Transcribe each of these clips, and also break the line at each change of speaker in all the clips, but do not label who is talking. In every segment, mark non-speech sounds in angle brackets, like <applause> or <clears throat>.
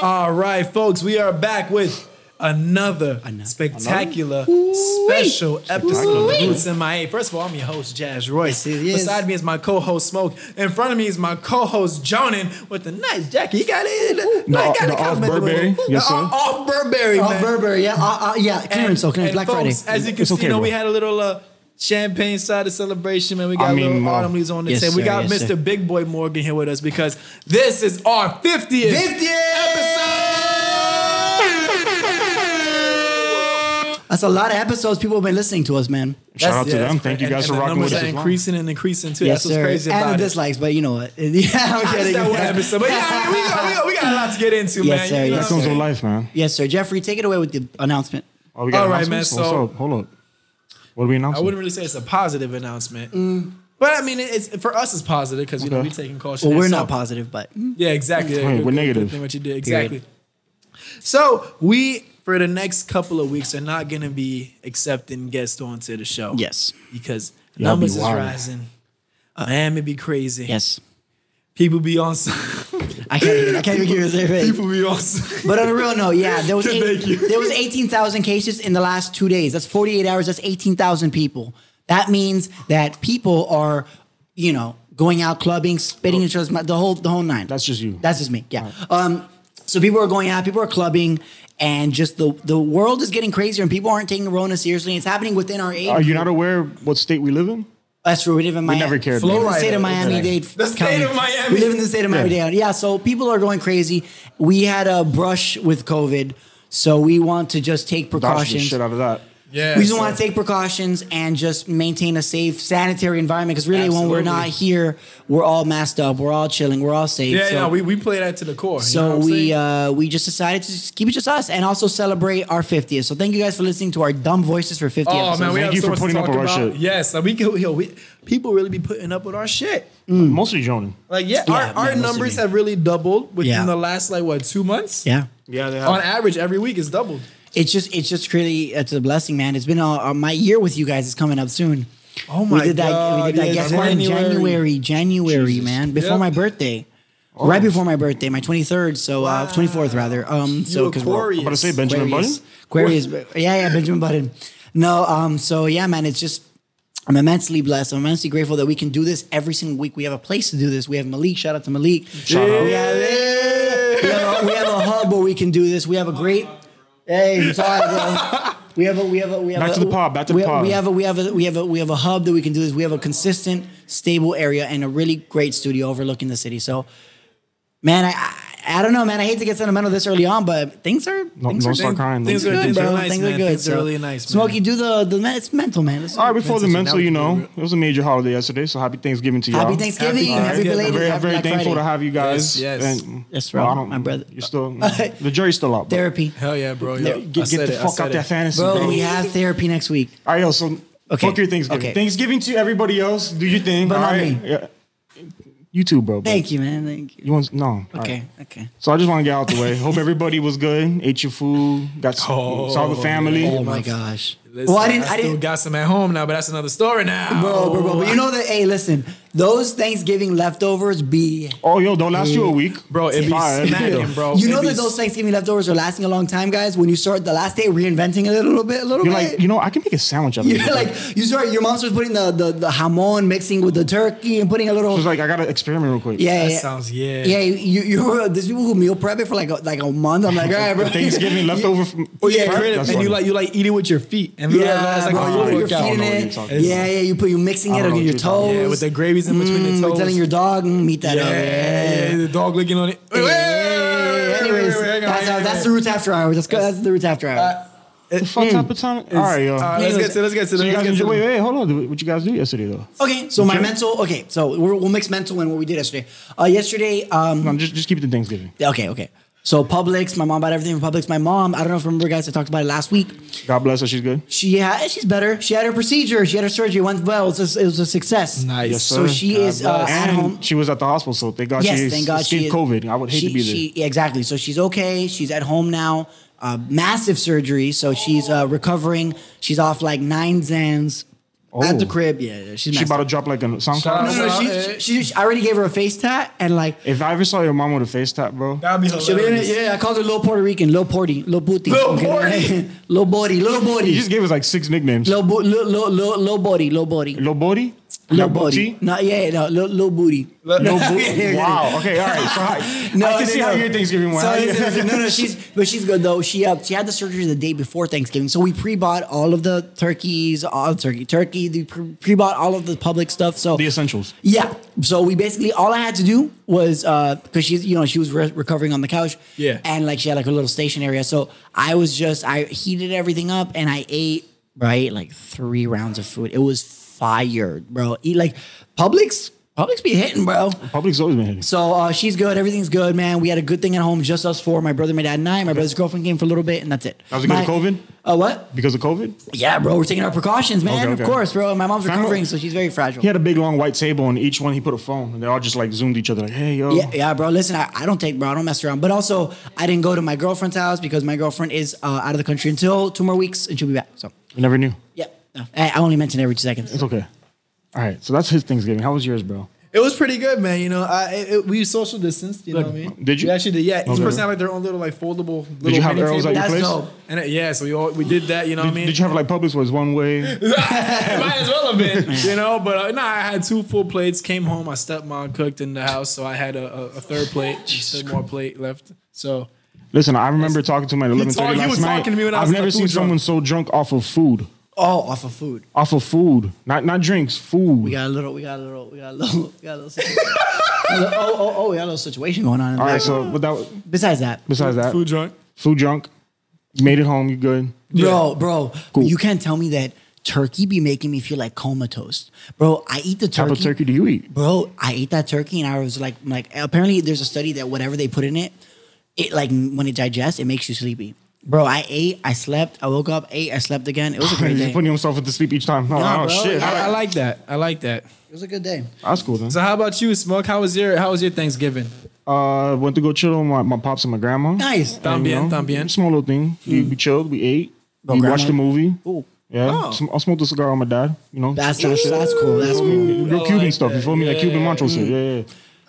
right, folks, we are back with another
Ano-
spectacular
another?
special episode of
Ooh-wee.
Roots MIA. First of all, I'm your host, Jazz Royce.
Yes, yes.
Beside me is my co-host Smoke. In front of me is my co-host Jonan with the nice jacket. He got it.
The-
I gotta
the off
compliment him.
Burberry.
The
Yes, sir.
off- Off Burberry,
Oh,
man.
Burberry, yeah, uh, uh, yeah, clearance, oh, clearance,
and
Black
folks,
Friday.
As you can
It's
see,
okay,
you know,
bro.
we had a little uh, champagne side of celebration, man. We got
I mean,
little
uh,
autumn leaves on the
yes,
table. we
sir,
got
yes,
Mr.
sir.
Big Boy Morgan here with us because this is our 50th,
50th!
episode.
That's a lot of episodes people have been listening to us, man.
Shout out
That's-
to
yeah,
them.
that's
Thank you
cra-
guys
and-
for
and the
rocking
numbers
with us.
are
as long.
increasing and increasing too.
yes,
That's what's
sir.
crazy
and the
about it.
dislikes, but you know what? <laughs> Yeah, I'm
That's
kidding.
that one episode. But yeah, we got, we, got, we got a lot to get into, man.
Yes, sir,
You know
yes,
That
what I'm
comes
saying?
with life, man.
<laughs> Yes, sir. Jeffrey, take it away with the announcement.
Oh, we got
All right,
announcements?
man, so-
What's up? Hold up. What are we
I
announcing?
wouldn't really say it's a positive announcement. But I mean, it's for us it's positive because you know
Okay.
we taking caution.
Mm. Well,
and
we're
so-
not positive, but
Yeah, exactly.
Right,
Good-
we're
good-
negative.
good thing what you did exactly. So we for the next couple of weeks are not going to be accepting guests onto the show.
yes,
because
Y'all be
numbers is
wild.
rising. Miami be crazy.
yes.
people be on. s-
I can't, even- I can't even <laughs> give you a
People be on. s-
But on a real note, yeah, there was eight-
<laughs> Thank you.
there was eighteen thousand cases in the last two days. That's forty eight hours. That's eighteen thousand people. That means that people are, you know, going out clubbing, spitting each other's mouth, the whole the whole nine.
That's just you.
That's just me. Yeah. Um. So people are going out. People are clubbing. And just the the world is getting crazier, and people aren't taking Rona seriously. It's happening within our age.
Are you not aware what state we live in?
That's true. We live in Miami.
never cared.
We live in the
Florida.
state of Miami Dade.
The state of Miami.
We live in the state of Miami Dade. Yeah. So people are going crazy. We had a brush with COVID, so we want to just take
Dodge the
precautions.
shit out of that.
Yeah,
we just
so-
want to take precautions and just maintain a safe, sanitary environment. Because really, when we're not
Absolutely.
here, we're all masked up. We're all chilling. We're all safe.
Yeah,
so
yeah, we, we play that to the core. you know
so
what I'm
we
saying?
uh, we just decided to just keep it just us and also celebrate our 50th. So thank you guys for listening to our dumb voices for 50
Oh
episodes.
man, we
Thank
have
you
so
for
much to
putting up
talk
with our
about.
shit.
Yes, like we can. Yo, we, people really be putting up with our shit.
Mostly Jonan.
Like yeah,
Yeah,
our,
man,
our
listen to
numbers
me.
have really doubled within
Yeah.
the last like what two months.
yeah.
Yeah, they
on average every week it's doubled.
It's just, it's just really, it's a blessing, man. It's been a, uh, my year with you guys is coming up soon.
Oh
we did that, we did that guest one in January, January, man, before
Yep. Oh.
my birthday, right before my birthday, my twenty third, so uh,
Wow.
twenty fourth rather. Um, so
were
'cause we're-
Corey.
I'm about to say Benjamin Button.
Aquarius. Aquarius, but- yeah, yeah, Benjamin Button. No, um, so yeah, man, it's just I'm immensely blessed. I'm immensely grateful that we can do this every single week. We have a place to do this. We have Malik. Shout out to Malik.
Shout out.
We have, we have a, we have a hub where we can do this. We have a great. Hey, I'm sorry, bro. We have a we have a we have
Back
a,
to the pod, back to the
we,
pod.
We have a we have a we have a we have a hub that we can do this. We have a consistent, stable area and a really great studio overlooking the city. So, man, I I, I don't know, man. I hate to get sentimental this early on, but things are
No,
things are
don't start crying.
things
Don't-
are
good,
Things
bro.
nice,
things
man.
are good.
Things are
so-
really nice, man.
Smokey, do the the man. It's mental, man. Let's
All right, before the
Mental,
mental,
that
you
was
know,
good.
it was a major holiday yesterday, so happy Thanksgiving to y'all.
happy Thanksgiving.
Happy
Happy,
Thanksgiving.
belated.
Very,
happy
very
Black
thankful to
Friday.
have you guys.
Yes, yes.
And,
Yes,
well,
bro,
I don't-
my brother.
You're
<laughs>
still the jury's still out. bro.
therapy.
Hell yeah, bro. yo.
Get,
I
get
said
the
it, I
fuck
said
out
it.
that fantasy, bro.
Bro, we have therapy next week.
All right, yo, so
Okay.
fuck your Thanksgiving.
Okay.
Thanksgiving to everybody else. Do your thing.
But
all
not
right.
me.
Yeah. You too, bro. but
Thank you, man. Thank you.
You want no? all right.
Okay, okay.
So I just want to get out the way. Hope everybody was good. Ate your food. Got s-
Oh,
saw the family.
Oh my gosh.
Listen,
well, I didn't. I,
still
didn't.
got some at home now, but that's another story now.
Bro, bro, bro. But you know that. Hey, listen. Those Thanksgiving leftovers be.
Oh yo, don't last you a week,
<laughs> Bro, it be
Fire.
smacking, bro.
You know
It be
that those Thanksgiving leftovers are lasting a long time, guys. When you start the last day reinventing it a little bit, a little
You're
bit. <laughs>
like, you know, I can make a sandwich out of
You're
it.
like, you start. Your mom starts putting the the, the jamon mixing with the turkey and putting a little.
I was like, I gotta experiment real quick.
yeah,
That
yeah.
sounds yeah.
Yeah, you you <laughs> there's people who meal prep it for like a, like a month. I'm
<laughs>
like, all right,
<laughs>
bro. <laughs>
Thanksgiving leftover. From,
Oh, yeah,
Right?
Crib,
That's
and
funny.
you like you like eat it with your feet, and
Yeah,
that's like
bro,
a
oh,
you put
full
your
I
feet
don't
workout.
in
know what you're
it.
talking
Yeah, yeah, you put you mixing
I
it
don't
on
know
your
what you're talking
toes.
about.
Yeah, with the gravies in between the
You're
toes.
Mm, telling your dog, mm, meet that.
yeah,
over there.
yeah, yeah, the dog licking on it. Wait, wait, wait, wait, wait, wait,
Anyways,
wait, hang on,
that's,
hang
how,
on,
that's
hang
the
on.
roots after hours. Let's go. That's the roots after hours.
The fuck type of time? All right, yo.
uh, mm. All right, let's get to let's get to
so
the
you
let's get
guys
to
enjoy,
the-
wait, wait, hold on. What you guys do yesterday though?
Uh,
okay, so my
Okay.
mental. Okay, so we're, we'll mix mental and what we did yesterday. Uh, yesterday,
Hmm.
um,
No, just just keep it to Thanksgiving.
okay, okay. So Publix, my mom bought everything from Publix. My mom, I don't know if you remember, guys, I talked about it last week.
God bless her. She's good.
She had, eh, she's better. She had her procedure. She had her surgery. It went well. It was a, it was a success.
Nice. Yes,
So
sir.
she
God
is uh,
bless.
at
And
home.
she was at the hospital, so thank God she
Yes, thank God
escaped
she
COVID. I would hate
she,
to be there.
she- yeah, exactly. So she's okay. She's at home now. Uh, massive surgery, so she's uh, recovering. She's off like nine Zans. At the
Oh.
crib, yeah, yeah she's
She
she
about to drop like a SoundCloud.
no, no,
Shout
she,
out.
she, she- I already gave her a face tat and like.
If I ever saw your mom with a face tap, bro,
That'd be
She'll be in it.
hilarious.
Yeah, I called her Lil Puerto Rican, Lil Porty, Lil Booty.
Oh, Lil Porty.
<laughs> Lil Booty, Lil
you
Booty.
just gave us like six nicknames.
Lil Bo- Lil Lil Lil Lil Booty, Lil Booty.
Lil Booty?
Lil
Lil
Booty.
Booty?
No, yeah, no, Lil Lil Booty.
Lil
<laughs> Look-
<laughs>
Booty? Wow. Okay, all right. So hi.
No,
I can
no,
see
no.
how your Thanksgiving went.
So
How you-
listen,
<laughs>
listen, no, no, she's but she's good though. She uh, she had the surgery the day before Thanksgiving, so we pre-bought all of the turkeys, all the turkey, turkey. We pre- pre-bought all of the public stuff. So
the essentials.
yeah, so we basically all I had to do was because she's you know she was re- recovering on the couch,
Yeah.
and like she had like a little station area. So I was just I heated everything up and I ate right like three rounds of food. It was fired, bro. Eat like Publix, Publix be hitting, bro.
Public's always been hitting.
So uh, she's good. Everything's good, man. We had a good thing at home, just us four. My brother, my dad, and I. My brother's girlfriend came for a little bit, and that's it.
How's it going,
My-
COVID?
Uh, what?
Because of COVID?
Yeah, bro. We're taking our precautions, man.
Okay,
Of
okay.
course, bro. My mom's
Family-
recovering, so she's very fragile.
He had a big long white table, and each one he put a phone, and they all just like zoomed each other, like, "Hey, yo."
Yeah, yeah, bro. Listen, I, I don't take, bro. I don't mess around. But also, I didn't go to my girlfriend's house because my girlfriend is uh, out of the country until two more weeks, and she'll be back. So,
We never knew.
yeah. No. I, I only mention every two seconds.
It's okay. All right, so that's his Thanksgiving. How was yours, bro?
It was pretty good, man. You know, I it, it- we social distanced. You know what I mean?
Did you?
We actually did. Yeah, each
Okay.
person had like their own little like foldable. Little
you have
mini
arrows
table.
at
That's
place?
dope.
And it, yeah, so we all we did that. You know what I mean?
Did you have like Publix was one
<laughs>
way?
Might as well have
<laughs>
been. You know, but uh, nah, I had two full plates. Came home, my stepmom cooked in the house, so I had a, a, a third
<laughs>
plate, still more plate left. So
Listen, I remember talking to him at eleven
talk-
thirty
you
last
were
night.
talking to me when I was
I've
at
never
the
seen
food truck.
someone so drunk off of food,
Oh, off of food.
off of food, not not drinks, food.
We got a little, we got a little, we got a little, we got a <laughs> little. oh, oh, oh, we got a little situation going on. In the
all right,
back.
so but that
besides that,
besides that,
food
food,
drunk.
drunk, you made it home, you good?
Bro, bro,
Cool.
you can't tell me that turkey be making me feel like comatose. Bro, I eat the
Type
turkey.
of turkey do you eat? <laughs>
Bro, I ate that turkey and I was like, like apparently there's a study that whatever they put in it, it like when it digests, it makes you sleepy. Bro, I ate, I slept, I woke up, ate, I slept again. It was a
<laughs>
great
He's
day.
putting himself to sleep each time. Oh,
Nah,
oh,
bro,
shit,
yeah.
I, I like that. I like that.
It was a good day.
that's cool then.
So how about you, Smoke? How was your How was your Thanksgiving?
Uh, went to go chill with my, my pops and my grandma.
Nice.
También,
You know,
también.
Small little thing. We, we chilled. We ate.
Bro,
we
Hmm. grandma-
watched a movie.
Ooh.
Yeah.
Oh.
Sm- I smoked a cigar on my dad. You know.
That's, that's that's cool. That's cool.
Real
I
Cuban
like
stuff. You
that.
feel me? Like
Yeah,
Cuban
yeah,
mantra shit. Yeah,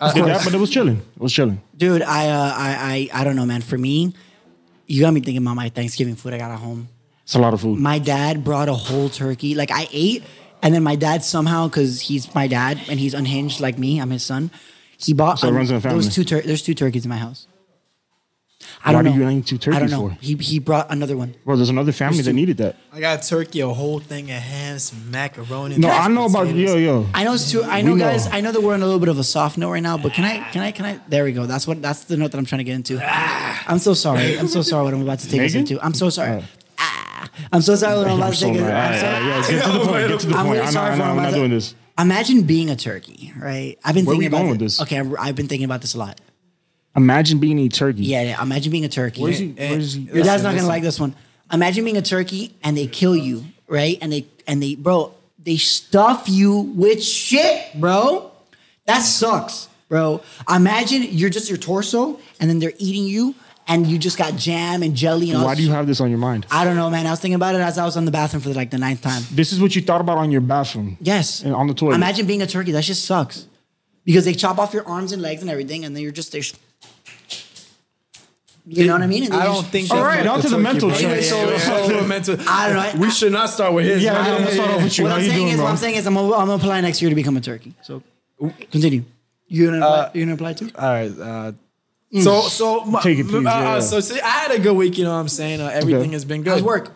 yeah. Did that, but it was chilling. It was chilling.
Dude, I uh I, I I don't know, man. For me, you got me thinking about my Thanksgiving food I got at home.
It's a lot of food.
my dad brought a whole turkey. Like I ate, and then my dad somehow, because he's my dad and he's unhinged like me, I'm his son. He bought.
So it runs in the
there was
family.
two. Tur- there's two turkeys in my house. I
Why
don't
do
know.
you need two
I don't
turkeys
know.
for?
He he brought another one.
Bro, there's another family that needed that.
I got turkey, a whole thing of ham, some macaroni.
No,
mashed
I know about
potatoes.
yo yo.
I know it's two. I know,
We know.
guys. I know that we're on a little bit of a soft note right now, but can I? Can I? Can I? There we go. That's what. That's the note that I'm trying to get into. I'm so sorry. I'm so sorry. What I'm about to take us
Ah. Megan?
into. I'm so sorry. Ah, I'm so sorry. What I'm about
<laughs> I'm
to
so
take us.
mad.
I'm so-
Yeah, yeah, Get to the point. Get to the
I'm
point.
really
I know.
sorry
I
for
know.
my
I'm not
mother-
doing this.
Imagine being a turkey, right? I've been
Where we
thinking
going
about
with
this.
this?
Okay, I've, I've been thinking about this a lot.
Imagine being a turkey.
Yeah, yeah. Imagine being a turkey.
Where's he?
Eh,
Where's he?
eh,
Your
Listen,
dad's not gonna
listen.
like this one. Imagine being a turkey and they kill you, right? And they and they, bro, they stuff you with shit, bro. That sucks, bro. Imagine you're just your torso, and then they're eating you, and you just got jam and jelly and all.
Why do you have this on your mind?
I don't know, man. I was thinking about it as I was on the bathroom for like the ninth time.
This is what you thought about on your bathroom.
Yes.
And on the toilet.
Imagine being a turkey. That just sucks. Because they chop off your arms and legs and everything, and then you're just there. You know what I mean? And they
I
just-
don't think.
All
that's
right,
what
on to the
turkey
mental
brought.
shit.
Anyway, so-
Yeah,
so
yeah,
<laughs>
yeah.
mental-
I don't know.
We should not start with his.
Yeah, I'm gonna start off with you.
What
How
I'm
you
saying
doing,
is,
bro?
what I'm saying is, I'm gonna, I'm gonna apply next year to become a turkey. So continue. You gonna apply, you gonna apply too?
All right. Uh, so so my,
Mm. Take it, please,
uh, uh,
yeah.
so see, I had a good week. You know what I'm saying? Uh, everything
Okay.
has been good.
How's work?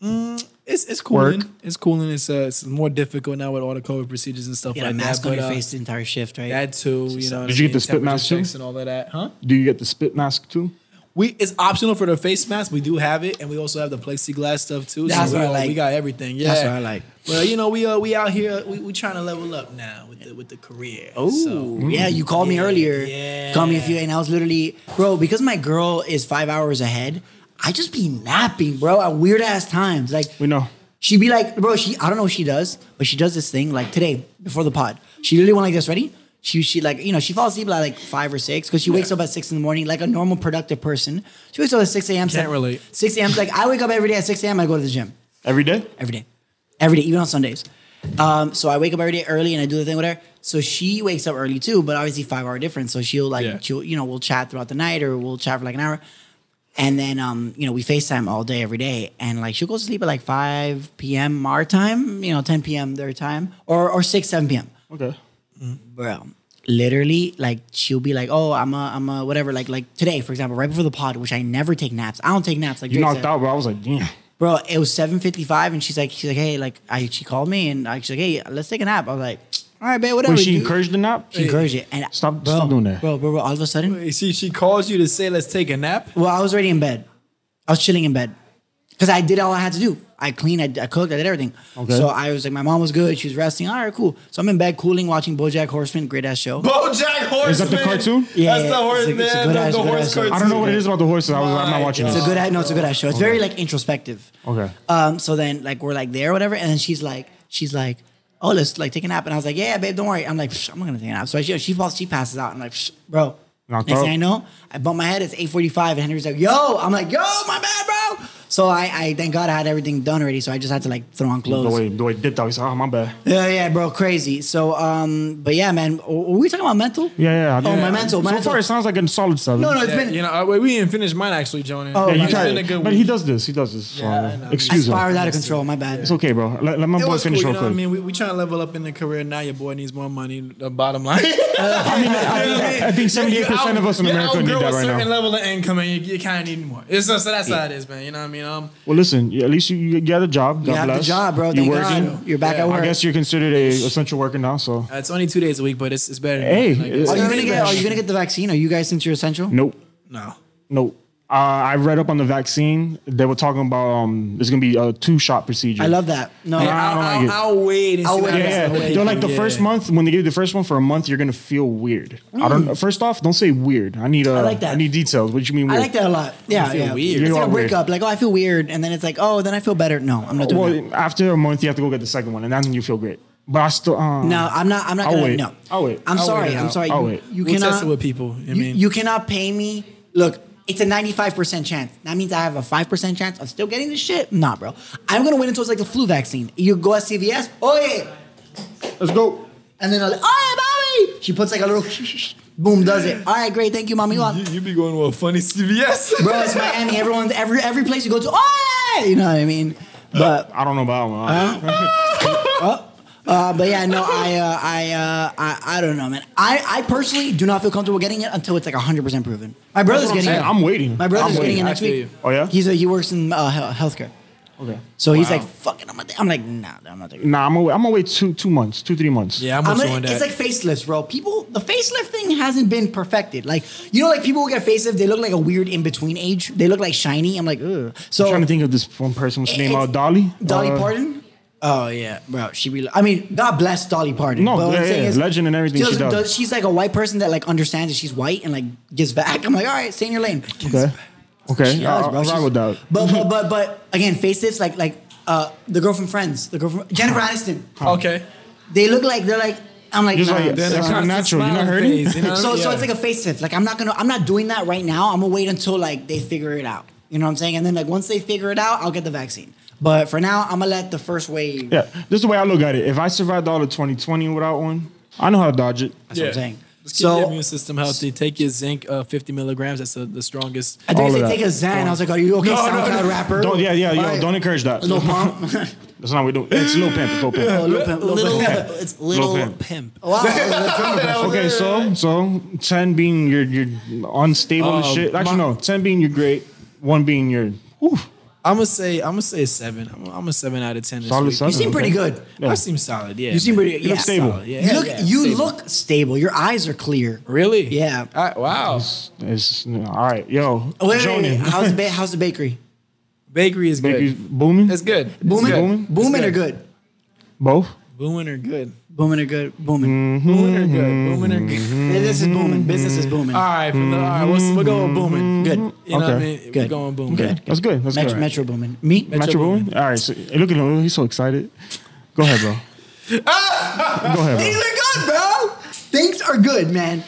It's it's
Work.
cooling. It's cooling. It's uh, it's more difficult now with all the COVID procedures and stuff
Get
like
a mask
that.
on
but,
your
uh,
face the entire shift, right?
That too. You know. what I
Did you get
mean?
the spit
Temperature
mask too?
checks and all of that, huh?
Do you get the spit mask too?
We it's optional for the face mask. We do have it, and we also have the plexiglass stuff too.
That's
so
what
we,
I
got-
like.
We got everything. Yeah,
That's what I like.
Well, you know, we uh, we out here. We we trying to level up now with the with the career.
Oh, yeah. You called me earlier.
yeah.
Called me a few, and I was literally, bro, because my girl is five hours ahead. I just be napping, bro, at weird ass times. Like
We know.
she be like, bro, she I don't know what she does, but she does this thing like today before the pod. She really went like this. Ready? She she like you know she falls asleep at like five or six because she wakes up at six in the morning like a normal productive person. She wakes up at six a.m.
Can't relate.
Six a.m. 's Like I wake up every day at six a.m. I go to the gym
Every day.
every day. every day, even on Sundays. Um, so I wake up every day early and I do the thing with her. So she wakes up early too, but obviously five hour difference. So she'll like,
Yeah.
she'll, you know, we'll chat throughout the night or we'll chat for like an hour. And then, um, you know, we FaceTime all day, every day. And like, she'll go to sleep at like 5 p.m. our time, you know, 10 p.m. their time or, or 6, 7 p.m
Okay.
bro. Literally, like she'll be like, "Oh, I'm a, I'm a whatever." Like, like today, for example, right before the pod, which I never take naps. I don't take naps. Like
You
Drake
knocked
said.
out, bro. I was like, damn.
bro. It was seven fifty five, and she's like, she's like, "Hey, like," I she called me, and I, she's like, "Hey, let's take a nap." I was like, "All right, babe, whatever."
Wait, she
dude."
encouraged the nap?
She encouraged it, and
Stop-
bro,
stop doing that.
bro, bro, bro. All of a sudden,
You see, she calls you to say, "Let's take a nap."
well, I was already in bed. I was chilling in bed because I did all I had to do. I cleaned, I, I cooked, I did everything.
Okay.
So I was like, my mom was good. She was resting. All right, cool. So I'm in bed, cooling, watching BoJack Horseman, great ass show.
BoJack Horseman.
Is that the cartoon?
Yeah,
that's the
yeah,
horse.
it's a- it's a
man,
good
the,
ass-
the
good
horse
ass show.
cartoon.
I don't know what it is about the horses. I was, I'm
My
not watching
God.
this.
It's a good ad. No, it's a good ad show. It's very like introspective.
Okay.
Um. So then, like, we're like there, or whatever, and then she's like, she's like, oh, let's like take a nap, and I was like, yeah, babe, don't worry. I'm like, "Psh, I'm not gonna take a nap. So she she falls, she passes out. I'm like, "Psh, bro.
Knocked
Next
out.
thing I know, I bump my head. It's 8:45, and Henry's like, yo. I'm like, yo, my bad, bro. So I, I thank God I had everything done already. So I just had to like throw on
The
clothes.
way, the way he dipped out. He's like, oh, my bad.
Yeah, yeah, bro, crazy. So, um, but yeah, man, are are we talking about mental?
Yeah, yeah.
Oh,
yeah.
my mental,
So
my mental.
far, it sounds like a solid seven.
No, no, it's
Yeah,
been.
you know, I- wait, we didn't finish mine actually, Jonah.
Oh,
Yeah, you
It's
tried,
been a good
but
week.
he does this. He does this.
Yeah, I
so,
know.
I
excuse him.
spiraled out of control. My bad.
It's okay, bro. Let, let my
It
boy
was cool,
finish
you know
real
what I
quick.
mean, we, we trying to level up in the career. Now your boy needs more money. The bottom line.
<laughs> I mean, I, I- I think seventy-eight percent of us in
You
America need
outgrow
that
a
right
certain
now.
level of income, and you, you kind of need more. It's just, so that's how it is, man. You know what I mean? Um,
Well, listen. you- At least you, you got a job. God
You have
bless.
the job, bro.
You're
Thank
working.
God. You're back
Yeah,
at work.
I guess you're considered a essential worker now. So
it's only two days a week, but it's it's better. Than
Hey,
nothing, I guess.
it's-
Are you
Are
gonna get? Are you gonna get the vaccine? Are you guys since you're essential?
nope,
no.
nope. Uh, I read up on the vaccine. They were talking about um, there's gonna be a two-shot procedure.
I love that. No,
Yeah.
I'll,
don't like
I'll,
it.
I'll wait. And
I'll
see what
wait.
happens.
Yeah,
That's the
yeah.
way
They're
you
like the
Yeah.
first month when they give you the first one for a month, you're gonna feel weird. I don't. First off, don't say weird. I need uh, I
like that.
need details. What you mean
I
weird?
like that a lot. Yeah,
feel
yeah.
weird.
It's
You
like
are
a
weird.
breakup. Like, oh, I feel weird, and then it's like, oh, then I feel better. No, I'm not doing that.
Well, after a month, you have to go get the second one, and then you feel great. But I still. Uh,
No, I'm not. I'm not
I'll
gonna.
wait.
No,
I'll wait.
I'm
I'll
sorry.
wait it
I'm
out.
sorry.
I'll
you,
wait.
you
We'll
cannot
test it with people. I
you,
mean-
you cannot pay me. Look, it's a 95 percent chance. That means I have a five percent chance of still getting this shit. Nah, bro. I'm gonna wait until it's like the flu vaccine. You go at CVS. Oh yeah.
Let's go.
And then, I'll, oh, mommy! She puts like a little, <laughs> boom, does it. All right, great, thank you, mommy. You want-
You, you be going to a funny CVS.
Bro, it's Miami. Everyone's every every place you go to, oh, you know what I mean. But
I don't know about that one.
uh, but yeah, no, I uh, I, uh, I I don't know, man. I, I personally do not feel comfortable getting it until it's like hundred percent proven. My brother's
what I'm
getting
saying.
it.
I'm waiting.
My brother's
I'm
getting
waiting.
it next
I feel
week.
you.
Oh, yeah?
He's a, he works in uh, he- healthcare,
okay.
so he's
Wow.
like, fucking, I'm gonna, I'm like, nah, I'm not taking. it.
Nah, I'm away. I'm away two two months, two three months.
yeah, I'm
I'm
with you
gonna-
on that.
it's like facelifts, bro. People, the facelift thing hasn't been perfected. Like, you know, like people who get facelift, they look like a weird in between age. They look like shiny. I'm like, ugh. So
I'm trying to think of this one person. What's her name? Uh,
It's-
Dolly.
Dolly
Uh,
Parton. Oh yeah, bro. She be. I mean, God bless Dolly Parton.
No,
but what
yeah,
I'm saying
yeah,
is,
legend and everything she
doesn't-
does.
She's like a white person that like understands that she's white and like gives back. <laughs> I'm like, all right, stay in your lane.
Okay. Okay.
She does,
I'll,
bro.
I'll ride
She's-
with that.
But
<laughs>
but but but again, facelifts like like uh the girl from Friends, the girl from Jennifer Aniston.
okay.
They look like they're like. I'm like,
Just
nah,
like-
son.
That's not
constant
natural. You're not
smiling
hurting?
face, you know what I
so
mean?
so
Yeah.
it's like a facelift. Like I'm not gonna I'm not doing that right now. I'm gonna wait until like they figure it out. You know what I'm saying? And then like once they figure it out, I'll get the vaccine. But for now, I'm gonna let the first wave.
Yeah. This is the way I look at it. If I survived all of 2020 without one, I know how to dodge it.
That's what I'm saying.
Let's keep
So-
your immune system healthy. Take your zinc, uh, 50 milligrams. That's the, the strongest.
I think
All
they
of
take a
that.
Xan. I was like, are you okay,
No, no,
SoundCloud
no.
rapper?
Don't. Yeah. Yeah.
Right.
Yo. Don't encourage
<laughs>
that.
Little pump.
That's not what we do. It's Lil Pimp. It's Lil
<laughs> little
Pimp.
pimp. Little pimp.
It's
Little
<laughs>
pimp.
pimp.
Wow.
Okay, so so ten being your your unstable as
Uh,
shit. Actually,
my-
no, ten being your great, one being your. Whew,
I'm gonna say I'm gonna say a seven. I'm, I'm a seven out of ten. This
Solid
week.
seven.
You seem pretty good.
I seem solid. Yeah.
You seem
man.
pretty.
look
yeah.
stable.
Solid, yeah.
You look.
Yeah,
you
stable.
look stable. Your eyes are clear.
Really?
Yeah.
I, wow.
it's, all right, yo,
Wait, wait, wait.
Joni.
How's the ba- how's the bakery?
Bakery is
Bakery's
good.
booming.
It's good. <laughs> It's
Booming.
good.
Booming?
Booming
It's
are
good.
good.
Both.
Booming are good.
Mm-hmm.
Booming are good. Booming.
Booming are good. Booming are good.
This is booming.
Mm-hmm.
Business is booming.
Ah,
All right, for the, all right, we'll, we'll go with booming.
Mm-hmm. Good.
You know what I
Okay.
mean? We're
Good.
going booming.
Good.
That's good. That's
Metro,
good.
Metro booming. Me.
Metro
Metro
booming. All right, so hey, look at him. He's so excited. Go
<laughs>
ahead, bro. Go ahead,
Things
bro.
are good, bro. Things are good, man.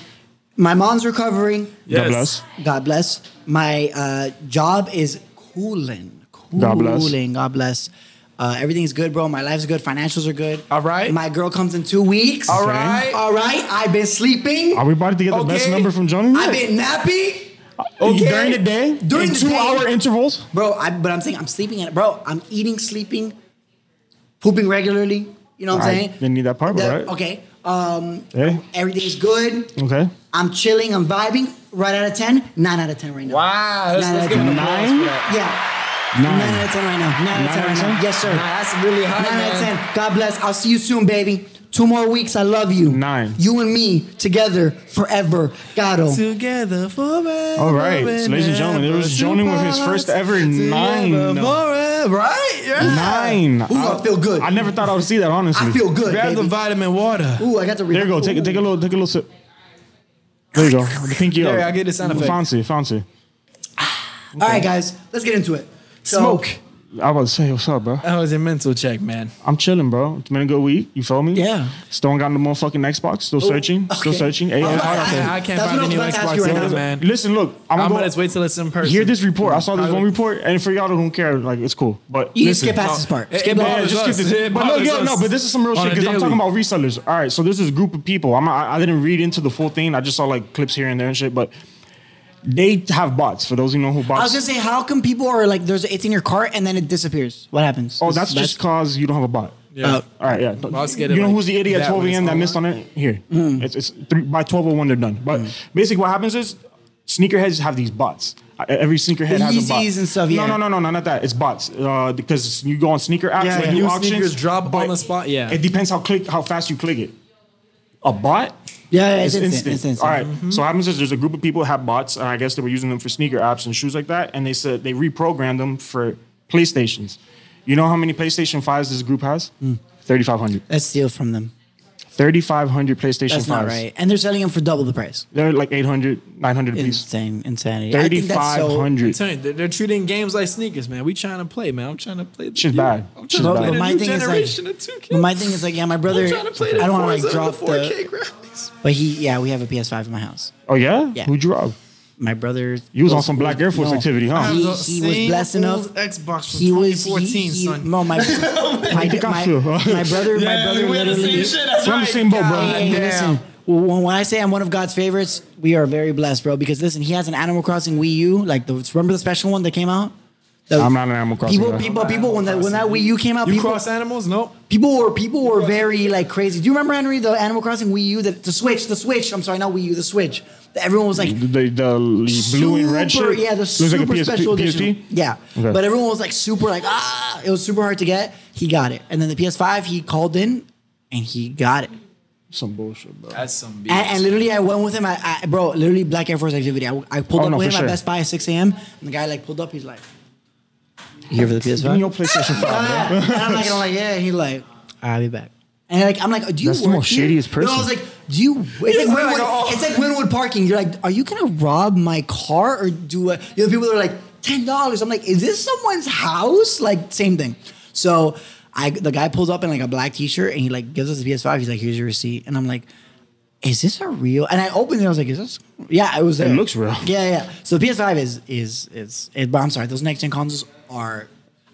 My mom's recovering.
Yes.
God bless.
God bless. My uh, job is cooling. Cooling.
God bless.
God bless. Uh, everything's good, bro. My life's good. Financials are good.
All right.
My girl comes in two weeks.
All right.
All right. I've been sleeping.
Are we about to get the best
Okay.
number from Johnny?
I've been nappy.
Okay.
During the day?
During
in
the
two
day.
hour intervals?
Bro, I, but I'm saying I'm sleeping and bro, I'm eating, sleeping, pooping regularly. You know what I'm
I
saying?
didn't need that part, but
The-
all right.
Okay. Um,
Hey.
everything's good.
Okay.
Ah.
I'm chilling. I'm vibing. Right out of ten. Nine out of ten right now.
Wow. That's,
Nine
let's
out
give
of
him
ten.
applause for
Nine?
that.
Yeah.
Nine.
Nine out of ten right now. Nine out of ten right now. Yes, sir.
Nah, that's really high,
Nine out of
man.
ten. God bless. I'll see you soon, baby. Two more weeks. I love you.
Nine.
You and me together forever. oh. Gato.
Together forever.
All right, so ladies and gentlemen, there was Johnny with his first ever nine.
Forever. Right? Yeah.
Nine.
Ooh, I feel good.
I never thought I would see that, honestly.
I feel good,
Grab the
baby.
vitamin water.
Ooh, I got the.
There you go. Take a take a little take a little sip. There you go. The pinky up.
There, I get the sound effect.
Fancy, fancy.
All right, guys, let's get into it. So-
Smoke.
I was about to say, what's up, bro?
That was a mental check, man.
I'm chilling, bro. It's been a good week. You feel me?
Yeah.
Still ain't got no more fucking Xbox. Still searching. Still
Oh. okay.
searching. Hey,
All
it's
right,
hard out
I-
there.
I can't find
That's what I
a
was
new
about to ask you
Xbox
right
right now, <laughs>
now.
man.
Listen, look. I'm,
I'm
gonna
gonna wait till it's in person.
hear this report. I saw this
I-
one report, and for y'all who don't care, like it's cool. But
You can
listen.
skip past
No.
this part.
Oh. It-
Skip
it
all
Yeah,
bothers
just
us.
skip this.
It
But look,
bothers
yo, no,
us
but this is some real
on
shit
a
because I'm
daily.
talking about resellers. All right, so there's this group of people. I'm I, I didn't read into the full thing. I just saw like clips here and there and shit, but they have bots. For those who know who bots.
I was gonna say, how come people are like, there's it's in your cart and then it disappears? What happens?
oh, that's, just cause you don't have a bot.
Yeah.
Uh,
All right, yeah.
I'll
you
skip it,
know
like,
who's the idiot at
that when
12
it's
a.m. that
online.
missed on it? Here,
Mm-hmm.
it's, it's three, by 12:01 they're done. But basically, what happens is sneakerheads have these bots. Uh, Every sneakerhead
The
has a bot.
Yeezys and stuff, yeah.
No, no, no, no, not that. It's bots uh, because you go on sneaker apps,
Yeah,
like
yeah.
new
New
auctions,
sneakers drop
but
on the spot, yeah.
it depends how click how fast you click it. A bot
yeah, yeah, it's, instant.
it's instant.
It's instant.
All right. So what happens is there's a group of people have bots, and I guess they were using them for sneaker apps and shoes like that, and they said they reprogrammed them for PlayStations. You know how many PlayStation 5s this group has?
Hmm.
3,500.
Let's steal from them.
3,500 PlayStation
That's
5s.
not right. And they're selling them for double the price.
They're like 800, 900 a piece.
Insane insanity. I think that's so-
3,500.
Tell you, They're, they're treating games like sneakers, man. We trying to play, man. I'm trying to play. The
Shit's bad.
I'm
Shit's
trying to
bad.
play
But
the
my
new
thing is, like-
generation of 2K.
But my thing is like, yeah, my brother.
I'm
I
trying to play the
don't want to like
Forza and
drop
the 4K
the.
graphics.
But he, yeah, we have a PS5 in my house.
Oh yeah?
Yeah.
Who'd you rob?
My brother.
You was on some Black Air Force
no.
activity, huh?
He,
The
he was
same
blessed enough.
old Xbox from
He was. He,
2014,
he,
son. <laughs>
no, my, my, my,
think I
my,
feel? <laughs>
brother. my
Yeah,
brother
we had the
literally.
same shit. That's
We're on the
right.
same boat, bro.
God Uh,
Hey,
damn.
listen, when, when I say I'm one of God's favorites, we are very blessed, bro. Because listen, he has an Animal Crossing Wii U. Like the remember the special one that came out. The-
I'm not an Animal Crossing
People,
guy.
people, people. When that when that Wii U came out,
You
people,
cross animals? Nope.
people were people were very like crazy. Do you remember Henry the Animal Crossing Wii U? The, the Switch, the Switch. I'm sorry, not Wii U, the Switch. That Everyone was like.
The, the, the blue and red
super-
shit.
Yeah, the
Looks
super
like a PS-
special
PSP?
edition. Yeah,
Okay.
but everyone was like super, like ah, it was super hard to get. He got it, and then the PS5, he called in, and he got it.
Some bullshit, bro.
That's some BS.
And, and literally, I went with him. I, I bro, literally Black Air Force activity. I, I pulled
Oh,
up
no,
with
for
him
sure.
at Best Buy at 6 a.m. And the guy like pulled up. He's like, "You here for the PS5?"
Give me your PlayStation 5, bro.
Yeah. and I'm <laughs> like, and I'm like, yeah. He like, I'll be back. And like, I'm like, do you
That's the
work
most
here?
shittiest person.
No, I was like, do you? It's like,
sound
Winwood,
like, oh.
it's like Winwood parking. You're like, are you gonna rob my car or do? A, the other people that are like ten dollars. I'm like, is this someone's house? Like, same thing. So I, the guy pulls up in like a black t-shirt and he like gives us the PS5. He's like, here's your receipt. And I'm like. Is this a real? And I opened it. I was like, "Is this?" Yeah, it was. It
looks real.
Yeah, yeah. So PS5 is is is. It, but I'm sorry, those next gen consoles are.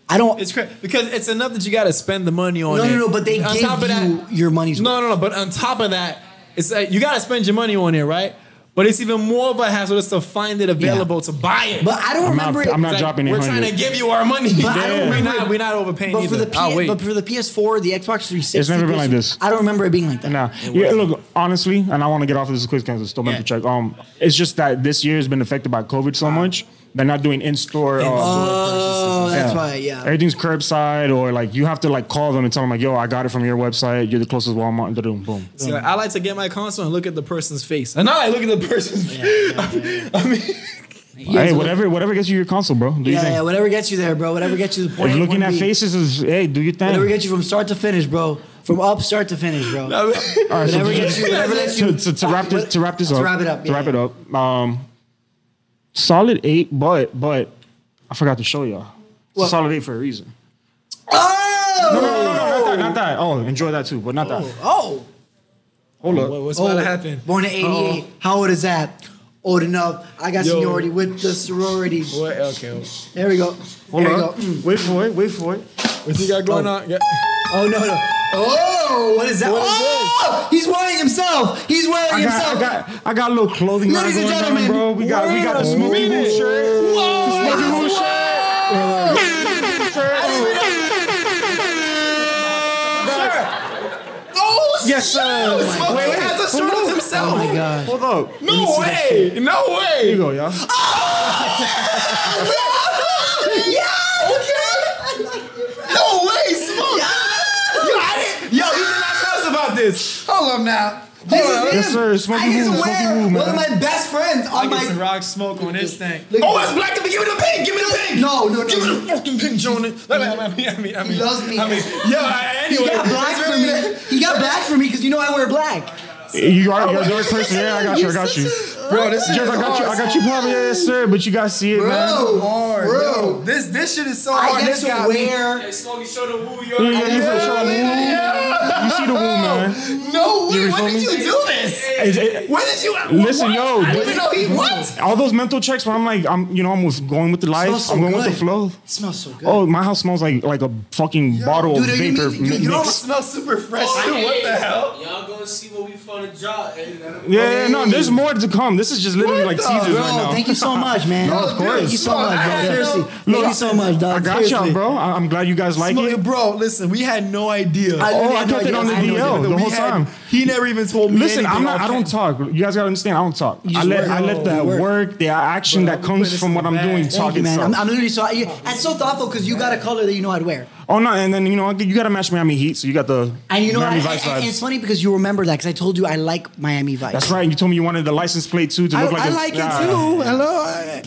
I don't.
It's crazy because it's enough that you got to spend the money on
No,
it.
no, no, but they give you your money's
No, no, no. But on top of that, it's like you got to spend your money on it, right? But it's even more of a hassle just to find it available to buy it.
But I don't
I'm not-
remember. it.
I'm not
It's like,
dropping
We're
800.
trying to give you our money.
But I don't
We're
remember
not,
it.
we're not overpaying
but for
either.
the
I'll
P-
wait.
but for the PS4, the Xbox 360,
Oh, It's never been like this.
I don't remember it being like that.
Nah. Yeah, look, honestly, and I want to get off of this as quick because it's still meant to
Yeah.
check. Um, it's just that this year has been affected by COVID so much. They're not doing in-store. uh,
Oh, that's why. Yeah.
Everything's curbside, or like you have to like call them and tell them like, "Yo, I got it from your website. You're the closest Walmart." Boom, boom.
See, like, I like to get my console and look at the person's face. And now I look at the person's face. I mean,
hey, whatever, whatever gets you your console, bro. Do you
Yeah,
think?
yeah. Whatever gets you there, bro. Whatever gets you to the point.
If
A,
looking
point
at
B.
faces is, hey, do your thing.
Whatever gets you from start to finish, bro. From up start to finish, bro.
I mean,
All right, so
whatever
to-
gets you- whatever lets you-
to, to, to wrap this to wrap this
To
up.
wrap it up,
To
yeah,
wrap
yeah.
it up. Um, solid eight, but but I forgot to show y'all. It's a solid eight for a reason.
Oh,
No, no, no, not that, not that. Oh, enjoy that too, but not that.
oh,
Hold
<laughs>
up.
what- what's
oh.
about to happen?
Born in '88. How old is that? old enough. I got
Yo.
seniority with the sorority.
What? Okay.
There we go.
Hold
there we go.
on.
Mm.
Wait for it. Wait for it.
What you got going
Oh.
on? Yeah.
Oh no no. Oh, what is that?
What is
oh, he's wearing himself. He's wearing
I got,
himself.
I got, I got a little clothing line
Ladies and
going on,
gentlemen,
bro. We got, we got the
wait a
smoky
minute.
blue shirt.
Whoa!
Smoky blue shirt.
Oh,
Yes, sir.
Smoking
Wait, wait.
has a shirt of himself.
Oh my god.
Hold up. Here
No way. No
you
way.
go, y'all.
No way, Smoke. Yo, I didn't, yo, you did not tell us about this.
Hold on now. This is
Yes,
him.
sir. Smoky
I used
Blue,
to
Smoky
wear
Blue,
one of
man.
my best friends on my.
rock smoke on this thing.
Look at
Oh,
this.
it's black. Give me the pink. Give me the pink.
No, no, no.
Give me the fucking pink, Jonas. Like, I mean, I mean, I mean,
He loves me.
I mean, yo, I-
He
anyway.
got black
it's
for
really-
me. He got black for me because you know I wear black.
You are you're a dark person. Yeah, I got you. I got you.
Bro, this is
Jeff, I got you. I got you, Papa. Yeah, yes, sir. But you got to see it, man.
Bro,
hard, yo.
bro.
This this shit is so
I
hard.
get
This
to
got me.
wear.
You, you, you, for sure, man. you see the woo, man.
No way.
You
When
feel
did
me?
you do this?
It's- it-
When did you?
Listen,
what?
yo,
I didn't even know he. What?
all those mental checks where I'm like, I'm, you know, I'm with going with the life.
smells so
I'm going with
good.
the flow.
It smells so good.
Oh, my house smells like like a fucking bottle
dude,
of
you need
vapor.
to- you-
mi-
you don't
Y'all
mix.
smell super fresh.
Oh,
too. What the
hey,
hell?
Y'all gonna see what we found a job. Hey, that-
Yeah, yeah, no, there's more to come. This is just literally
What
like
the-
Caesars
bro,
right now.
Bro, thank you so much, man.
No, of course.
Thank you so much, bro.
I-
Seriously. Thank you so much, dog.
I got
Seriously.
y'all, bro. I- I'm glad you guys like
Smoking,
it.
bro, listen, we had no idea.
I-
Oh,
I
I
know
kept it
you-
on the
I know you-
DL the
We
whole
had-
time.
He never even told me.
Listen,
anything
I'm not.
off
I don't
camera.
talk. You guys gotta understand. I don't talk. I
just
let
work.
I let
You
that
work.
work. the action
Bro,
that
we put
comes
this
from
in
what
the
I'm
bag.
doing
Thank
Thank
talk
you, man.
itself.
I'm, I'm literally so. I- That's so thoughtful because you got a color that you know I'd wear.
Oh no, and then you know you got to match Miami Heat, so you got the
And you know what?
Miami
I-
Vice
I- and
vibes.
it's funny because you remember that because I told you I like Miami Vice.
That's right. You told me you wanted the license plate too to
I,
look like.
I
a-
like it
Yeah.
too. Hello. I-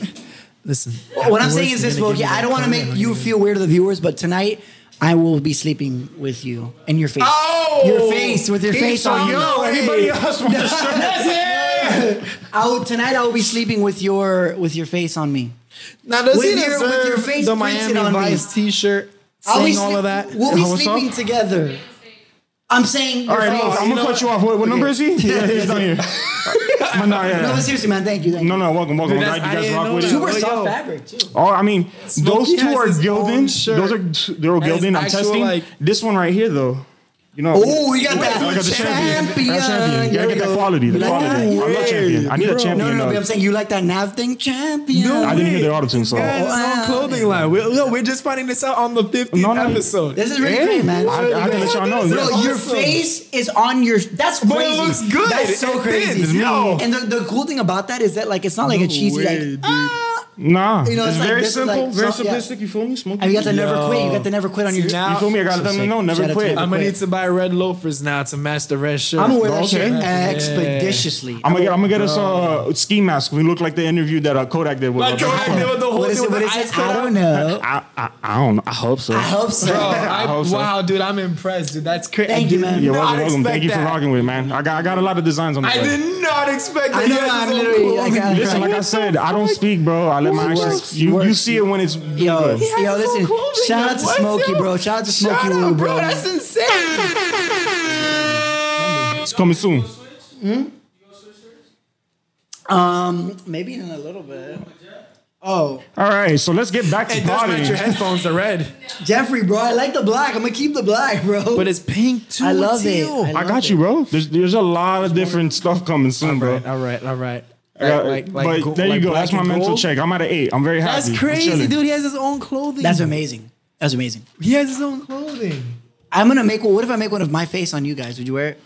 Listen,
What I'm saying is this, Wilkie. I don't want to make you feel weird to the viewers, but tonight I will be sleeping with you in your face.
Oh!
your face with your
He
face
saw
on.
you.
Yo, everybody else wants to
That's it.
I will, tonight I will be sleeping with your with your face on me.
Now does
With
he
your- with
deserve
your face
the
printed
Miami
on me.
Vice T-shirt?
I'll be
Saying all
sleep-
of that.
We'll be
Oh, what's
sleeping
up?
together. I'm saying.
All
your
right,
face.
I'm gonna cut you off. What, what number is he? <laughs> Yeah, he's down here. But no, yeah,
No,
yeah.
but seriously, man. Thank you. Thank
no,
you.
no, welcome, welcome.
Dude,
I'm
that's-
glad
I
you guys
didn't
rock
know
with
that.
it.
Super
Yo,
soft
yo.
fabric too.
Oh, I mean,
Smokey
those two
has
are
his own
gilding.
shirt.
Those are they're all
And it's
gilding. I'm
actual,
testing
like-
this one right here, though. You know.
Oh, you got
I
that
got the champion.
champion.
I got champion. Yeah, I
There
get
we
that
go.
quality. The
You like
quality.
that?
I'm not champion. I need a
Bro.
champion.
No, no, no.
though.
But I'm saying you like that nav thing, champion.
I didn't hear the auto tune, so.
Oh,
Guys,
No,
it's on clothing line. We're, no, we're just finding this out on the 50th
no, no.
episode.
This is really great, man.
I, I had to let y'all know.
Bro,
Bro,
Yeah.
your
awesome.
face is on your. That's crazy.
But it looks good.
That's so
It
crazy.
thins, yo.
And the, the cool thing about that is that like it's not like a cheesy
way, dude.
like. Ah.
Nah,
You know,
it's,
it's like
very
this,
simple,
like,
very
so- yeah.
simplistic. You feel me? Smoking.
And "Ah, you got to never
Yo.
quit. You got to never quit on your.
See, now-
You feel me? I gotta let them
Shout
know.
out
Never
to
quit.
Never
I'm gonna
Quit.
need to buy red loafers now to match the red shirt.
I'm gonna wear that
Okay.
shit
Yeah.
expeditiously.
I'm gonna get, I'm gonna get us uh, ski mask. We look like the interview that uh, Kodak did with.
Like
uh,
Kodak did with the whole
What is
thing
it?
with
What
the
is
ice
it?
cut
I
out.
don't know.
I, I, I don't know. I hope so.
I hope so.
<laughs>
Bro, Oh, I,
hope so.
wow, dude, I'm impressed, dude. That's crazy.
Thank you, man.
You're
not
welcome. welcome.
expect
Thank you for
that.
rocking with it, man. I got, I got a lot of designs on the
I
way.
did not expect that.
I know,
You guys
I'm
are so
literally-
cool.
I got-
Listen, like I said, I don't speak, bro. I let my
Works,
actions. You, you
works.
see it when it's
Yo,
good.
That's
yo,
so
listen.
cool, man.
shout out to
What,
Smokey,
yo?
bro. Shout out to Smokey,
Shout out,
Woo,
bro. That's insane.
It's coming soon.
Um, maybe in a little bit. Oh,
All right, so let's get back to
Hey, that's
potty.
not your headphones. They're red,
Jeffrey, bro. I like the black. I'm gonna keep the black, bro.
but it's pink too.
I love it.
teal.
I
I
love
got
it.
you, bro. There's there's a lot of different stuff coming soon,
All
bro.
right, all right, all right.
I got- but
go-
there you
like
go.
black
That's my
and
mental
gold.
check. I'm at an eight. I'm very happy.
That's
I'm
crazy,
chilling.
dude. He has his own clothing.
That's amazing. That's amazing.
He has his own clothing.
I'm gonna make. What if I make one of my face on you guys? Would you wear it?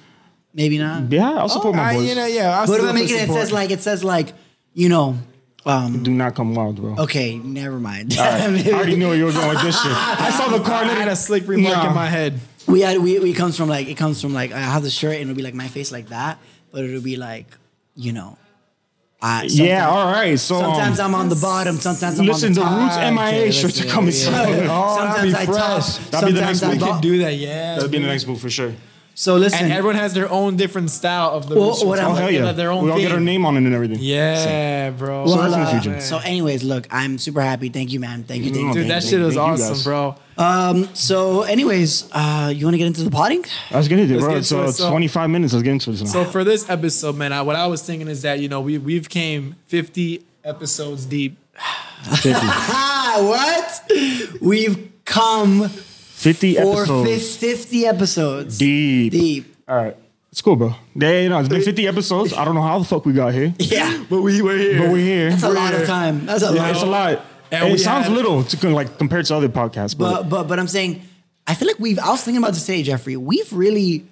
Maybe not.
Yeah, I'll support my
Oh, I,
boys.
you know, yeah. I'll
What if
still
I make
put
it? It
support.
says like it says like, you know, um.
Do not come wild, bro.
Okay, never mind.
<laughs>
<laughs>
All right. I already knew where you were going with this shit. I saw the car.
I had a slick remark
Nah.
in my head.
we had we we comes from like it comes from like I have the shirt and it'll be like my face like that, but it'll be like, you know, I
Yeah, all right. So um,
Sometimes I'm on the bottom. Sometimes I'm
listen,
on the
the
top.
Roots MIA
Okay,
shirts are
listen,
coming
yeah.
soon. <laughs>
Oh, that'd
Sometimes
be
I top.
fresh.
That'd be
Sometimes
the next
I
week.
We
bottom.
could do that, yeah.
That'll be in the next book for sure.
So listen,
and everyone has their own different style of the
Well,
rituals.
what I'm-
Oh
Like,
hell
They
yeah!
have
We
Their own
all
thing.
get our name on it and everything.
Yeah, bro.
well,
Sorry for the
uh,
confusion.
so anyways, look, I'm super happy. Thank you, man. Thank you, thank you.
Dude, that
Thank
shit
you,
was
thank you
awesome,
guys.
bro.
So, anyways, uh, you want to get into the potting? <laughs>
I was gonna do,
Let's
bro.
get
It's
to
uh,
it, so-
25 minutes. Let's get into this now.
So for this episode, man, I, what I was thinking is that you know we we've came 50 episodes deep.
Fifty.
Ah, what? We've come
50
for
episodes.
fif- 50 episodes.
Deep.
Deep.
All right. It's cool, bro. Yeah, you know, it's been 50 episodes. I don't know how the fuck we got here, <laughs>
Yeah.
<laughs> But we were here.
but we're here.
That's a lot of time. That's a
Yeah,
lot.
it's a lot.
And
it
we
sounds
had-
little to, con- like compared to other podcasts, but,
But, but, but I'm saying, I feel like we've, I was thinking about this today, Jeffrey. We've really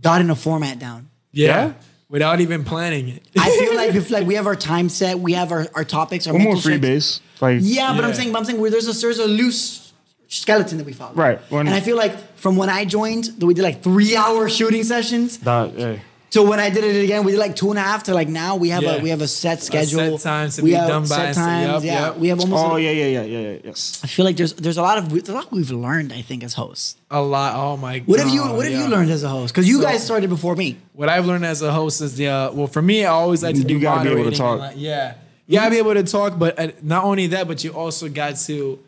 gotten a format down.
yeah.
Yeah.
Without even planning it.
I feel like it's like we have our time set, we have our, our topics, our
one more
mental
free
strengths.
base. Like,
Yeah, but I'm
Yeah.
saying, but I'm saying where there's a there's a loose skeleton that we follow.
Right. One-
and I feel like from when I joined, that we did like three hour shooting sessions.
that, yeah.
To when I did it again, we did like two and a half. To like now, we have
Yeah.
a we have a set schedule.
times to
we
be
have
done by
Set
and say, yup,
times. yeah,
yup.
we have almost.
Oh, yeah, yeah, yeah, yeah, yeah, yes.
I feel like there's there's a lot of there's a lot we've learned. I think as hosts.
A lot. Oh my god.
What have you What have
yeah.
you learned as a host? Because you
So-
guys started before me.
What I've learned as a host is the uh, well for me I always like to
You
do
gotta be able to
moderating and,
talk.
like, yeah. You gotta be able to talk, but uh, not only that, but you also got to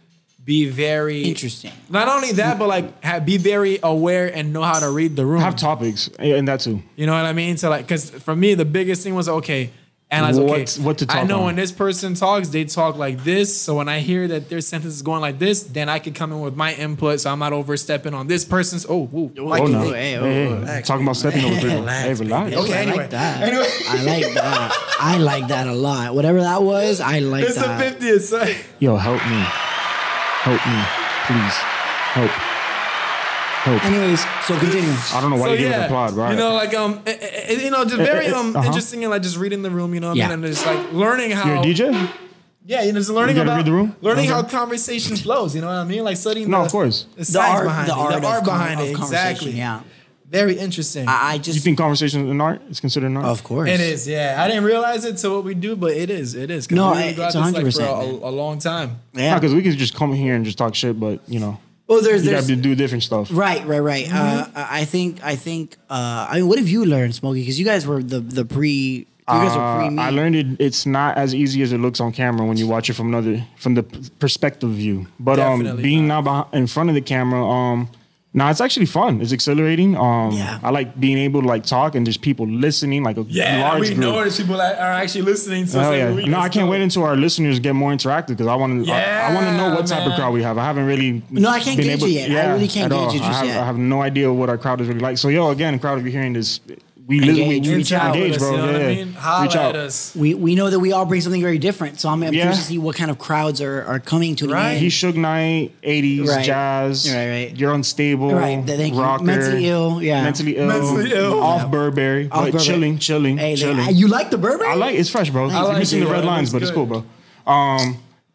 be very
Interesting.
Not only that, but like ha be very aware and know how to read the room.
Have topics yeah, and that too.
You know what I mean? So like, cause for me the biggest thing was okay, analyze. okay,
What- what to
I
talk
know
on.
when this person talks, they talk like this. So when I hear that their sentence is going like this, then I could come in with my input, so I'm not overstepping on this person's. Oh, woo.
Like,
Oh, no.
hey, hey,
Hey,
oh,
hey,
relax,
Talking about stepping over people. Hey, relax.
Okay, I like that. I like that. I like that a lot. Whatever that was, I like
It's the
that.
fiftieth. So.
Yo, help me. Help me. Please. Help. Help.
Anyways, so continue.
I don't know why
so
you gave it a plod, right?
you know, like um, eh, eh, eh, you know, just very
eh,
um
uh-huh.
interesting and like just reading the room, you know, what
Yeah.
I mean, and just like learning how
You're a DJ?
yeah, you know, just learning
You gotta
about
read the room?
learning how conversation flows, you know what I mean, like studying
No,
the,
of course.
the science behind it,
of
the art
con-
behind
of
it,
conversation,
exactly,
Yeah,
very interesting.
I, I
You
just
think conversation is an art? It's considered an art?
of course
It is, yeah. I didn't realize it to what we do, but it is, it is. 'Cause
No,
we
I-
go
it's
at this,
100%,
like, for a, a long time.
Yeah.
because we could just come here and just talk shit, but you know,
well, there's,
you gotta
there's
be- do different stuff.
right, right, right. Uh,
Mm-hmm.
I I think I think uh, I mean, what have you learned, Smokey? Because you guys were the the pre. You guys were pre
Uh,
me.
I learned it, it's not as easy as it looks on camera when you watch it from another from the p- perspective view. But um,
Definitely
being now behind, in front of the camera, um, now it's actually fun. It's exhilarating. Um,
Yeah.
I like being able to like talk and there's people listening, like a large
we
group.
know there's people that are actually listening to.
Oh yeah! No, I can't wait until our listeners get more interactive because I want to. I, want to know what type of
Yeah,
crowd we have. I haven't really.
No, I can't
been
gauge it yet. I really can't
at
gauge
all.
it just
I have,
yet.
I have no idea what our crowd is really like. So yo, again, crowd, if you're hearing this, we li-
Engage,
we, we
reach out with
engage,
us,
bro.
You know what
yeah,
I
yeah.
mean? Holla
reach out.
at us.
we we know that we all bring something very different. So I'm, I'm
Yeah.
curious to see what kind of crowds are are coming to
Right.
He shook night, eighties,
Right.
jazz.
Right, right.
You're unstable.
Right, th- thank you.
rocker,
Mentally ill, yeah.
Mentally ill.
Mentally ill.
Off Burberry. but
Burberry.
chilling, chilling,
Hey,
chilling.
like, you like the Burberry?
I like it's fresh, bro. I
like
like
it,
missing the
yeah,
red
it looks
lines, but it's cool,
good.
bro. Um,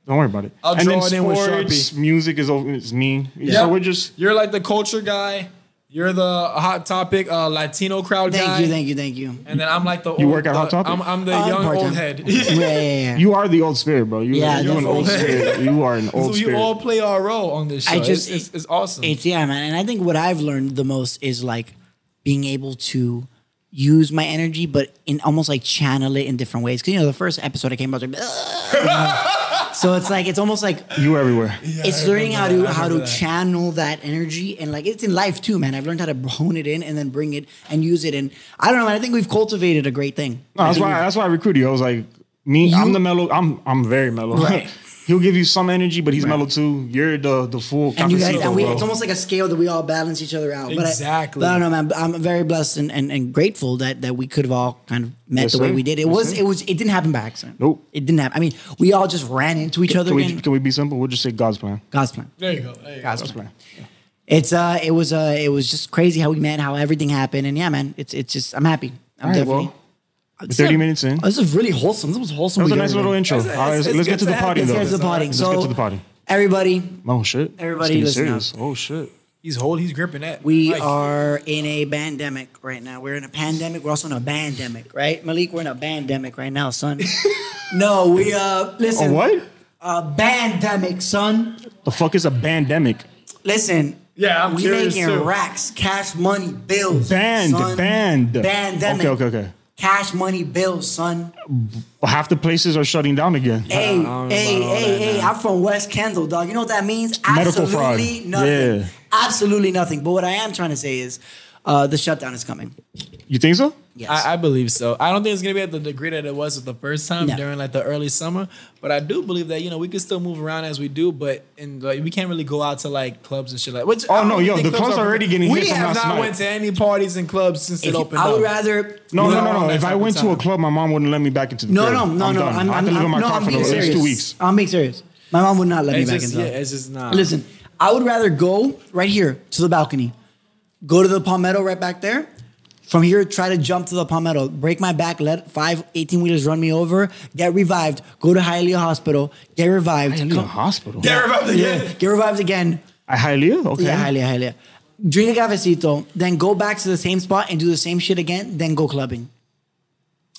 don't worry about it.
I'll
and then
draw it in with
sports, music is over. It's me. So we're just
You're like the culture guy. You're the hot topic uh, Latino crowd
Thank
guy.
you, thank you, thank you.
And then I'm like the
You
old,
work at Hot
the-
Topic?
I'm, I'm the
Uh,
young
part-time.
old head.
<laughs>
<laughs>
Yeah, yeah, yeah.
you are the old spirit, bro. You,
Yeah,
you an
that's
old
old.
spirit. You are an old
<laughs> so you
spirit.
all play our role on this show.
I just-
it's, it's, it's awesome.
It's yeah, man. And I think what I've learned the most is like being able to use my energy, but in almost like channel it in different ways. Because you know, the first episode I came out, like, "Ugh," you know?
<laughs>
so it's like it's almost like
you everywhere.
it's learning how to
that. I
how to
remember that.
channel that energy and like it's in life too, man. I've learned how to hone it in and then bring it and use it. And I don't know, man. I think we've cultivated a great thing.
No, that's why. That's why I recruited you. I was like, me. I'm the mellow. I'm I'm very mellow.
Right.
<laughs> He'll give you some energy, but he's mellow too. You're the the full.
And you guys,
cafecito,
and we,
bro.
it's almost like a scale that we all balance each other out. But I-
Exactly.
But I, don't know, man. I'm very blessed and, and, and grateful that that we could have all kind of met
Yes,
the way
sir.
we did. It
Yes,
was
sir.
it was it didn't happen by accident.
Nope.
It didn't happen. I mean, we all just ran into each other.
Can we,
again.
can we be simple? We'll just say God's plan.
God's plan.
there you go. There you go.
God's plan.
plan.
It's uh, it was uh, it was just crazy how we met, how everything happened, and yeah, man, it's it's just I'm happy. I'm
All right,
definitely.
well, 30 minutes in.
Oh, this is really wholesome. This was wholesome.
That was a
we
nice
got,
little
man.
intro.
It's- it's-
All right, let's-
it's
let's
good
get
to
to the
have-
party
it's
though.
good
Let's get to the potting.
Let's
so
get to the potting.
Everybody,
Oh shit! It's
Everybody
getting
listen up.
serious. Oh shit!
He's hold. He's gripping that.
We
mic.
are in a pandemic right now. We're in a pandemic. We're also in a pandemic, right? Malik, we're in a pandemic right
<laughs>
now, son. no, we uh listen.
A Oh, what?
A pandemic, son.
The fuck is a pandemic?
Listen.
Yeah, I'm
we
curious
making
too.
racks, cash money, bills.
Band,
son.
band,
Pandemic.
Okay, okay, okay.
cash money bills, son.
Well, half the places are shutting down again.
Hey,
don't know
hey,
about all
hey,
that
hey,
now.
I'm from West Kendall, dog. You know what that means?
Medical fraud.
Absolutely nothing.
Yeah.
Absolutely nothing. But what I am trying to say is uh, the shutdown is coming.
You think so?
Yes.
I, I believe so. I don't think it's gonna be at the degree that it was at the first time
No.
during like the early summer, but I do believe that you know we can still move around as we do, but and like we can't really go out to like clubs and shit like. Which, I
Oh
don't
no,
even
yo,
think
the clubs are already getting
We
hit from
have
last
not
night.
went to any parties and clubs since
If
it
you-
opened
I would
up.
rather.
no, no,
No,
no, no.
that's
If I
not
went
the
to a
time.
club, my mom wouldn't let me back into the
No,
crib.
no, no,
I'm
no.
done.
I'm,
I have
I'm,
to live in my
no,
car
I'm
for the
being
next
serious.
two weeks.
I'm being serious. My mom would not let
It's
me back
just-
inside.
yeah, it's uh, just not.
Listen, I would rather go right here to the balcony, go to the palmetto right back there. From here, try to jump to the palmetto, break my back, let five 18 wheelers run me over, get revived, go to Hialeah Hospital, get revived.
Hialeah
come-
hospital.
yeah, get revived again.
At Hialeah? Okay.
Yeah, Hialeah, Hialeah. Drink a cafecito, then go back to the same spot and do the same shit again, then go clubbing.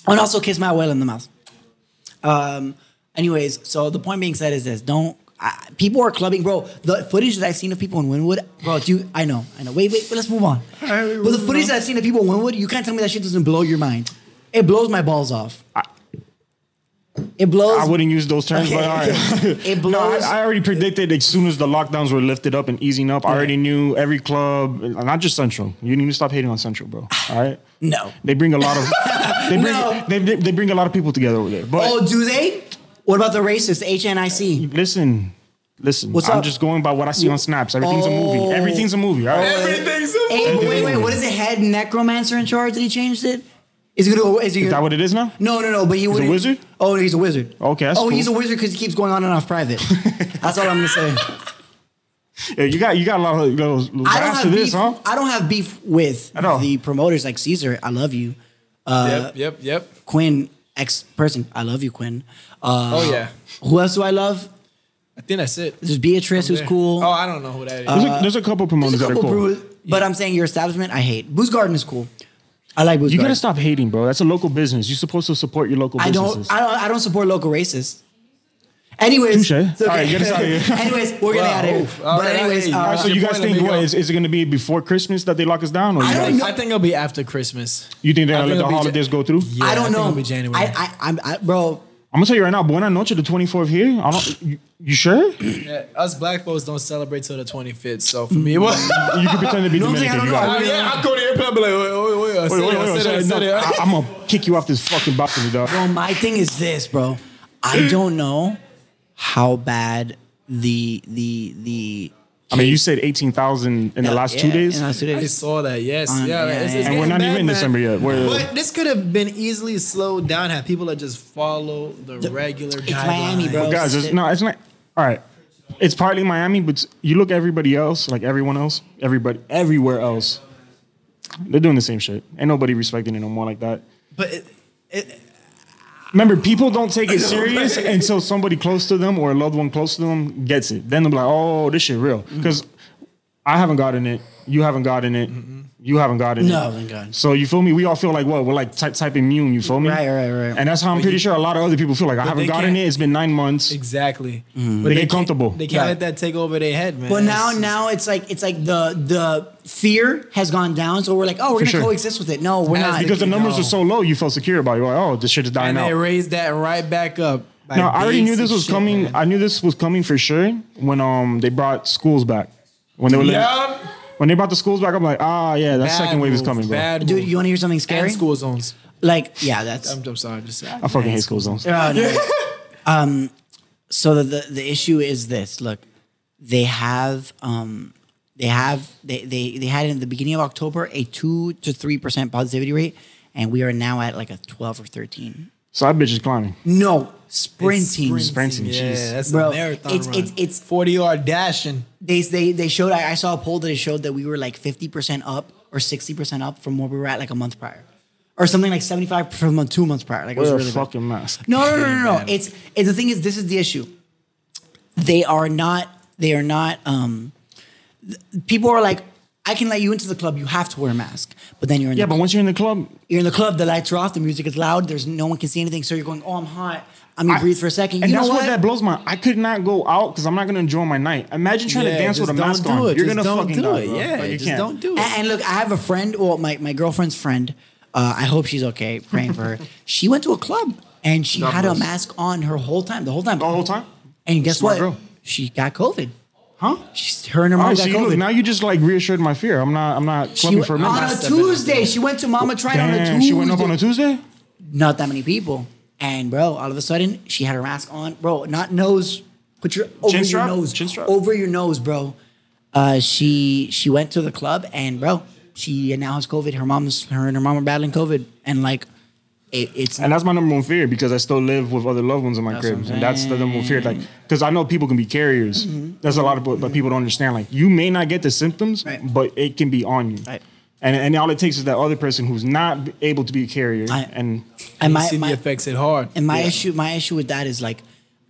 And also kiss my whale in the mouth. Um, anyways, so the point being said is this: don't I, people are clubbing, bro. The footage that I've seen of people in Winwood, bro. Do I know? I know. Wait, wait. Let's move on.
right, we're
but the
moving
footage
on.
that I've seen of people in Winwood, you can't tell me that shit doesn't blow your mind. It blows my balls off. it blows.
I wouldn't use those terms,
Okay,
but all right.
<laughs>
<laughs>
okay. It blows.
No, I I already predicted as soon as the lockdowns were lifted up and easing up, I already knew every club, not just Central. You need to stop hating on Central, bro. All right.
no.
They bring
<laughs>
a lot of they bring
No.
they, they, they bring a lot of people together over there. But
Oh, do they? What about the racists? HNIC.
listen, listen.
What's
I'm
up?
just going by what I see on snaps. Everything's a
Oh.
movie. Everything's a movie. All right.
Everything's
Hey,
a
but Oh, wait, wait. What is the head necromancer in charge? Did he change it? Is he gonna? Go, is he?
Is that
Gonna,
what it is now?
no, no, no. But he was
wizard?
Oh, he's a wizard.
Okay, that's
oh, he's a
cool.
wizard because he keeps going on and off
<laughs>
private. that's all I'm gonna say.
Yeah, you got you got a lot of those little
I don't
raps to
have
this,
beef.
huh?
I don't have beef with
At all.
the promoters like Caesar. I love you,
yep, yep, yep.
Quinn. Ex person. I love you, Quinn. Uh,
Oh yeah,
Who else do I love?
I think that's it.
There's Beatrice, who's
Yeah.
cool.
Oh, I don't know who that is.
There's a, there's a couple promoters
There's a couple
that are cool.
brewers, but I'm saying your establishment, I hate. Booze Garden is cool. I like Booze
you
Garden.
gotta stop hating, bro. That's a local business. You're supposed to support your local
I
businesses.
don't, I don't, I don't support local racists. Anyways,
Touche. All right, get us out of here.
<laughs> anyways, we're gonna
Wow,
out of here.
oof. All
But
right,
anyways,
hey,
uh,
all right,
so
Your
you guys
point,
think what
amigo.
is, is it going to be before Christmas that they lock us down, or you
I don't
guys,
know.
I think it'll be after Christmas.
you think they're
I
going to
think
let the
it'll be Ja-
holidays go through?
Yeah,
I don't
think
know.
it'll be January.
I, I, I'm, I, bro,
I'm gonna tell you right now, Buena Noche, the 24th here. I don't. You, you sure? You
Yeah, us black folks don't celebrate till the 25th, so for me, <laughs> it was.
can pretend to be
No, I'm saying
Dominican.
I don't
if
know.
you got it.
Oh, yeah, I go to your club and be like, wait, wait, wait, I
Wait,
said
wait,
it, I
wait,
said it, I
wait,
said
no,
it.
I- I'm gonna kick you off this fucking balcony, dog.
bro, my thing is this, bro.
<clears throat>
I don't know how bad the the the
I mean, you said 18,000 in the last two
yeah,
days,
in the
and
last two
I
days.
saw that. Yes,
Um,
yeah,
yeah,
it's-
yeah.
it's
And
we're
getting
not
bad,
even in
man.
December yet. We're,
But this could have been easily slowed down had people that just follow the regular
It's Miami,
guidelines.
bro.
guys, it's, no, it's not. All right, it's partly Miami, but you look everybody else, like everyone else, everybody, everywhere else. They're doing the same shit. Ain't nobody respecting it no more like that.
But it, it,
Remember, people don't take it serious until somebody close to them or a loved one close to them gets it. Then they'll be like, "Oh, this shit real." Because I haven't gotten it, you haven't gotten it, you haven't gotten
No,
it.
thank God.
So you feel me? We all feel like what? We're like type type immune. You feel me?
Right, right, right.
And that's how I'm pretty sure a lot of other people feel like I haven't
they
gotten
can't-
it. It's been nine months.
exactly.
They
But
get
can't-
comfortable.
They can't
Right.
let that take over their head, man.
But now,
It's-
now it's like it's like the the fear has gone down, so we're like, oh, we're gonna
sure.
coexist with it. No, we're
As
not.
because the
No.
numbers are so low, you felt secure about it. You're like, oh, this shit is dying
and
out.
they raised that right back up. by
No, I already knew this
basic
was
shit,
coming.
man.
I knew this was coming for sure when um they brought schools back. When they were letting-
Yup.
when they brought the schools back, I'm like, ah, yeah, that
Bad
second wave is
move,
coming, bro.
Bad
Dude,
move.
you want to hear something scary?
and school zones.
Like, yeah, that's.
I'm, I'm sorry, just
I fucking hate school zones.
Oh, no. um, so the, the the issue is this. Look, they have um, they have they, they they had in the beginning of October a two to three percent positivity rate, and we are now at like a twelve or thirteen.
So that bitch is climbing.
No, sprinting.
Sprinting,
yeah,
jeez.
that's
Bro,
a marathon
it's-
run.
it's- it's-
forty yard dashing.
They they they showed. I, I saw a poll that it showed that we were like fifty percent up or sixty percent up from where we were at like a month prior, or something like seventy five from a- two months prior. Like it was
Wear a
really bad.
fucking mask.
No, no, no, no, no.
bad.
It's, it's the thing is this is the issue. They are not. They are not. Um, th- people are like, I can let you into the club. You have to wear a mask. But then you're in
Yeah,
the,
but once you're in the club,
you're in the club. The lights are off. The music is loud. There's no one can see anything. So you're going, oh, I'm hot. I'm gonna
I-
breathe for a second.
and
you
that's
know
what?
what?
that blows my. I could not go out because I'm not gonna enjoy my night. Imagine trying
Yeah,
to dance
just
with a
don't
mask
do
on.
it.
You're
Just
gonna
don't
fucking
do
die,
it.
bro.
Yeah,
Like, you
just
can't.
don't do it.
And, and look, I have a friend, well, my, my girlfriend's friend, Uh, I hope she's okay. Praying for
<laughs>
her. She went to a club and she
God
had
bless.
a mask on her whole time. The whole time.
The whole time?
And guess
Smart
what?
girl.
She got COVID.
Huh?
She's her and her mom
Oh,
got
see, look,
COVID.
now you just like reassured my fear. I'm not. I'm not
she
clubbing
went,
for a minute.
on a Tuesday. She went to Mama Tried on a
Damn,
Tuesday.
she went up on a Tuesday.
Not that many people. And bro, all of a sudden she had her mask on. Bro, not nose. Put your over
Chin strap?
your nose.
Chin strap?
Over your nose, bro. Uh, she she went to the club and bro, she now has COVID. Her mom's her and her mom are battling COVID. And like it, it's
And that's my number one fear because I still live with other loved ones in my
That's
crib,
what I'm
and that's the number one fear. Like, because I know people can be carriers.
Mm-hmm.
That's a lot of what but people don't understand. Like, you may not get the symptoms,
Right.
but it can be on you.
Right.
And and all it takes is that other person who's not able to be a carrier,
I-
and
and
You
my,
see
my-
the effects it hard.
And my issue, my issue with that is like,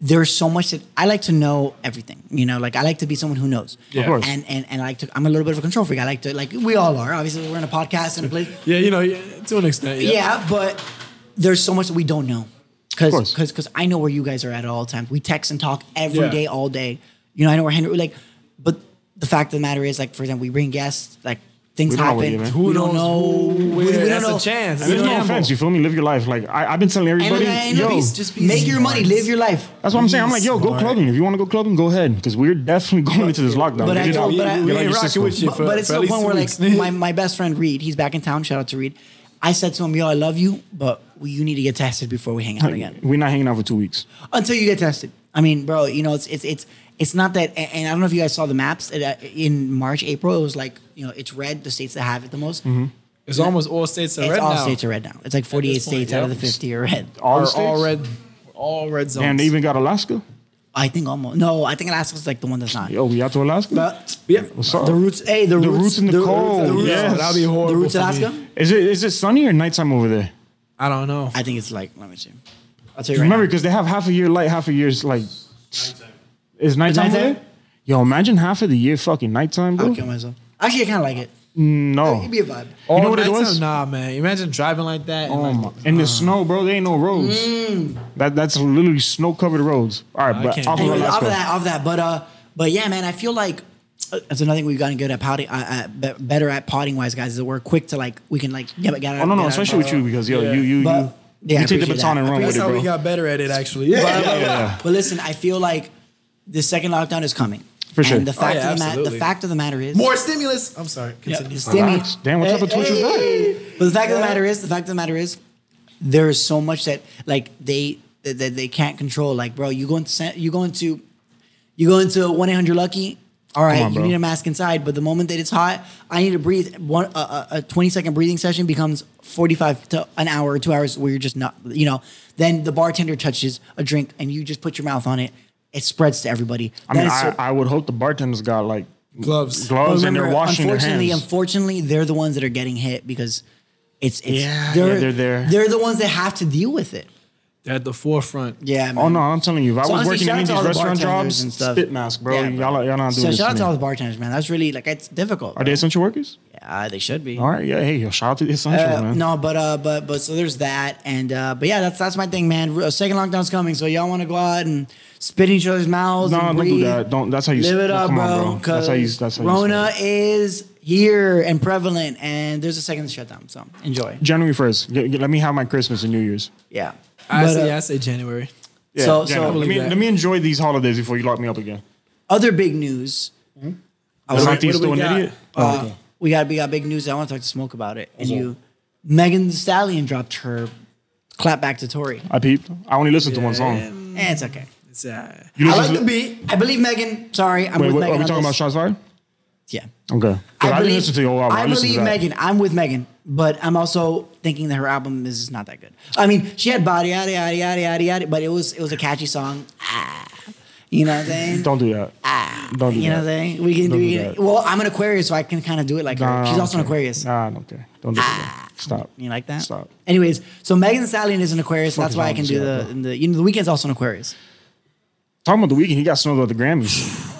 there's so much that I like to know everything. You know, like I like to be someone who knows.
Yeah. Of
course.
And and and I like to. I'm a little bit of a control freak. I like to like we all are. Obviously, we're in a podcast and a place.
Yeah, you know, yeah, to an extent. Yeah.
Yeah, but there's so much that we don't know. Cause,
Of course.
cause, 'cause I know where you guys are at at all times. We text and talk every day,
Yeah.
all day. You know, I know where Henry. Like, but the fact of the matter is, like, for example, we bring guests. Like, things
We don't know
happen.
what you mean.
Who
we
knows
don't know.
who,
we,
where?
we don't
That's
know.
a chance.
and
It's
there's
a
no
gamble.
offense. You feel me? Live your life. Like I, I've been telling
And
everybody,
I know,
yo,
just make your money, live your life.
That's what I'm saying. I'm like, yo, go
Smart.
clubbing. If you want to go clubbing, go ahead. Because we're definitely <laughs> going into this lockdown.
But I
Get it
told-
out.
but I-
Get
we
out
ain't
your
rocking
system.
with you.
but,
for-
but it's
for
to
at
the point
least
where
two
like
weeks.
my, my best friend Reed, he's back in town. Shout out to Reed. I said to him, "Yo, I love you, but we, you need to get tested before we hang out
<laughs>
again.
We're not hanging out for two weeks.
Until you get tested. I mean, bro, you know it's it's it's it's not that. And, and I don't know if you guys saw the maps it, uh, in March, April. It was like you know it's red. The states that have it the most.
It's almost all states are
It's
Mm-hmm. red
all
now.
states are red now. It's like 48
this point,
states out of the
yep.
50 are red.
Are
All, the
all
states?
red, all red zones.
And they even got Alaska.
I think almost. No, I think Alaska's like the one that's not.
Yo, we out to Alaska.
But
yeah,
What's up?
the roots. Hey, the,
The
roots,
roots in the cold,
roots-
yeah,
yes.
that'd be
The
horrible.
roots
for me.
Alaska.
Is it is it sunny or nighttime over there?
I don't know.
I think it's like. Let me see. I'll tell you right now.
Remember, because they have half a year light, half a year's like is nighttime over
Nighttime?
there. Yo, imagine half of the year fucking nighttime, bro.
I'll kill myself. Actually, I kind of like it.
No,
It'd be a vibe.
you
All
know what it
nighttime?
was?
Nah, man. Imagine driving like that.
Oh
and
my-
like,
In
Uh.
the snow, bro, there ain't no roads.
Mm.
That that's literally snow covered roads. All right,
I
but
can't
off of
do
Anyway, off of
Alaska.
that, off of that, but uh, but yeah, man, I feel like uh, that's another thing we've gotten good at potting, uh, uh, be- better at potting wise, guys. Is that we're quick to like we can like get, get out.
Oh no,
get
no,
out
especially with you because yo,
Yeah.
you you you,
But- yeah, I
you take the
appreciate
baton
that.
and
I
run with
That's
it,
how
bro.
we got better at it, actually. Yeah.
yeah.
But listen, I feel like the second lockdown is coming
For sure.
And the
Oh,
fact
yeah,
of the ma- the
absolutely.
fact of the matter is
More stimulus. I'm sorry. Continue.
stimmy.
Relax. Damn, what type of Twitch was that?
But the fact of the matter is, the fact of the matter is, there is so much that like they that, that they can't control. Like, bro, you go into San- you go into you go into one eight hundred lucky. All right,
on,
you
bro.
need a mask inside, but the moment that it's hot, I need to breathe. One a, a, a twenty second breathing session becomes forty five to an hour or two hours where you're just not, you know. Then the bartender touches a drink and you just put your mouth on it. It spreads to everybody.
I mean,
That is
I,
so-
I would hope the bartenders got like
Gloves.
but
gloves and they're
remember,
washing their
unfortunately,
hands.
Unfortunately, they're the ones that are getting hit because it's, it's
Yeah, yeah, they're there.
They're the ones that have to deal with it.
They're at the forefront.
Yeah. Man.
Oh no, I'm telling you, if I
So
was
honestly,
working
shout
in
out to all
these
the
restaurant
bartenders
jobs,
and stuff.
spit mask, bro.
Yeah,
Y'all, y'all not doing
So
this.
shout out
to
to all
me.
the bartenders, man. That's really like it's difficult.
Are they essential workers?
Yeah, they should be.
All right, yeah. Hey, yo, shout out to the essential
Uh,
man.
no, but uh, but but so there's that, and uh, but yeah, that's that's my thing, man. Re- Second lockdown's coming, so y'all want to go out and spit in each other's mouths.
No,
and
don't
breathe.
do that. Don't. That's how you
Live it
oh,
up,
come on,
bro.
That's how you.
Because
That's how you.
Rona is here and prevalent, and there's a second shutdown. So enjoy.
January first. Let me have my Christmas and New Year's.
Yeah.
I
But,
say,
uh,
yeah, I say January.
Yeah,
So-
January.
so-
let me
Yeah.
let me enjoy these holidays before you lock me up again.
other big news. I
Is
What
was
Santi
do
still
we
an
got?
idiot? Oh,
uh, we got we got big news. I want to talk to Smoke about it. And you, Megan Thee Stallion dropped her clap back to Tory.
I peeped. I only listened to one song.
Um,
Eh, it's okay.
It's, uh,
You
I
listen
like the
to-
beat.
I believe Megan. Sorry, I'm
Wait,
with
what,
Megan.
are we
on
talking about
this.
shots fired?
Yeah.
Okay. 'Cause I, didn't listen to your album. I,
I
listened
believe
to that.
Megan. I'm with Megan, but I'm also thinking that her album is not that good. I mean, she had body, yada, yada, yada, yada, yada, but it was it was a catchy song. Ah, you know what I'm saying? Ah.
Don't do that. Don't do
you know what I'm
that.
saying? We can do,
Don't do
we can-
that.
Well, I'm an Aquarius, so I can kind of do it like
Nah,
her. She's
I
also
don't
an Aquarius. Ah.
care. Um, Nah, I don't care. Don't do that. Stop.
You like that?
Stop.
Anyways, so Megan Thee Stallion is an Aquarius. that's
is
why I
wrong
can
with
do
you,
the,
bro?
the. You know, the weekend's also an Aquarius.
Talking about the weekend, he got snubbed at the
<sighs>
Grammys.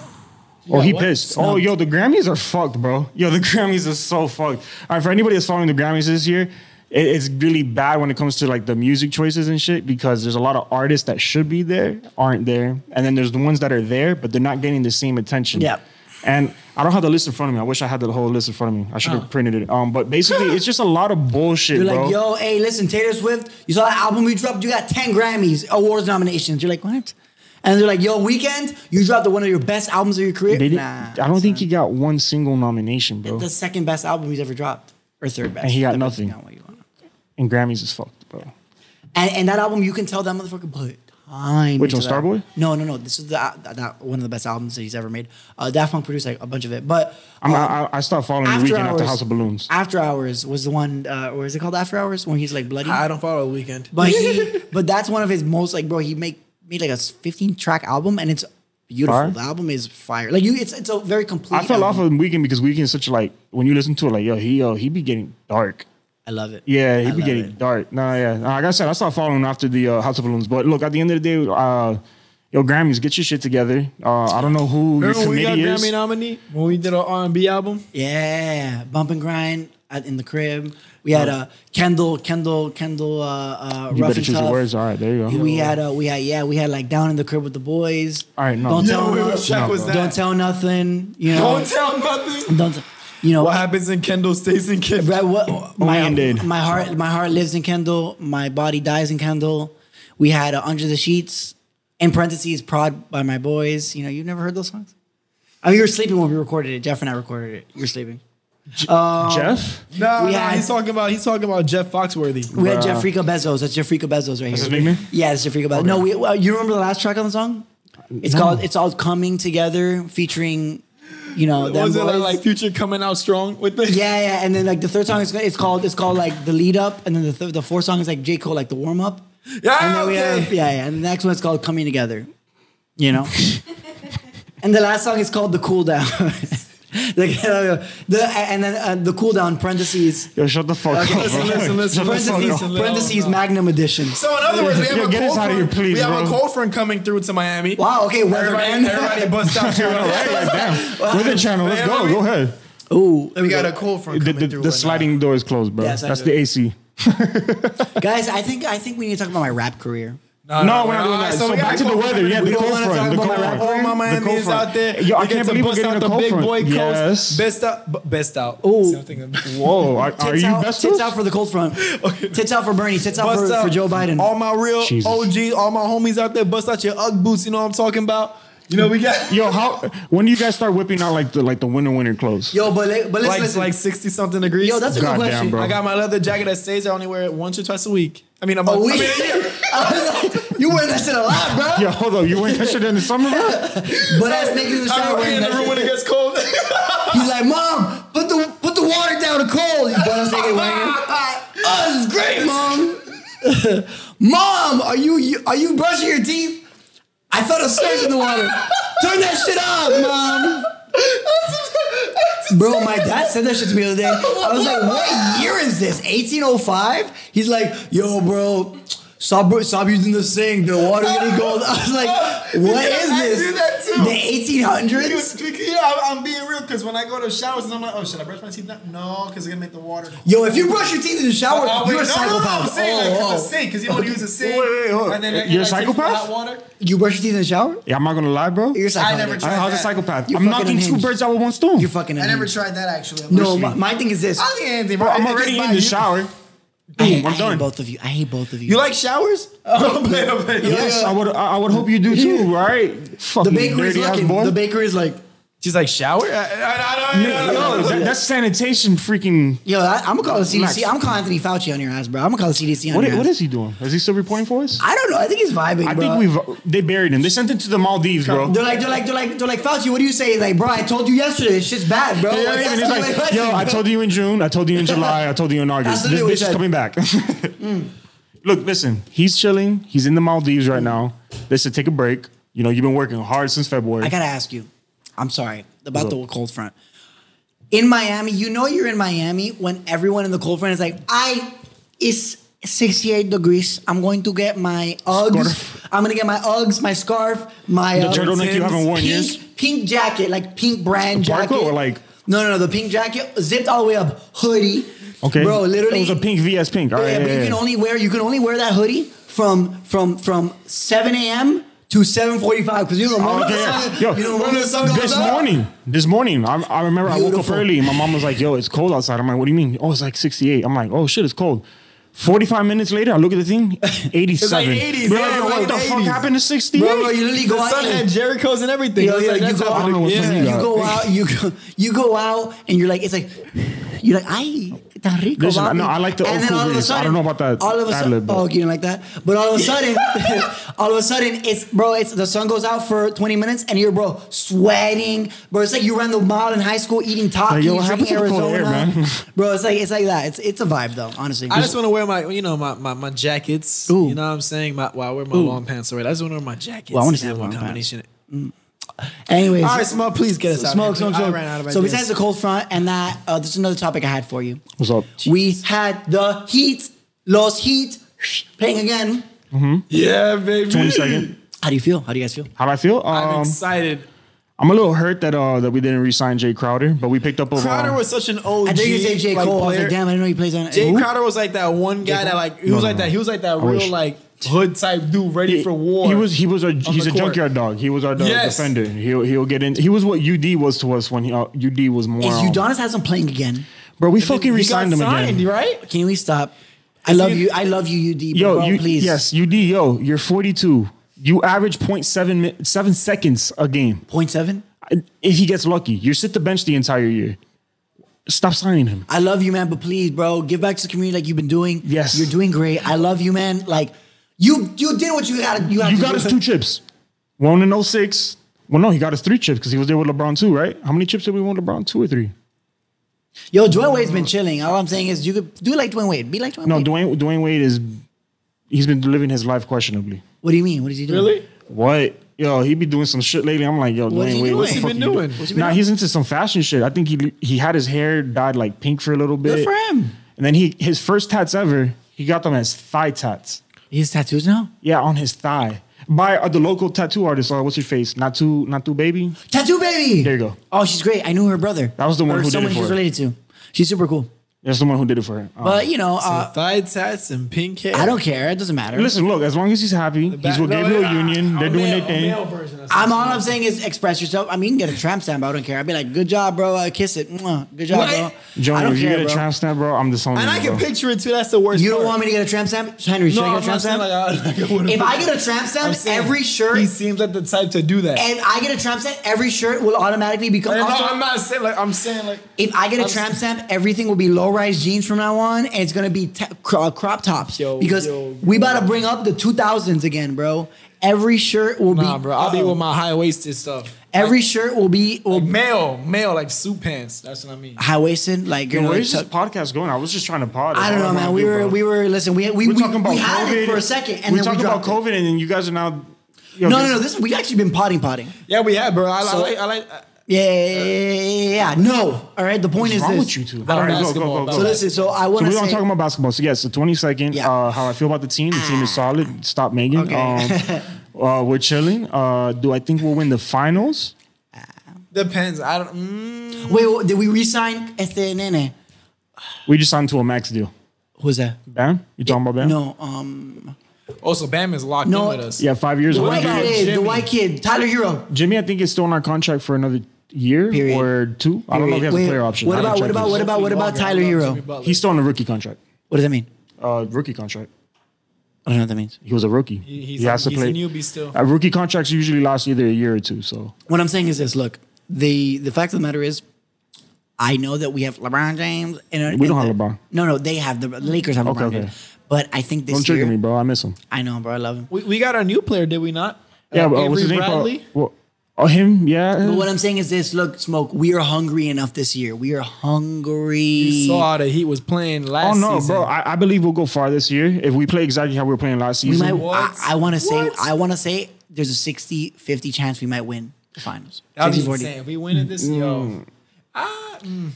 Oh, he pissed. Oh, yo, the Grammys are fucked, bro. Yo, the <laughs> Grammys are so fucked. All right, for anybody that's following the Grammys this year, it- it's really bad when it comes to like the music choices and shit because there's a lot of artists that should be there aren't there, and then there's the ones that are there but they're not getting the same attention.
Yeah.
And I don't have the list in front of me. I wish I had the whole list in front of me. I should have printed it. Um, but basically, it's just a lot of bullshit,
Oh. You're
bro.
like, yo, hey, listen, Taylor Swift, you saw that album we dropped? You got 10 Grammys, awards nominations. You're like, what? And they're like, yo, Weekend, you dropped one of your best albums of your career?
They didn't-
Nah,
I don't think he got one single nomination, bro.
the second best album he's ever dropped, or third best.
And he got
Depending
nothing.
on what you want.
And Grammys is fucked, bro.
And, and that album, you can tell that motherfucker put time.
Which one,
into that.
Starboy?
No, no, no. This is the, uh, that, one of the best albums that he's ever made. Uh, Daft Punk produced like a bunch of it, but
I'm,
uh,
I, I stopped following the weekend after House of Balloons.
After Hours was the one, uh, or is it called After Hours when he's like bloody?
I don't follow the weekend.
but
<laughs>
he, but that's one of his most like, bro. He make made like a 15 track album, and it's beautiful.
Fire?
The album is fire. Like you, it's it's a very complete.
I fell off
album.
of Weekend because Weekend is such a, like when you listen to it, like yo, he yo, he be getting dark.
I love it.
Yeah, he
I
be
love
getting
it.
dark. Nah, yeah. Like I said, I stopped following after the uh, House of Balloons. But look, at the end of the day, uh, yo, Grammys, get your shit together. Uh, I don't know who your
Remember when we got
committee is.
Grammy nominee when we did our R and B album?
Yeah, bump and grind at, in the crib. We had uh, Kendall, Kendall, Kendall. Uh, uh, Rough
you better
and
choose
Tough.
your words. All right, there you go.
We had uh, we had yeah, we had like down in the crib with the boys.
All right, no.
Don't
Yeah,
tell
wait,
no-
what check
don't
was that?
tell nothing. You know,
Don't tell nothing.
don't t- you know.
What happens in Kendall stays in Kendall.
Right, what, my,
Landed.
my heart my heart lives in Kendall. My body dies in Kendall. We had uh, under the sheets. In parentheses, prod by my boys. You know, you've never heard those songs. I mean, you were sleeping when we recorded it. Jeff and I recorded it. You were sleeping.
Jeff.
No,
We
no,
had-
he's talking about he's talking about Jeff Foxworthy.
We had
Bruh.
Jeffrico Bezos. That's Jeffrico Bezos right
his
here.
big name?
Yeah, it's Jeffrico Bezos. No, we, well, you remember the last track on the song? It's called "It's All Coming Together," featuring, you know, them
Was it like,
boys.
like Future coming out strong with the
yeah, yeah. And then like the third song is it's called it's called like the lead up, and then the th- the fourth song is like J Cole like the warm up.
<laughs> Yeah,
And then we
Ah, okay.
have yeah, yeah. And the next one's called "Coming Together,"
<laughs>
you know. and the last song is called "The Cool Down." <laughs> Like, uh, the and then uh, the cool down parentheses
Yo, shut the fuck
<laughs>
up.
listen,
bro.
listen, listen,
Shut the
listen,
fuck
parentheses
up.
no.
parentheses Magnum Edition.
So in other words, we have
Yo,
a
get
cold
us outta
friend.
here, please,
we have a
bro.
cold friend coming through to Miami.
Wow. Okay. Weatherman.
Everybody, everybody bust
<laughs>
out your
All right, like, damn. Weather channel. Let's go. Go ahead.
<laughs> Ooh,
We got a cold front
The,
coming
the,
through.
the
right now.
sliding door is closed, bro.
Yeah, sliding
That's
door.
the AC.
guys. I think I think we need to talk about my rap career.
No, we're not doing that.
alright,
So
we
back
got
to the
cold
weather.
front.
Yeah,
We
the
don't
cold
wanna
front.
talk
The
about
cold
my
front.
rap. All my
The cold
Miami's
front.
out there.
Yo, I
You get
can't
to
believe we're
bust
getting
out
a
the
cold
big
front.
boy coats.
Yes.
Best out. b- Best out.
Ooh.
Something-
Whoa, are, are
Tits
you
out,
best?
tits
of?
out for the
<laughs>
cold front. Tits out for Bernie. Tits out for,
Bust out
for Joe Biden.
All my real
Jesus.
OGs, all my homies out there, bust out your UGG boots. You know what I'm talking about? You know we got
Yo, how? When do you guys start whipping out like the like the winter winter clothes?
Yo, but li- but listen,
like
listen.
like 60 something degrees.
Yo, that's a
Goddamn,
good question.
bro.
I got my leather jacket that stays. I only wear it once or twice a week. I mean, I'm
<laughs>
<laughs>
A
a
week.
I mean, a year.
I was like, you wearing that shit a lot, bro.
Yo, hold up. You wearing that shit in the
<laughs>
summer, bro?
But ass niggas in the
I'm
shower
already
wearing
in the
that
room when it
shit.
gets cold.
He's like, mom, put the put the water down. It's cold. You butt ass nigga
<laughs>
wearing it. Oh, this is great, mom. <laughs> mom, are you- you are you brushing your teeth? I felt a surge in the water. Turn that shit off, mom. Bro, my dad said that shit to me the other day. I was like, what year is this? 1805? He's like, yo, bro, stop, stop using the sink. The water's gonna go. I was like, what
<laughs> Yeah,
is
I
this?
do that too.
The 1800s?
yeah, I'm, I'm being real because when I go to showers, I'm like, oh, should I brush my teeth now? No, because it's gonna make the water. cold.
Yo, if you brush your teeth in the shower,
Oh, wait,
you're a
no, no, no,
psychopath.
I'm saying like, 'cause
oh,
the
oh.
sink because you don't use a sink.
Wait, wait, hold on.
And then
You're a
and I take the
psychopath?
hot water.
You brush your teeth in the shower?
Yeah, I'm not gonna lie, bro.
You're a psychopath.
never
I,
tried.
how's a
that.
psychopath?
You
I'm
fucking
knocking two
unhinged.
birds out with one stone.
You're fucking.
I never
unhinged.
tried that actually. I'm
No,
listening.
my, my thing is this.
I don't think anything.
bro,
but
I'm
it
already
just
in
by
the
you-
shower.
I, hate-
I'm
I
done.
hate both of you. I hate both of you.
<laughs> You like showers? Oh, man, oh, man.
Yes, I would. I I would hope you do too, right?
the
Fucking
bakery's
dirty ass
looking.
boy.
The bakery's like,
She's like shower. I, I, I, I, I,
Yo, that- that's sanitation. Freaking.
yo, I, I'm gonna call the CDC.
Relax.
I'm calling Anthony Fauci on your ass, bro. I'm gonna call the CDC on
What,
your
i- what
ass.
is he doing? Is he still reporting for us?
I don't know. I think he's vibing,
I
bro.
think we've. They buried him. They sent him to the Maldives, bro.
They're like, they're like, they're like, they're like, Fauci, what do you say? He's like, bro, I told you yesterday, this shit's bad, bro.
Yeah,
Like,
and
Oh, that's
he's
the way
like,
it
yo,
is,
I
bro."
told you in June, I told you in July, I told
<laughs>
you in
That's
August. This
literally what he
bitch is
said. Mm. <laughs>
coming back. Look, listen, he's chilling. He's in the Maldives right now. They said take a break. You know, you've been working hard since February.
I gotta ask you. I'm sorry about
What's
the cold front. In Miami, you know you're in Miami when everyone in the cold front is like, I it's 68 degrees. I'm going to get my Uggs.
Scarf.
I'm gonna get my Uggs, my scarf, my
The
uh,
turtleneck you
Tim's,
haven't worn
pink,
years?
pink jacket, like pink brand
The parka
jacket.
or like-
no, no, no, the pink jacket zipped all the way up, hoodie.
okay,
bro, literally
it was a pink VS pink. All
yeah,
right,
but
yeah,
you can
yeah.
only wear you can only wear that hoodie from from from 7 a.m. to 7:45 because you know
Oh,
the moment the sun,
Oh, Yo,
you know the moment the sun goes
this
up,
morning, this morning, I, I remember I woke
Beautiful.
up early. and My mom was like, "Yo, it's cold outside." I'm like, "What do you mean?" Oh, it's like 68. I'm like, "Oh shit, it's cold." 45 minutes later, I look at
<laughs>
the thing, 87.
80s,
We're
yeah,
like,
it's
yo,
like
what the fuck
80s.
happened to 68?
bro, bro, you literally go
the
out.
sun
and-
had Jericho's and everything.
Yeah,
I was
yeah,
like,
you
that's
go
happening.
out-
Yeah.
Yeah.
you go out, you go, you go out, and you're like, it's like, you're like, ay, tan rico.
Listen,
papi."
no, I like the
And then
Oku
all of a
Reese. I
sudden,
don't know about that
All of a
ad
sudden,
lib,
oh,
but-
you don't like that. But all of a sudden, <laughs> all of a sudden, it's bro, it's the sun goes out for 20 minutes, and you're bro sweating, bro. It's like you ran the mile in high school eating
Like,
Takis,
yo, what
drinking
happened to the cold air,
Arizona,
man?
<laughs> bro. It's like it's like that. It's it's a vibe though, honestly.
I just want to wear my, you know, my my, my jackets.
Ooh.
You know what I'm saying? My, well, I wear my long pants already. I just want to wear my jackets.
Well, I wanna see
and
the
my
long pants.
combination.
Anyways,
All right, Smoke, please get us out.
smoke,
of here.
smoke,
I
smoke.
ran out of
So
ideas.
besides the cold front and that, uh, there's another topic I had for you.
What's up?
We had the Heat, Los Heat, playing again.
yeah, baby.
20 second.
How do you feel? How do you guys feel?
How do I feel?
I'm
Um,
excited.
I'm a little hurt that uh that we didn't re-sign Jay Crowder, but we picked up um, a
Crowder was such an OG.
I think you say J.
like,
Cole. I was
player.
like, damn, I didn't know he plays on.
Jay
Who?
Crowder was like that one guy that like he was
no,
like
no.
that. He was like that real
wish.
like hood type dude ready for war.
He was he was a he's
the
a
court.
junkyard dog. He was our dog
Yes.
defender. He'll he'll get in. He was what UD was to us when he, uh, UD was more.
Is
um,
Udonis hasn't playing again?
bro, we fucking
He
re-signed
got
him
signed,
again.
right?
Can we stop? I love
he-
you. I love you, UD. but
Yo,
bro,
you,
please.
yes, UD. Yo, you're 42. You average 0.7 mi- seven seconds a game.
Point seven.
If he gets lucky, you sit the bench the entire year. Stop signing him.
I love you, man. But please, bro, give back to the community like you've been doing.
Yes.
you're doing great. I love you, man. Like you, you did what you got. You, had
You
to
got
do. <laughs>
us two chips. One in 06. Well, no, he got us three chips because he was there with LeBron too, right? How many chips did we win with LeBron? Two or three?
Yo, Dwayne Wade's been chilling. All I'm saying is, you could do like Dwayne Wade. Be like Dwayne
No,
Wade.
Dwayne Dwayne Wade is he's been living his life questionably.
What do you mean? What is he doing?
Really?
What? Yo, he be doing some shit lately. I'm like, yo,
What's
Dwayne
he
Wade, what
doing?
he
What's
the fuck you
been
doing?
doing?
he been
Nah,
doing?
he's into some fashion shit. I think he he had his hair dyed like pink for a little bit.
Good for him.
And then he his first tats ever, he got them as thigh tats.
He has tattoos now.
Yeah, on his thigh. By uh, the local tattoo artist, uh, what's your face? Natu Natu baby.
Tattoo baby.
There you go.
Oh, she's great. I knew her brother.
That was the one
Or
who did it
someone
for
she's
her.
related to. She's super cool.
That's the one who did it for her. Um,
But you know,
Some
uh,
thigh tats and pink hair.
I don't care. It doesn't matter.
listen, look, as long as he's happy, he's with
No,
Gabriel
ah,
Union. They're
a
doing
male-
their
a
thing.
male version of
I'm all I'm saying is express yourself. I mean, you can get a tramp stamp. I don't care. I'd be like, good job, bro. I kiss it. Mwah. Good job,
What?
bro. I
Joey,
don't
if you
care,
get a
bro.
tramp stamp, bro, I'm disowning
And I
you,
can
bro.
picture it too. That's the worst.
You don't
part.
want me to get a tramp stamp, Henry? Should
No,
I
I'm
get a
not
tramp
saying
stamp?
like, I, like I would've-
if I get a tramp
I'm
stamp,
saying
every shirt,
He
if
seems like the type to do that.
I get a tramp stamp, every shirt will automatically become.
And no,
Also,
I'm not saying like I'm saying like
if I get a
I'm-
tramp stamp, everything will be low rise jeans from now on, and it's gonna be te- cro- uh, crop tops
Yo,
because
yo,
we about to bring up the 2000s again, bro. Every shirt will
nah,
be,
bro. I'll be
uh,
with my high waisted stuff.
Every shirt will be will
Like male, male, Oh, like suit pants. That's what I mean.
high waisted, like you
Yo,
know.
where's this
tuck-
podcast going? I was just trying to pod.
I don't know, man. We were we were listen. We we
We're
we,
talking about
we
COVID.
had it for a second, and
we're
then we
talking about
dropped it.
COVID, and then you guys are now. Yo,
No,
this-
no, no. This we actually been potting potting.
Yeah, we have, bro. I,
So-
I like, I like. uh, I,
Yeah, yeah, yeah, yeah, yeah. No, all right. The point is
What's wrong
this.
with you two?
About
All right, go, go,
basketball,
go, go.
about
So listen. So I
So
want
we're
to
gonna
say.
talk about basketball. So yes, the twenty second.
Yeah.
Uh, how I feel about the team. The team is solid. Stop making.
Okay. <laughs>
Um, uh, we're chilling. Uh, do I think we'll win the finals?
Depends. I don't. Mm,
wait, wait, did we resign este nene?
We just signed to a max deal.
Who's that?
Bam, you talking about Bam?
No, um,
also, Bam is locked
No.
in with us.
Yeah, five years.
the
away.
white
about
kid, the
Jimmy?
white kid, Tyler Hero.
Jimmy, I think is still on our contract for another year
Period.
or two. I don't know if he has
Wait,
a player option.
what
I
about-
didn't
what
check
about-
this.
what about- what about
Hopefully
Tyler
longer. I love
Hero?
Jimmy Butler.
He's still on a rookie contract.
What does that mean?
Uh, rookie contract.
I don't know what that means.
He was a rookie.
he's
he has
a,
to
he's
play.
a newbie still.
Uh, rookie contracts usually last either a year or two. So
What I'm saying is this: Look, the the fact of the matter is, I know that we have LeBron James. And,
We don't
and
have
the-
LeBron.
No, no, they have the Lakers have
Okay,
LeBron.
okay.
James. But I think this
don't
year,
trigger me, bro. I miss him.
Uh,
I know, bro. I love him.
We, we got our new player, did we not?
Yeah,
Uh,
but uh,
Avery
what's his name? Uh,
Bradley.
well, oh, him. Yeah.
But what I'm saying is this: Look, smoke. We are hungry enough this year. We are hungry.
You saw that he was playing
Oh
last.
no,
season.
bro! I, I believe we'll go far this year if we play exactly how we were playing last
we
season.
might.
What?
I, I want to say.
What?
I want to say. There's a 60, 50 chance we might win the finals.
That was
60-40.
insane. If we win it this year, yo,
Mm.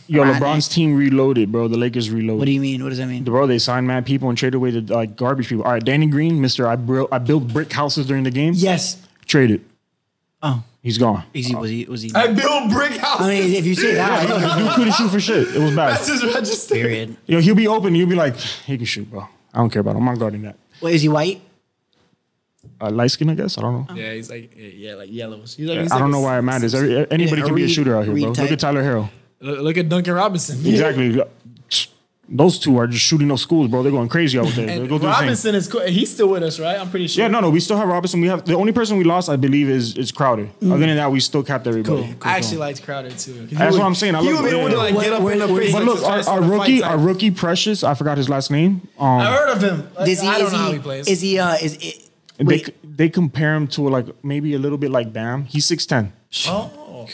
Yo,
Alright.
LeBron's team reloaded, bro. The Lakers reloaded.
What do you mean? What does that mean?
bro, they signed mad people and traded away the like garbage people. All right, Danny Green, Mister, I built I built brick houses during the game.
Yes.
traded.
Oh,
He's gone.
is he? Was he? Was he?
I
I
build brick houses.
mean, if you say that, <laughs>
<laughs>
I know.
Dude couldn't shoot for shit. It was
that's <laughs>
bad.
just registered.
period.
Yo, he'll be open. You'll be like, he can shoot, bro. I don't care about him. I'm not guarding that.
Wait, is he white?
uh, light skin, I guess. I don't know.
Yeah, he's like yeah, yeah, like yellows. He's like, Um, he's
I
like
don't
a
know why it
six-
matters.
six-
Every, anybody
Yeah,
can be a
Reed-
shooter out here,
Reed
bro. Look
type.
at Tyler Harrell.
Look, look at Duncan Robinson.
Exactly. Those two are just shooting those schools, bro. They're going crazy out there. They
And
go do the thing.
Robinson is cool. He's still with us, right? I'm pretty sure.
Yeah, no, no. We still have Robinson. We have the only person we lost, I believe, is is Crowder. Other than that, we still capped everybody.
I actually liked Crowder too.
That's what I'm saying. I
He
love
would be the one to
yeah.
like get up in the face.
But
like,
look,
to try
our,
to start
our
a fight
rookie,
type.
our rookie Precious. I forgot his last name. Um,
I heard of him. Like,
Is he?
I don't
is
know
he,
how he plays.
Is he? Uh, is it?
they
Wait,
c- they compare him to like maybe a little bit like Bam. He's 6'10".
oh,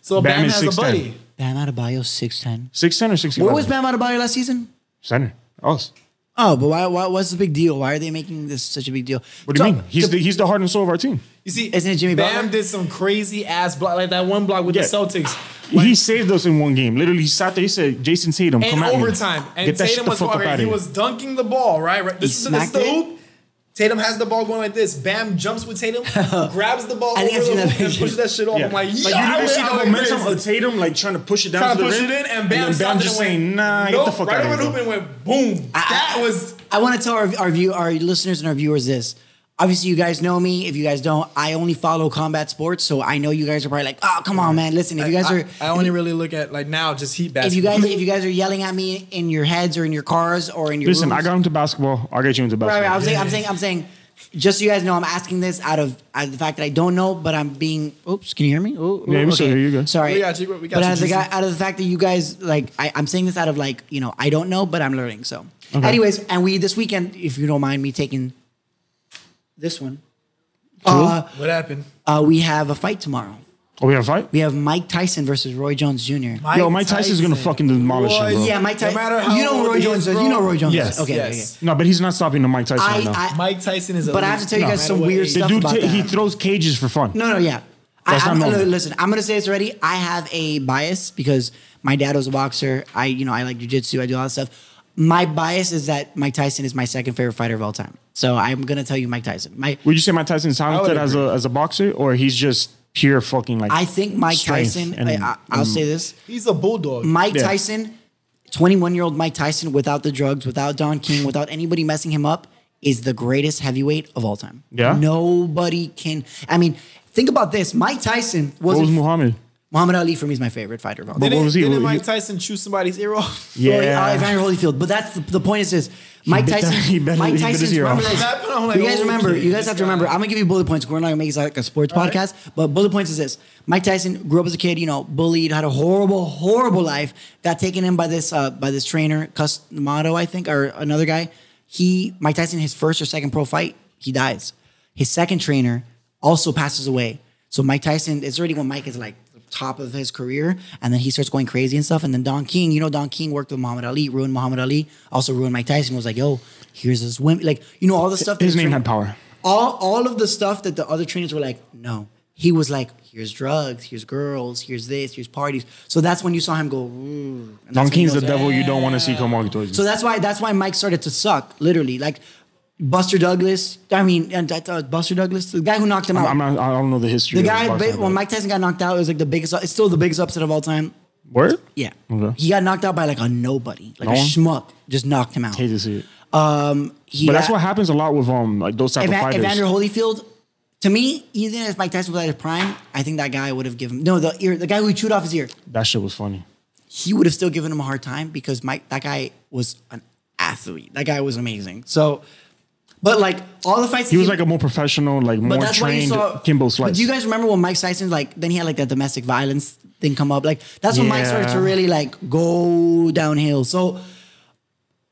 so
Bam
Bam,
is
has a
6'10".
buddy.
Bam Adebayo six ten.
6'10 or 6'11".
Where was Bam Adebayo last season?
Center. Us.
Oh, but why? why what's the big deal? Why are they making this such a big deal?
What do you mean? He's the he's the heart and soul of our team.
You see,
Isn't it Jimmy
Bam
Butler?
did some crazy ass block, like that one block with
Yeah.
the Celtics.
he saved us in one game. Literally, he sat there. He said, "Jason Tatum,
and
come at
overtime.
me.
And
Get that shit
Tatum
the
was
fuck up
walking.
out
He
of here."
was dunking the ball, right? right. This, is this is the
smacked it?
hoop. Tatum has the ball going like this. Bam jumps with
<laughs>
Tatum, grabs the ball
I think I've
over
seen
the
that
hoop and
picture.
pushes that shit off.
Yeah.
I'm like,
Like,
yeah,
you
I
didn't see
went-
the
I went
momentum
crazy.
of Tatum like trying to push it down
Trying
to
to
the
push
rim,
it in, and Bam,
and then Bam
stopped it
just
and went,
saying, "Nah, get
nope,
the fuck
right
out
over
of
the
here."
hoop
bro."
and went boom. that was
I want to tell our our view, our listeners and our viewers this. Obviously, you guys know me. If you guys don't, I only follow combat sports, so I know you guys are probably like, "Oh, come on, man! Listen, if you guys are,
I, I only really look at like now just heat basketball.
if you guys, if you guys are yelling at me in your heads or in your cars or in your
Listen,
rooms,
I got him to basketball. I'll get you into
Right,
basketball.
right. I'm saying, I'm saying, I'm saying. Just so you guys know, I'm asking this out of, out of the fact that I don't know, but I'm being. Oops, can you hear me? Oh,
Yeah, we still hear you guys.
Sorry,
We got you, we got
but
you,
out of the guy,
Jason.
out of the fact that you guys like, I, I'm saying this out of like, you know, I don't know, but I'm learning. So, anyways, and we this weekend, if you don't mind me taking this one, uh,
what happened?
uh, we have a fight tomorrow.
Oh, we have a fight.
We have Mike Tyson versus Roy Jones Jr.
Yo, Mike Tyson's gonna fucking demolish him,
Roy-
bro.
yeah, Mike
No
Tyson.
matter how
you know
old
Roy
he is,
Jones. does.
bro.
You know Roy Jones.
Yes.
does. Okay. okay,
Yes.
No, but he's not stopping the Mike Tyson right now.
I, I,
Mike Tyson is. a
but I
leader.
have to tell you
No
guys
matter
some
what
weird
age.
the
stuff
dude,
about
ta-
that.
he throws cages for fun.
No, no, yeah.
That's
I, I'm,
not normal.
look, listen, I'm gonna say this already. I have a bias because my dad was a boxer. I, you know, I like jujitsu. I do all that stuff. My bias is that Mike Tyson is my second favorite fighter of all time. So I'm gonna tell you Mike Tyson. My,
Would you say Mike Tyson's talented as
agree.
a as a boxer, or he's just pure fucking like?
I think Mike
strength
Tyson.
and-
I, I, will
and-
say this:
He's a bulldog.
Mike
Yeah.
Tyson, 21 year old Mike Tyson, without the drugs, without Don King, without anybody messing him up, is the greatest heavyweight of all time.
Yeah?
Nobody can. I mean, think about this: Mike Tyson
What was
was
Muhammad?
Muhammad Ali for me is my favorite fighter of all time.
Didn't,
what was he?
didn't
What-
Mike
he-
Tyson chew somebody's ear off? <laughs>
Yeah.
Floyd, uh, Evander Holyfield. But that's the, the point is this. Mike
bit
Tyson.
that- <laughs> he bit- he
Mike
bit his
Tyson.
ear off.
you guys remember? You guys have to remember. I'm gonna give you bullet points. We're not gonna make it like a sports podcast, but bullet points is this: Mike Tyson grew up as a kid, you know, bullied, had a horrible, horrible life. Got taken in by this uh, by this trainer, Customato, I think, or another guy. He, Mike Tyson, his first or second pro fight, he dies. His second trainer also passes away. So Mike Tyson, it's already when Mike is like the top of his career, and then he starts going crazy and stuff. And then Don King, you know, Don King worked with Muhammad Ali, ruined Muhammad Ali, also ruined Mike Tyson. Was like, yo, here's this women, like you know, all the stuff. that
His
the
name
train-
had power.
All all of the stuff that the other trainers were like, no. He was like, here's drugs, here's girls, here's this, here's parties. So that's when you saw him go. "Ooh," and that's when
Don
he
King's the
goes,
devil you don't want to see come walking towards you.
so that's why that's why Mike started to suck, literally. Like Buster Douglas, I mean, and that, uh, Buster Douglas, the guy who knocked him out.
I'm not, I don't know the history.
the
of
guy
boxing,
ba-
but-
when Mike Tyson got knocked out, it was like the biggest. It's still the biggest upset of all time.
Word?
Yeah,
Okay.
he got knocked out by like a nobody, like
No
a
one?
schmuck, just knocked him out.
Hate to see it.
Um, he
But that's
got-
what happens a lot with um like those type of
Eva-
fighters.
Evander Holyfield. To me, even if Mike Tyson was at his prime, I think that guy would have given no the ear, the guy who chewed off his ear.
that shit was funny.
he would have still given him a hard time because Mike, that guy was an athlete. That guy was amazing. So, but like all the fights,
He was like a more professional, like
but
more
that's why you
trained
saw
Kimbo
But
Slice.
do you guys remember when Mike Tyson like then he had like that domestic violence thing come up? Like that's when Mike started
Yeah.
to really like go downhill. So,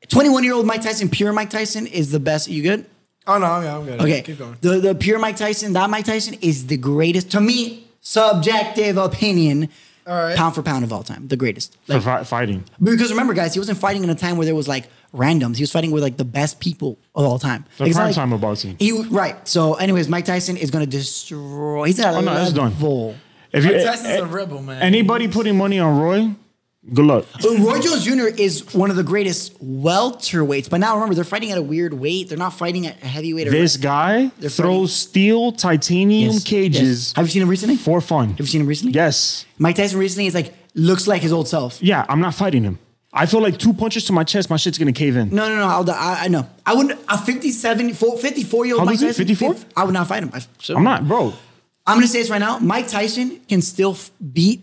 twenty-one year old Mike Tyson, pure Mike Tyson, is the best. You good?
Oh no, I'm, I'm good.
Okay.
keep going.
The the pure Mike Tyson, that Mike Tyson is the greatest to me, subjective opinion.
All right.
Pound for pound of all time, the greatest.
for fi- fighting.
Because remember, guys, he wasn't fighting in a time where there was like randoms. He was fighting with like the best people of all time.
The
Like, it's not
prime
like-
time of boxing.
He right. So, anyways, Mike Tyson is gonna destroy. He's at a
Oh, no, that's done.
level.
If
Mike
you-
Tyson's
a-
a rebel, man.
Eh, Anybody putting money on Roy, good luck.
But Roy Jones Jr. is one of the greatest welterweights. But now remember, they're fighting at a weird weight. They're not fighting at a heavyweight. Or
This guy
They're
throws
fighting-
steel titanium
Yes,
cages
yes. Have you seen him recently? Have
for fun.
you seen him recently?
Yes.
Mike Tyson recently is like looks like his old self.
Yeah, I'm not fighting him. I feel like two punches to my chest, my shit's gonna cave in.
No, no, no. I'll, die. I, I know. I wouldn't. A 57, 54 year old
How old
Mike
is he?
Tyson.
54?
fif- I would not fight him. I, so-
I'm not, bro.
I'm going to say this right now. Mike Tyson can still f- beat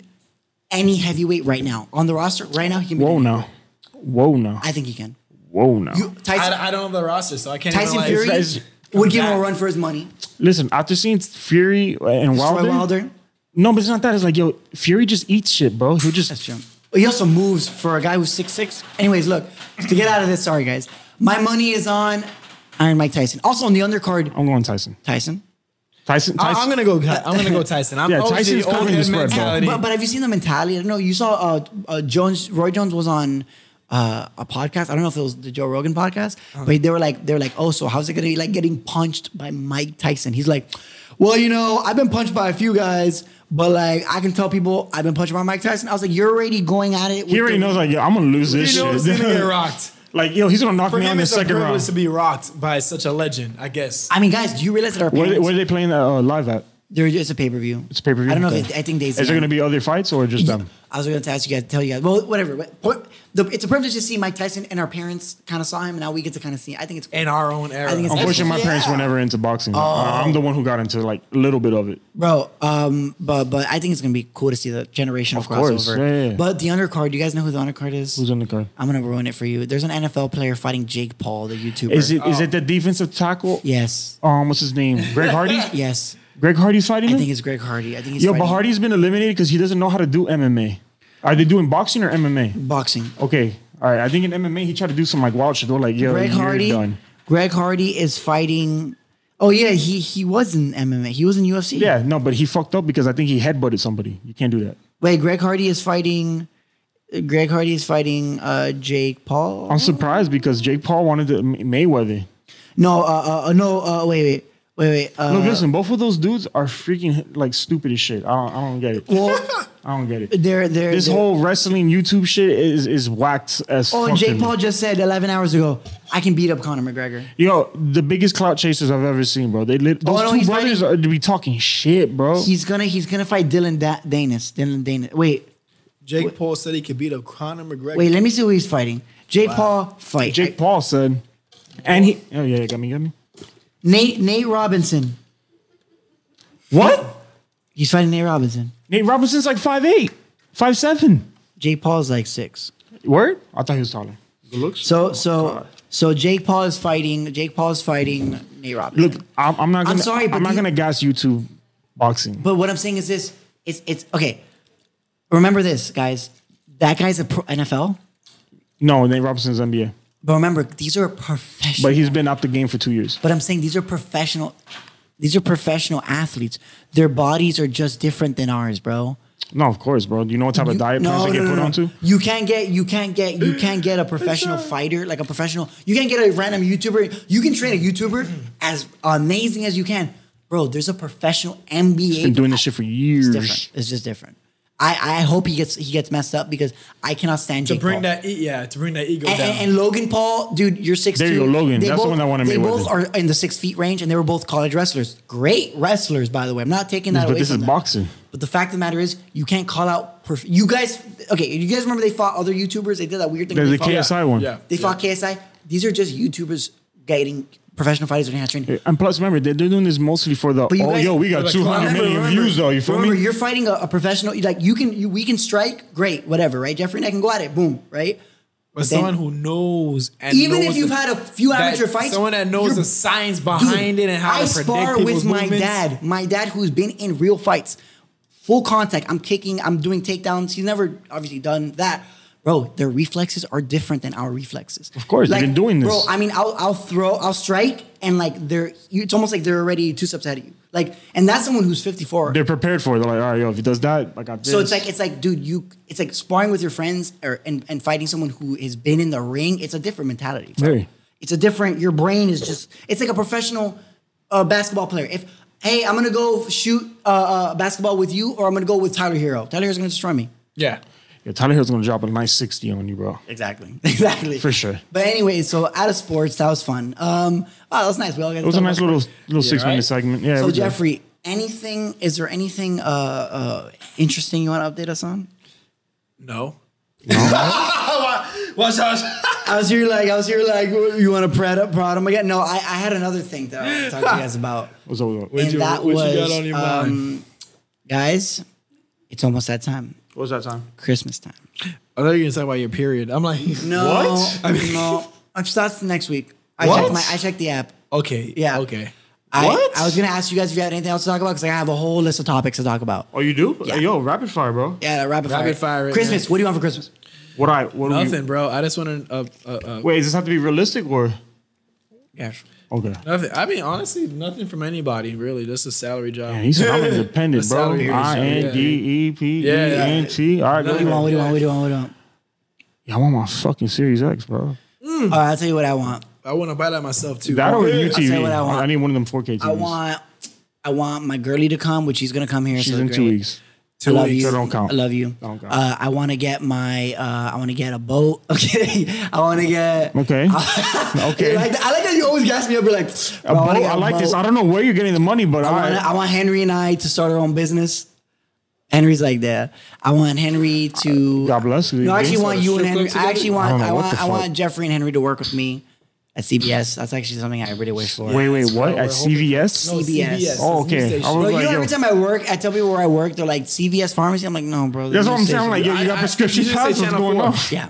any heavyweight right now on the roster. Right now, he can. Beat
Whoa
any-
now, whoa now,
I think he can.
whoa now.
You, Tyson,
I, I don't have the roster, so I can't.
Tyson
even, like,
Fury
it's-
would give him a
back.
run for his money.
Listen, after seeing Fury and
Wilder.
Wilder,
Wilder.
no, but it's not that. It's like yo, Fury just eats shit, bro. He just
That's true. He also moves for a guy who's six six. Anyways, look to get out of this. Sorry, guys. My money is on Iron Mike Tyson. Also on the undercard,
I'm going Tyson.
Tyson.
Tyson.
I,
Tyson.
am gonna go. I'm gonna
<laughs>
go Tyson. I'm
Yeah,
OG,
Tyson's
old
covering
head
the spread, bro.
mentality.
But, but have you seen the mentality? I don't know. You saw uh, uh, Jones, Roy Jones was on uh, a podcast. I don't know if it was the Joe Rogan podcast,
Uh-huh.
but they were like, they were like, oh, so how's it gonna be like getting punched by Mike Tyson? He's like, well, you know, I've been punched by a few guys, but like I can tell people I've been punched by Mike Tyson. I was like, you're already going at it.
he already knows like yo, I'm gonna lose this
you know he's
shit.
gonna
<laughs>
get rocked.
like yo, he's gonna knock
For
me out in
him,
the
it's a
second
privilege
round.
to be rocked by such a legend. I guess.
I mean, guys, do you realize that our
Where, they-
parents-
where are they playing that uh, live at?
There is a pay per view.
It's pay per view.
I don't know if it, I think they.
Is there going to be other fights or just them?
I was going to ask you guys, tell you guys. Well, whatever. But point, the, it's a privilege to see Mike Tyson, and our parents kind of saw him, and now we get to kind of see. I think it's cool.
in our own era.
I think it's-
Unfortunately, my
Yeah.
parents were never into boxing.
Oh.
I- I'm the one who got into like a little bit of it.
bro. Um, but but I think it's going to be cool to see the generational
Of
crossover.
course, yeah, yeah.
But the undercard. Do you guys know who the undercard is?
Who's in the car?
I'm going to ruin it for you. There's an NFL player fighting Jake Paul, the YouTuber.
Is it is
Oh.
it the defensive tackle?
Yes.
Um, what's his name?
<laughs>
Greg Hardy.
Yes.
Greg Hardy's fighting.
I
him?
think it's Greg Hardy. I think he's
Yo,
fighting
but Hardy's been eliminated because he doesn't know how to do MMA. Are they doing boxing or MMA?
boxing.
Okay, all right. I think in MMA he tried to do some like wild shit. They're like, yo,
Greg
you're
Hardy.
done.
Greg Hardy is fighting. Oh yeah, he he was in MMA. He was in UFC.
Yeah, no, but he fucked up because I think he headbutted somebody. You can't do that.
Wait, Greg Hardy is fighting. Greg Hardy is fighting uh, Jake Paul.
I'm surprised because Jake Paul wanted to May- Mayweather.
No, uh, uh, no. Uh, wait, wait, wait, wait. Uh,
Look, listen, both of those dudes are freaking like stupid as shit. I don't, I don't get it.
well,
I don't
<laughs>
get it.
they're they're.
This
they're-
whole wrestling YouTube shit is is whacked as
Oh,
fuck
and
to
Jake
me.
Paul just said 11 hours ago, I can beat up Conor McGregor.
Yo, the biggest clout chasers I've ever seen, bro. They lit, those
Oh, no,
two
he's
brothers are to be talking shit, bro.
He's gonna he's gonna fight Dylan da- Danis. Dylan Danis. Wait,
Jake Paul said he could beat up Conor McGregor.
wait. Let me see who he's fighting. Jake Paul fight.
Jake Paul said, and he. Oh yeah, got me, got me.
Nate Nate Robinson.
What?
He's fighting Nate Robinson.
Nate Robinson's like five eight, five seven.
Jake Paul is like six.
Word? I thought he was taller. Oh
So so so Jake Paul is fighting. Jake Paul is fighting Nate Robinson.
Look, I'm, I'm not. Gonna, I'm
sorry,
sorry,
but
I'm
do
not
you-
gonna gas YouTube boxing.
But what I'm saying is this: it's it's okay. Remember this, guys. That guy's a pro NFL,
No, Nate Robinson's NBA,
but remember these are professional.
but
But,
he's been out the game for two years.
I'm saying these are professional. These are professional athletes. Their bodies are just different than ours, bro.
No, of course, bro. You know what type of
You-
diet plans they get put onto?
You can't get you can't get you can't get a professional fighter like a professional. You can't get a random YouTuber. You can train a YouTuber as amazing as you can, bro. There's a professional NBA.
Been doing this shit for years.
It's different. It's just different. I, I hope he gets he gets messed up because I cannot stand
to
Jake
bring
Paul.
that, e- yeah, to bring that ego
and,
down.
and- and Logan Paul, dude, you're six.
There you go, Logan. That's the one I wanted to
They
make
both
with
are in the six feet range, and they were both college wrestlers. Great wrestlers, by the way. I'm not taking that
But
away.
this
from
is
them.
boxing.
But the fact of the matter is, you can't call out. Perf- you guys, okay? You guys remember they fought other YouTubers? They did that weird thing. where
There's
they
a
fought-
KSI one.
Yeah.
They fought KSI. These are just YouTubers getting professional fighters in hand training.
And plus, remember they're they're doing this mostly for the. Oh,
you guys-
yo, we got
Like,
two hundred
remember-
million views though. You feel
Remember,
me?
you're fighting a, a professional. you- Like you can, you, we can strike. Great, whatever, right? Jeffrey and I can go at it. Boom, right?
but
then-
someone who knows, and
Even
knows
if you've
the-
had a few
that-
amateur fights,
someone that knows
you're-
the science behind it and how
I
to predict
spar
people's
with my
movements.
dad. My dad, who's been in real fights, full contact. I'm kicking. I'm doing takedowns. He's never obviously done that. Bro, their reflexes are different than our reflexes. Of
course, they've been doing this.
Bro, I mean, I'll, I'll throw, I'll strike, and like they're, you, it's almost like they're already two steps ahead of you. Like, and that's someone who's 54.
They're prepared for it. They're like, all right, yo, if he does that, I got this.
So it's like it's like, dude, you it's like sparring with your friends or and, and fighting someone who has been in the ring. It's a different mentality. bro.
Very.
It's a different. Your brain is just. It's like a professional uh, basketball player. If hey, I'm gonna go shoot uh, uh, basketball with you, or I'm gonna go with Tyler Hero. Tyler Hero's gonna destroy me.
Yeah.
yeah, Tyler Hill's gonna drop a nice sixty on you, bro.
Exactly. <laughs> Exactly.
For sure.
But anyway, so out of sports, that was fun. Um, wow, that was nice. We all got.
It was a nice little little six minute
right?
segment. Yeah.
So
we did.
Jeffrey, anything? Is there anything uh, uh, interesting you want to update us on?
No. <laughs>
<laughs>
Watch out.
I was here like I was here like you want to prod up prod him again? No, I, I had another thing that I want to talk <laughs> to you guys about.
What's up? What's up?
What'd
and
you-
that
what
was
you got on your mind?
um, guys, it's almost that time.
What's that time?
Christmas time.
I thought you were gonna talk about your period. I'm like, <laughs>
No,
What?
I mean, no. <laughs> It starts next week. I
What?
checked my I checked the app.
okay,
Yeah.
okay.
I,
What?
I was gonna ask you guys if you had anything else to talk about because I have a whole list of topics to talk about.
Oh, you do?
Yeah.
Hey, yo, rapid fire, bro.
Yeah, rapid fire.
Rapid fire it,
Christmas.
man.
What do you want for Christmas?
What I what do we-
Nothing, bro. I just want to. Uh, uh, uh,
Wait, does this have to be realistic or
yeah.
okay?
Nothing. I mean, honestly, nothing from anybody really. Just a salary job.
Man, he said
<laughs>
I'm independent,
The
bro.
salary is-
I N D E P E N T. All right,
Yeah, yeah.
go.
What do you want? What do you want? What do you want? What do you want?
Yeah, I want my fucking Series X, bro.
All right, I'll tell you what I want.
I want to buy that myself too.
That or a new
I'll tell
TV.
you what I
I,
want.
need one of them 4K TVs.
I want I want my girly to come, which she's gonna come here.
She's
so
in
great.
two weeks.
I love
weeks.
you.
So don't count.
I love you.
Don't count.
Uh, I want to get my. Uh, I want to get a boat. <laughs> Okay. I want to get.
Okay.
I
okay.
like, that, <laughs> I like that you always gas me up. You're like, "Bro,
A
I,
boat?
wanna get
I
a
like
boat.
this. I don't know where you're getting the money, but
I
all
want,
right.
I want Henry and I to start our own business. Henry's like that. I want Henry to.
Uh, God bless you.
No, I actually
dude.
want you and
Strip
Henry.
club
I actually
together?
I
want.
don't know
I,
what
want.
the
I
fuck.
want Jeffrey and Henry to work with me at CBS. That's actually something I really wish for.
Wait, wait, what?
We're
At
hoping-
CVS?
No,
CBS.
Oh,
it's a news
okay. I
station.
Bro, you
was
know,
like, yo.
every time I work, I tell people where I work. They're like CVS pharmacy. I'm like, no, bro.
That's
the
what
news
I'm
station."
saying. I'm like, yo, you got
I- I-
prescription
you just say
pads? What's
Channel
going
four.
<laughs> Yeah.
on?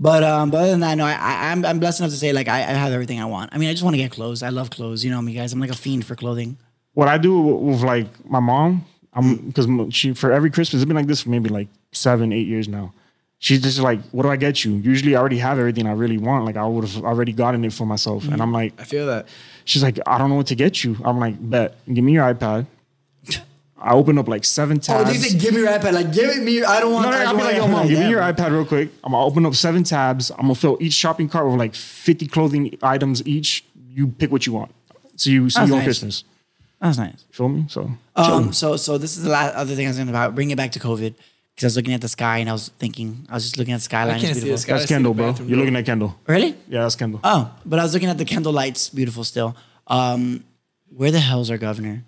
But um, but other than that, no, I, I I'm I'm blessed enough to say like I, I have everything I want. I mean, I just want to get clothes. I love clothes. You know me, guys. I'm like a fiend for clothing.
what I do with like my mom, I'm because she for every Christmas it's been like this for maybe like seven, eight years now. She's just like, "What do I get you?" Usually, I already have everything I really want. Like I would have already gotten it for myself, and I'm like,
I feel that.
She's like, I don't know what to get you. I'm like, bet. Give me your iPad. I open up like seven
Um,
tabs.
give me your iPad. Like, give it me. I don't
no, no, no, I'm like, yo, mom, give me your iPad real quick. I'm gonna open up seven tabs. I'm gonna fill each shopping cart with like 50 clothing items each. You pick what you want. So you see
That's
you on
nice.
Christmas.
That's nice.
Feel me? So
Um, so so this is the last other thing I was going to about. Bring it back to COVID because I was looking at the sky and I was thinking I was just looking at the skyline.
I can't
it's
see the
beautiful.
sky.
that's Kendall, bro. You're looking at Kendall.
Really?
Yeah, that's Uh, Kendall.
Oh, but I was looking at the candle lights. Beautiful still. Um, where the hell's our governor?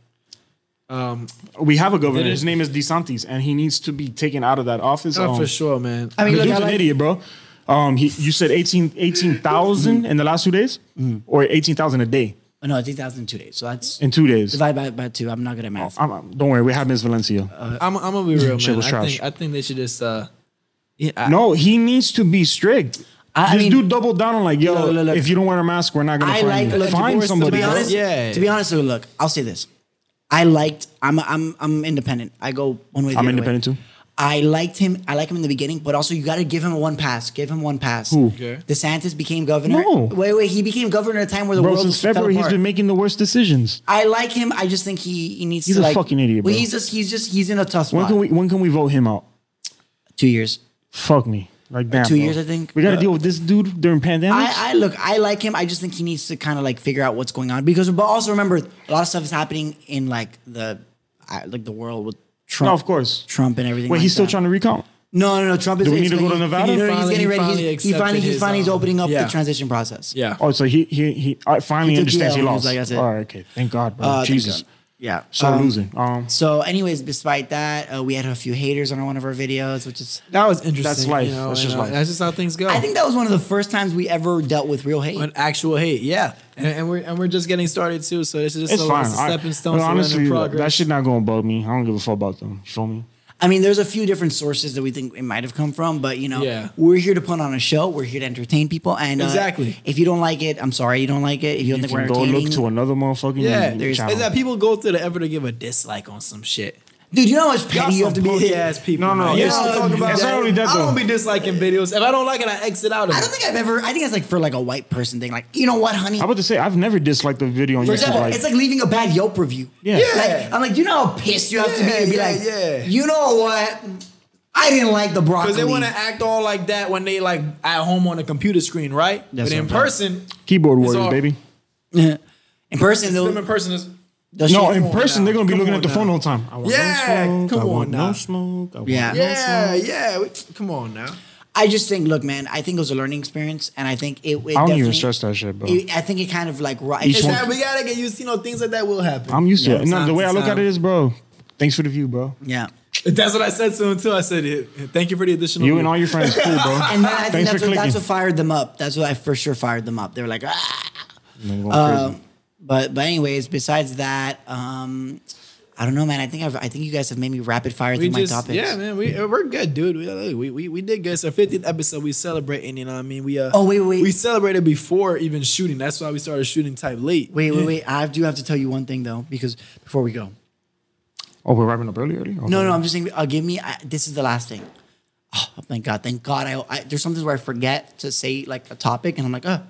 Um,
we have a governor.
Did it-
His name is DeSantis, and he needs to be taken out of that office.
oh,
Um,
for sure, man.
I mean,
The
look, I
dude's an
like-
idiot, bro. Um, he, you said 18 18,000
Mm-hmm.
in the last two days, or 18,000 a day
oh, no, it's 2002 days. So that's
in two days.
divided by, by two. I'm not good at math.
I'm- I'm- don't worry, we have Miss Valencia.
Uh,
I'm, I'm gonna be real,
Shit
man.
was
I
trash.
think I think they should just. uh yeah, I,
no, he needs to be strict.
I- I
this
mean-
dude doubled down on like, yo,
Look, look, look.
if you don't wear a mask, we're not gonna
I
find
like
you.
look,
find
divorce, to
somebody.
To be
bro.
honest,
Yeah.
To be honest, with you, look, I'll say this. I liked. I'm I'm I'm independent. I go one way. the
I'm
other
independent
way.
too.
I liked him. I like him in the beginning, but also you got to give him one pass. Give him one pass.
Who?
Okay.
DeSantis became governor.
No.
Wait, wait. He became governor at a time where the
Bro,
world
since
fell
February, he's
apart.
been making the worst decisions.
I like him. I just think he he needs.
He's
to
a
like,
fucking idiot,
Well,
bro.
he's just he's just he's in a tough
When
spot.
can we when can we vote him out?
Two years.
Fuck me. Like damn.
two
bro.
years, I think.
We gotta
Yeah.
deal with this dude during pandemics.
I, I look, I like him. I just think he needs to kind of like figure out what's going on because, but also remember, a lot of stuff is happening in like the, I- like the world with Trump.
No, of course.
Trump and everything.
Wait,
like
he's still
that.
trying to recount.
No, no, no. Trump is.
Do we need
it's
to go
like-
to Nevada?
No, no, he's
Finally-
getting ready.
finally
He's- He
accepted
finally, he's
his,
finally, he's
um,
opening up
yeah.
the transition process.
yeah.
Oh, so he he he I finally
He took
understands
Yale,
he
he was
lost.
like, that's it.
All right, okay. Thank God, bro.
Uh, thank
Jesus.
God. Yeah.
So
Um,
losing. Um
So, anyways, despite that, uh, we had a few haters on one of our videos, which is.
that was interesting.
life.
You know,
That's
and,
just
uh,
life.
That's just how things go.
I think that was one of the first times we ever dealt with real hate.
an actual hate, yeah, and, and we're and we're just getting started too. So this is just
it's
a,
fine.
It's a stepping stone.
I,
to
but
learn
honestly,
and
look,
progress.
that shit not gonna bug me. I don't give a fuck about them. You feel me?
I mean, there's a few different sources that we think it might have come from, but you know,
Yeah.
we're here to put on a show. We're here to entertain people, and uh,
Exactly.
if you don't like it, I'm sorry, you don't like it. If you don't
You
think we're
can go look
entertaining,
to another motherfucking
yeah,
channel.
there's is that people go through the effort to give a dislike on some shit.
dude, you know how much petty you have to be. <laughs>
Punk ass people.
No, no,
man.
it's-
Y'all talk about
it's not
that.
only that,
I don't
though.
be disliking videos. If I don't like it, I exit out of
I
it.
don't think I've ever. I think it's like for like a white person thing. Like, you know what, honey?
I about to say I've never disliked a video on
For
YouTube.
example,
like,
it's like leaving a bad Yelp review.
Yeah.
Like, I'm like, you know how pissed you have to be
Yeah,
and be
yeah,
like,
yeah.
you know what? I didn't like the broccoli.
Because they want to act all like that when they like at home on a computer screen, right?
That's
but in
what I'm
person,
keyboard
it's
warriors,
all-
baby.
in person.
Them in
They'll,
person is
they'll
No,
shit-
in person
now.
they're gonna be
Come
looking
on
at the
now.
phone all the time. I want
Yeah,
no smoke.
come
I want
on now.
no smoke. I want
Yeah.
no
yeah,
smoke.
yeah. We, come on now.
I just think, look, man, I think it was a learning experience, and I think it. it
I don't even
definitely-
stress that shit, bro.
It, I think it kind of like ri-
Each
it's
It's
one-
like-
that we gotta get used. You know, things like that will happen.
I'm used to
Yeah,
it. No,
time
the way
to
I look
time.
at it is, bro. Thanks for the view, bro.
yeah.
<laughs> That's what I said to him too. I said, "Yeah, "Thank you for the additional."
You
beer."
and all your friends, cool, bro.
And then I think that's
Thanks for
what,
clicking.
that's what fired them up. That's what I for sure fired them up. They were like, ah.
Man, going
Um,
crazy.
but but anyways, besides that, um, I don't know, man. I think I've, I think you guys have made me rapid fire
we
through
just,
my topics.
yeah, man, we uh, we're good, dude. We, uh, we we we did good. It's our 50th episode. We celebrating. You know, what I mean, we uh,
Oh, wait, wait.
we celebrated before even shooting. That's why we started shooting type late.
Wait, wait, wait. I do have to tell you one thing though, because before we go,
Oh, we're wrapping up early, early. Okay.
no, no, I'm just saying. Uh, give me. I, this is the last thing. Oh, thank God, thank God. I, I there's sometimes where I forget to say like a topic, and I'm like, oh,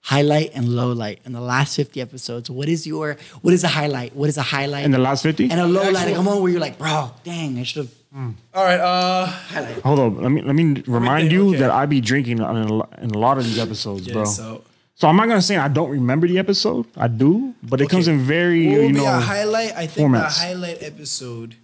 highlight and low light. In the last 50 episodes, what is your what is a highlight? What is a highlight?
In the last fifty.
and a low light.
Actual-
Like, come on, where you're like, bro, dang, I should have
All right, uh,
highlight.
Hold up. Let me let me remind
think,
you
okay.
that I be drinking on a, lo- in a lot of these episodes,
yeah,
bro. So.
so
I'm not gonna say I don't remember the episode. I do, but it comes in very
what would
you
be a
know.
highlight? I think the
formats.
highlight episode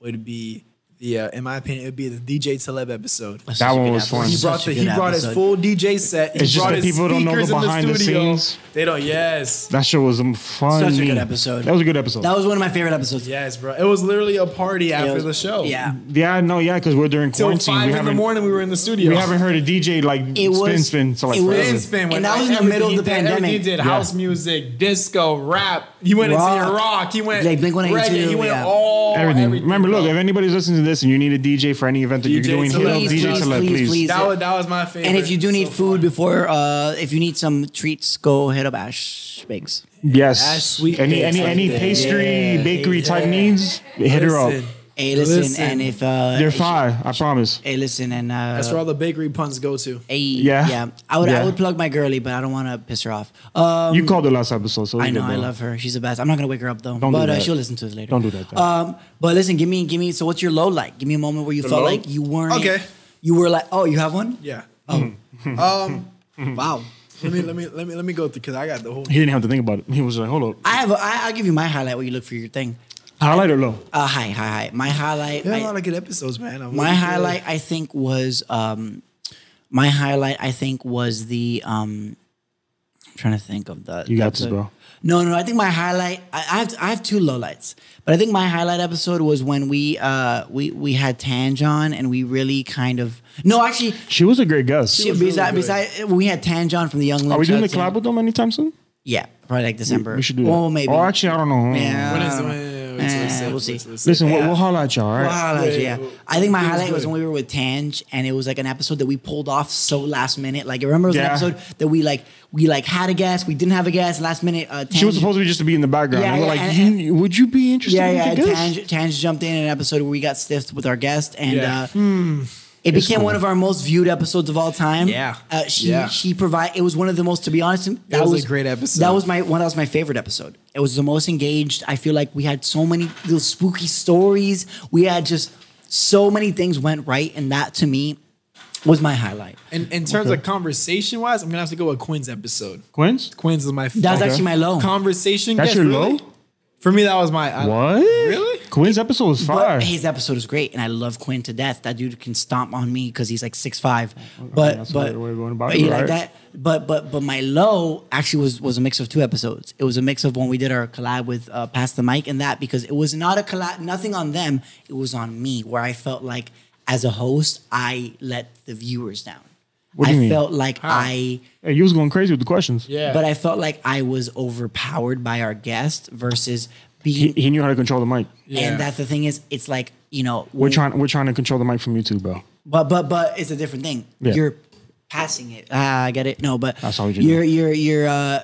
would be the, uh, in my opinion, it would be the DJ Taleb episode.
That one was fun.
He brought
Such
the, he brought his full DJ set. He
It's just
brought
that
his
people don't know
speakers
the
in
behind the
studio.
scenes.
They don't. Yes,
That show was um, fun.
Such a good episode.
That was a good episode.
That was one of my favorite episodes.
yes, bro. It was literally a party
It
after
was-
the show.
Yeah.
yeah, no, yeah, because we're during
Till
quarantine.
five
we
in the
haven't
morning, we were in the studio.
we haven't heard a DJ like
It
spin
was-
spin. So like
it was-
forever.
Spin, spin,
And
went
that was in the
everything
middle of
he
the
did, everything
pandemic.
He did
Yeah.
house music, disco, rap. He went into
Rock.
rock. He went
Like Blink-182,
reggae. He went
yeah.
all
Everything.
everything.
Remember, look,
bro.
if anybody's listening to this and you need a DJ for any event that you're
DJ
doing, hit up
Please,
DJ
please,
Celeb,
please,
please.
please.
that was that was my favorite.
And if you do need
so
food
far.
before, uh, if you need some treats, go hit up Ash Bakes.
Yes.
That's sweet
any any any
day.
pastry
Yeah.
bakery type needs, hit her up.
Listen,
Hey, listen,
Listen.
and if uh,
You're
if-
five, I promise.
Hey, listen, and uh,
that's where all the bakery puns go to.
hey,
Yeah.
yeah, I would,
Yeah.
I would plug my girly, but I don't want to piss her off. Um,
You called the last episode, so
I
we
know,
good,
I
bro.
love her. She's the best. I'm not gonna wake her up though,
Don't do
but uh,
that.
she'll listen to this later.
Don't do that, though.
Um, but listen, give me, give me. So, what's your low like? Give me a moment where you felt
low?
like you weren't
Okay.
You were like, oh, you have one?
Yeah. um.
Mm-hmm. Wow.
Let me let me let me let me go through because I got the whole.
He didn't have to think about it. He was like, hold up.
I have. A, I, I'll give you my highlight where you look for your thing.
Highlight or low?
Uh, hi, hi, hi. My highlight.
There are
I-
a lot of good episodes, man. I'm
my
looking for-
highlight, I think, was um, my highlight. I think was the. Um, I'm trying to think of the. the
You got this,
episode.
bro.
No, no. I think my highlight. I, I have. I have two lowlights, but I think my highlight episode was when we uh we we had Tanj on and we really kind of no actually.
She was a great guest.
Besides,
really good.
besides, we had Tanj on from the Young.
Are we
Lynch
doing the
Hudson.
collab with them anytime soon?
Yeah, probably like December.
We should do that.
Well, maybe.
Oh, actually, I don't know.
Yeah.
When is when- wait,
Eh,
wait, wait,
we'll
wait,
see.
wait, wait,
Listen,
wait.
we'll, we'll holler at y'all, all
Well,
right?
highlight,
Yeah,
yeah.
well,
I think my
it was
highlight was
good.
when we were with Tange, and it was like an episode that we pulled off so last minute. Like, remember it was
Yeah.
an episode that we like we like had a guest, we didn't have a guest last minute. Uh, Tange,
She was supposed to be just to be in the background.
Yeah,
and we're
yeah,
like,
and-
you, would you be interested
yeah,
in
yeah.
the guest?
Tange, Tange jumped in an episode where we got stiffed with our guest, and
Yeah.
uh, it became
cool.
one of our most viewed episodes of all time.
Yeah.
uh, she
Yeah.
she provide. It was one of the most. To be honest, that
was a great episode.
That was my one. That was my favorite episode. It was the most engaged. I feel like we had so many little spooky stories. We had just so many things went right, and that to me was my highlight.
In, in terms of conversation wise, I'm gonna have to go with Quinn's episode.
Quinn's?
Quinn's is my
That's actually my low.
conversation.
That's
yes,
your
really.
low?
For me, that was my I-
What?
Really?
Quinn's episode was fire.
But his episode is great, and I love Quinn to death. That dude can stomp on me because he's like six five. But
that's
but,
the way we're going about
but
it,
he
right?
like that. But but but my low actually was was a mix of two episodes. It was a mix of when we did our collab with uh, Pass the Mic and that because it was not a collab, nothing on them. It was on me where I felt like as a host I let the viewers down.
What do
I
you mean?
felt like I
Hey, you was going crazy with the questions.
Yeah.
but I felt like I was overpowered by our guest versus
He,
being
he knew how to control the mic.
Yeah.
and that's the thing is it's like you know
We're trying we're trying to control the mic from YouTube, bro.
But but but it's a different thing.
Yeah.
You're passing it. Ah, I get it. No, but
That's all you do.
you're you're you're uh,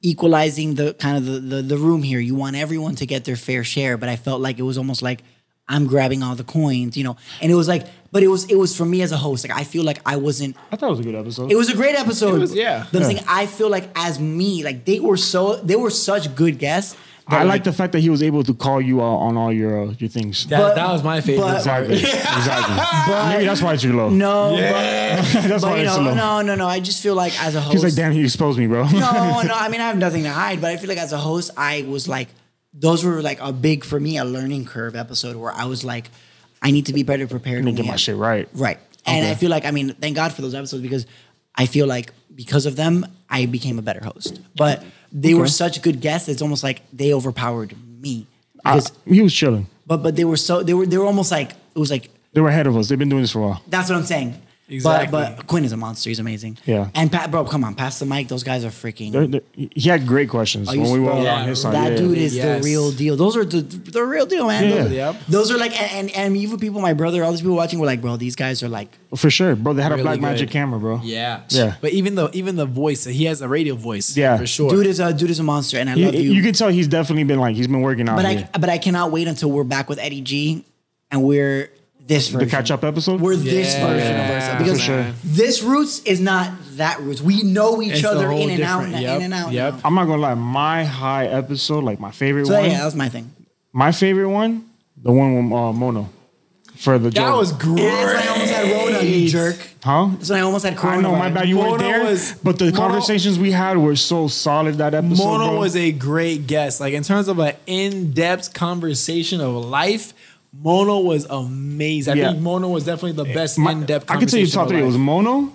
equalizing the kind of the, the the room here. You want everyone to get their fair share, but I felt like it was almost like I'm grabbing all the coins, you know. And it was like, but it was it was for me as a host. Like I feel like I wasn't
I thought it was a good episode.
it was a great episode.
It was- yeah.
But I'm
Yeah.
saying I feel like as me, like they were so they were such good guests. that,
I like the fact that he was able to call you out on all your uh, your things.
That,
But-
that was my favorite.
but-
part.
exactly. exactly. Maybe that's why it's your low.
no,
<laughs> that's
but, but
why
you
it's your
know,
low.
no, no, no. I just feel like as a host,
He's like, damn, he exposed me, <laughs> bro.
no, no. I mean, I have nothing to hide, but I feel like as a host, I was like, those were like a big for me a learning curve episode where I was like, I need to be better prepared.
Let
to
me get my shit right.
Right, and I feel like I mean, thank God for those episodes because I feel like because of them, I became a better host. But they were such good guests; it's almost like they overpowered me.
I-
Because
he was chilling.
But but they were so they were they were almost like it was like
They were ahead of us. They've been doing this for a while.
that's what I'm saying.
Exactly.
But, but Quinn is a monster. He's amazing.
Yeah.
And Pat, bro, come on, pass the mic. Those guys are freaking.
They're- they're- he had great questions
you
when we were
sure?
on
Yeah,
his side.
that
yeah.
dude is
Yes.
the real deal. Those are the, the real deal, man.
Yeah.
Those,
Yep.
those are like, and, and, and even people, my brother, all these people watching were like, bro, these guys are like,
for sure, bro. They had a
Really
black
good.
magic camera, bro.
Yeah.
Yeah.
But even the even the voice, he has a radio voice.
Yeah.
For sure.
dude is a dude is a monster, and I
You,
love you.
you can tell he's definitely been like he's been working out
but
here.
I but I cannot wait until we're back with Eddie G, and we're this
the
version.
catch up episode.
We're this
Yeah.
version of
Yeah,
ourselves because
for sure.
this roots is not that roots. We know each
It's a
other
whole
in and out,
different-
in and out.
Yep.
now.
yep.
I'm not gonna lie, my high episode, like my favorite
So
one,
yeah, that was my thing.
my favorite one, the one with uh, Mono for the
That
Joe.
was great.
That's when I almost had Rona, you jerk.
huh?
That's when I almost had Corona.
I know, my bad, you weren't
Mono
there,
was-
but the
Mono-
conversations we had were so solid that episode.
Mono
bro.
was a great guest. Like in terms of an in-depth conversation of life, Mono was amazing. I
Yeah.
think Mono was definitely the best
My-
in-depth.
I can tell you
conversation
top
of
three. It
life.
was Mono.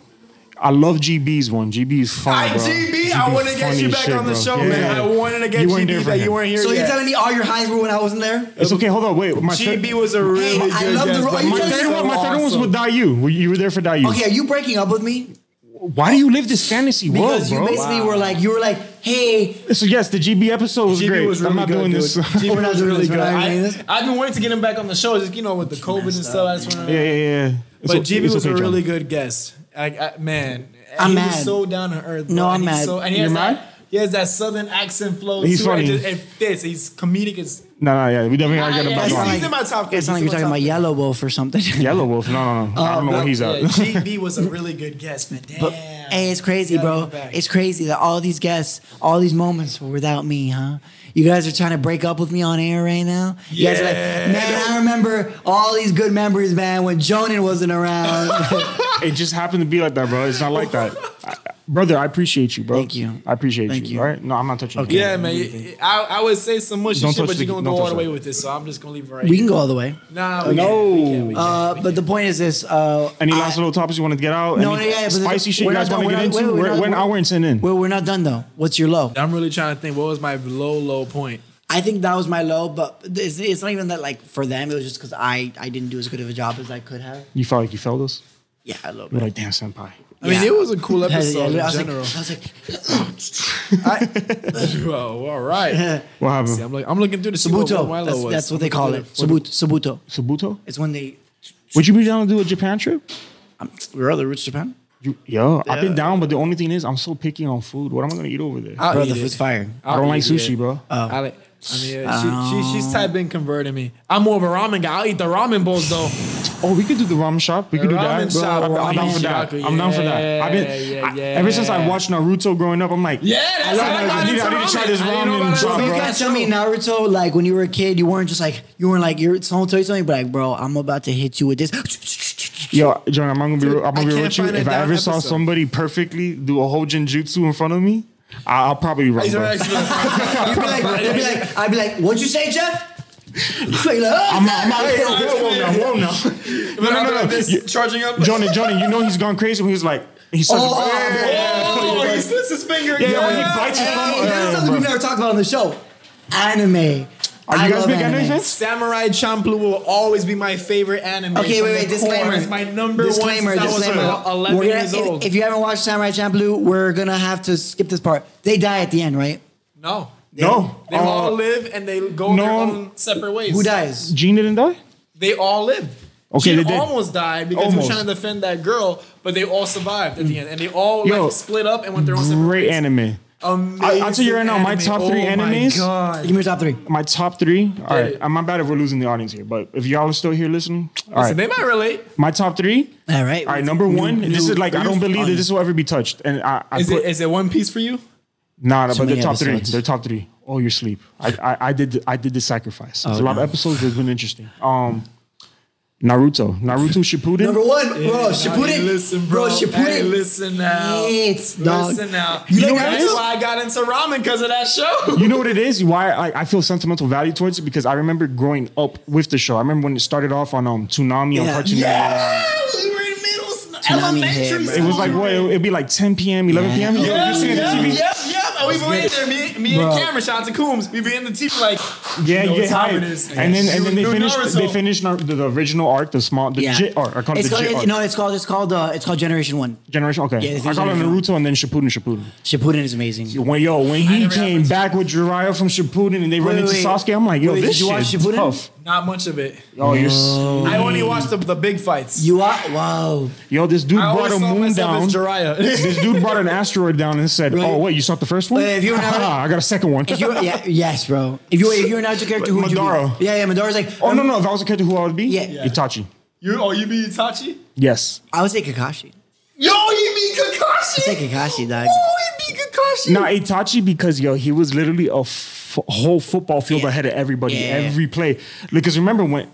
I love GB's one. GB is fun, bro.
IGB, I want to get
funny
you back
shit,
on the
bro.
show,
Yeah.
man. I wanted to get
You
you
weren't there
GB
for
that
him.
you weren't here.
So
yet.
you're telling me all your highs were when I wasn't there?
It's okay. Hold on. Wait. My third-
GB was a really
Hey,
good
I love the
guest.
ro-
but
you
My
guys
third
are
one, my third one was with Dayu. Were- You were there for Dayu.
Okay, are Oh, you breaking up with me?
Why do you live this fantasy world,
Because
bro?
you basically were like, you were like, hey,
so yes, the GB episode was
GB
great.
was really
I'm not
good,
doing
dude.
this. <laughs>
GB
We're not
was
doing
really
this, we're
good.
not
I,
doing this.
have been wanting to get him back on the show, just you know, with the COVID and stuff. That's when I-
Yeah, yeah, yeah. It's
But
o-
GB
it's
was
okay,
a
John.
really good guest. Like, I, man,
I'm
he
mad.
was so down to earth.
No,
bro.
I'm
and he's
mad.
So, and he
You're
has
mad?
That, he has that southern accent flow.
He's
too, and
funny.
It, just, it fits. He's comedic. As,
No, no, yeah. We definitely gotta
Ah,
get him
yeah,
back
he's-
on.
he's in my top.
it's not like you're talking about Yellow Wolf or <laughs> something.
Yellow Wolf. No, no, no.
Oh,
I don't know where he's at. <laughs>
GB was a really good guest, man. Damn.
But, hey, it's crazy,
Yeah,
bro.
come back.
It's crazy that all these guests, all these moments were without me, huh? You guys are trying to break up with me on air right now. You guys are like,
Yeah.
man, I remember all these good memories, man, when Jonan wasn't around.
it just happened to be like that, bro. It's not like that. I- I- Brother, I appreciate you, bro.
Thank you.
I appreciate
Thank
you.
you.
All right. No, I'm not touching. you.
yeah, man. I, I would say some mushy
Don't
shit,
touch
but
the-
you're gonna
don't
go all
touch
the way
that.
with this, so I'm just gonna leave it right.
<laughs> we
here.
can go all the way.
Nah, we
No.
Can't. We can't, we can't.
Uh, but the point is this. Uh,
Any
I-
last little topics you wanted to get out?
No,
Any
yeah, yeah, but
spicy
there's-
shit
we're
you guys
not done,
want
we're
to get
not- wait,
into?
we're
We're,
not-
we're an hour and ten in.
Well, we're not done though. What's your low?
I'm really trying to think. What was my low, low point?
I think that was my low, but it's, it's not even that like for them. It was just because I I didn't do as good of a job as I could have.
You felt like you failed us?
Yeah, a little
You're
bit.
like, damn, senpai.
I mean,
<laughs> Yeah.
it was a cool episode
I
in
was like,
general.
I was like,
Well, all
<laughs>
right.
What
See,
happened?
I'm like, I'm looking through the
Sabuto. That's, that's what they call it. Sabut, Sabuto.
Subuto?
It's when they.
Would you be down to do a Japan trip?
Um, we're all the roots Japan.
You, yo, I've been
Yeah.
down, but the only thing is, I'm so picky on food. What am I gonna eat over there? I,
I'll
Bro,
eat
the
it.
food's fire.
I'll
don't like
eat Uh, it.
sushi, bro.
I, like, I mean, yeah, she, she, she's type been converting me. I'm more of a ramen guy. I'll eat the ramen bowls though.
Oh, we could do the ramen shop. We could do that.
ramen
Bro,
shop,
I'm, I'm
ramen
down for that.
shop,
I'm down for that. I've been
yeah,
I-
yeah,
ever since I
yeah.
watched Naruto growing up. I'm like,
Yeah, that's
I
how I
love
got
Naruto.
into
I need to try
ramen.
this
I didn't know
ramen
about
shop,
Naruto.
You
bro.
gotta tell me Naruto, like when you were a kid, you weren't just like you weren't like you're someone told you something, but like, bro, I'm about to hit you with this. <laughs>
Yo, John, I'm not gonna be. real- I'm
I
gonna be real
can't
with you.
find a
If I
down
ever saw
episode.
somebody perfectly do a whole jinjutsu in front of me, I, I'll probably be
<laughs>
wrong.
These are
Bro.
actually-
You'd be like, you'd be like, I'd be like, what'd you say, Jeff? <laughs> You're like, "Oh,
I'm out. I'm out.
<laughs>
Whoa, whoa, whoa, now, whoa, now.
But
no,
I'm
no,
like
no.
this,
You-
Charging up.
Johnny, Johnny, you know he's gone crazy when he's like, he's such.
Oh,
Yeah,
<laughs> Oh, he slips his finger again.
yeah, when he bites his
Hey,
thumb.
this is
Yeah,
something
bro.
we've never talked about on the show. Anime.
Are
I
you guys
love
big anime fans?
Samurai Champloo will always be my favorite anime.
Okay,
from
wait,
the
wait.
core.
Disclaimer.
It's my number
disclaimer,
one. Since
Disclaimer.
I was about 11
We're gonna-
years
if-
old.
If you haven't watched Samurai Champloo, we're gonna have to skip this part. They die at the end, right?
no,
No,
they all live and they go
no.
their own separate ways.
Who dies?
Gene didn't die.
They all lived.
Okay,
she
they did.
almost died because he was
Almost.
trying to defend that girl, but they all survived at the end, and they all
Yo,
like split up and went their own separate
Great
ways.
anime.
Amazing
I- I'll tell you right now, my
anime.
top
oh
three
My
animes-
God.
Give me your top three.
My top three. All
Yeah.
right, I'm not bad if we're losing the audience here, but if y'all are still here listening,
So
all right,
they might relate.
my top three.
All right.
All right, number one. This is like I don't believe that this will ever be touched, and I, I
Is
put,
it is it One Piece for you?
Nah, but
many
they're top
episodes.
three. They're top three. Oh, you're sleep. I, I, I did I did the sacrifice. There's
Oh,
a lot
no.
of episodes that's been interesting. Um, Naruto,
<laughs>
Naruto Shippuden.
Number one, bro.
Hey,
Shippuden.
listen, bro.
Shippuden.
Hey, listen now.
Hits, dog.
Listen now.
You
You,
like
know that's
Naruto?
why I got into ramen because of that show.
You know what it is? Why I, I feel sentimental value towards it because I remember growing up with the show. I remember when it started off on um Tsunami on
Yeah.
Cartoon Network.
Yeah, we were in middle s-
hit,
elementary
bro.
school.
It was like what? It'd be like 10 p.m., 11 p.m. Yo,
Yeah,
you're sitting at
yeah,
the TV.
yeah, yeah. And we were
good
sit there, me, me and
Bro.
Cameron, shout out to Coombs. We be in the TV like,
Yeah,
you know
yeah,
what time
hype.
it is.
and then and then they
New
finished
Naruto.
they finished nar- the, the original arc, the small the jit arc. I call it
it's
the
called,
jit
it-
arc.
no, it's called it's called uh, it's called Generation One.
Generation. Okay,
Yeah, they
I
finished
call it
Generation.
Naruto and then Shippuden, Shippuden.
Shippuden is amazing.
When yo, when he
never got
came
into-
back with Jiraiya from Shippuden and they run
Wait,
into
wait.
Sasuke, I'm like, yo,
Wait,
this
did you watch
shit
Shippuden?
tough.
not much of it.
Oh, you're s-
I only watched the, the big fights.
You are wow.
yo, this dude
I always
brought a
saw
moon
myself
down.
as Jiraiya. <laughs>
This dude brought an asteroid down and said,
Right.
"Oh wait, you saw the first one?
Uh, if you were never-
<laughs> I got a second one."
If you were- yeah, yes, bro. If you were- if you're an actual character, who would you
Madara.
be? Yeah, yeah. Madara's like. um,
oh no, no! If I was a character, who I would be?
Yeah. Yeah.
Itachi.
you, oh, you be Itachi?
Yes.
I would say Kakashi.
Yo, you be Kakashi?
I'd say Kakashi, dog.
Oh, you be Kakashi?
Now Itachi because yo he was literally a f- whole football field
Yeah.
ahead of everybody
Yeah.
every play. Because remember when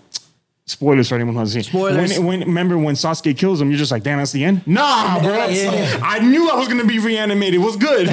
spoilers for anyone who hasn't seen.
Spoilers.
When, when remember when Sasuke kills him, you're just like, damn, that's the end. Nah, bro.
Yeah.
I knew I was gonna be reanimated. What's good?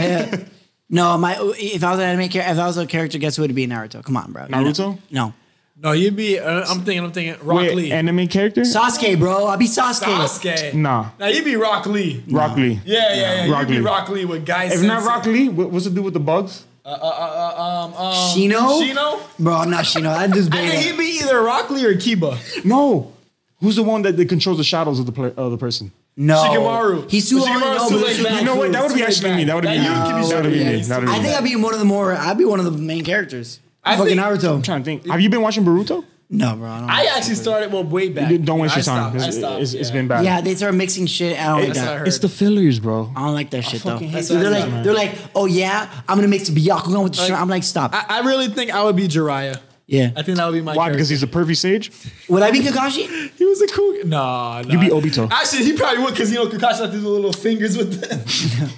Yeah.
<laughs>
No, my if I was an anime character, if I was a character, guess who would be Naruto? Come on, bro. You know-
Naruto?
No,
No, you be, uh, I'm thinking, I'm thinking, Rock
Wait,
Lee.
anime character?
Sasuke, bro. I'll be Sasuke.
Sasuke.
Nah.
Now you be Rock Lee.
Rock Lee.
Yeah, yeah, yeah. you
Rock Lee.
be Rock Lee with Guy
If not Rock Lee, what, what's the dude with the bugs?
Uh, uh, uh, um, um,
Shino?
Shino?
Bro, no, Shino. That dude's
I think
beta.
he'd be either Rock Lee or Kiba.
No. Who's the one that, that controls the shadows of the pla of the person?
No,
Shikamaru.
He's too long.
Shikamaru's
No,
too
but
laid
he's too
back.
long.
You know what? That would be
Too late
actually
back.
me. That would be
That
me.
you can be
That would be
sure.
me. That would be
I
me.
think I'd be one of the more. I'd be one of the main characters.
I
Fucking
think-
I'm
Naruto.
trying to think. Have you been watching Boruto?
No, bro. I don't
I actually started well way back.
Dude, Don't waste
I
your time.
stopped, I
It's,
stopped,
it's- it's
yeah.
been bad.
yeah, they start mixing shit. I don't like
That's what I
that.
heard.
fillers, bro.
I don't like that shit though.
fucking hate
They're
that
like,
shit,
they're like, oh yeah, I'm gonna mix Byakugan with the shrimp.
Like-
I'm like, stop.
I, I really think I would be Jiraiya.
yeah.
I think that would be my
Why? Because
character.
he's a pervy sage?
Would I be Kakashi?
uh, he was a cool. Nah, nah.
You be Obito.
Actually, he probably would because you know Kakashi had these little fingers with. The-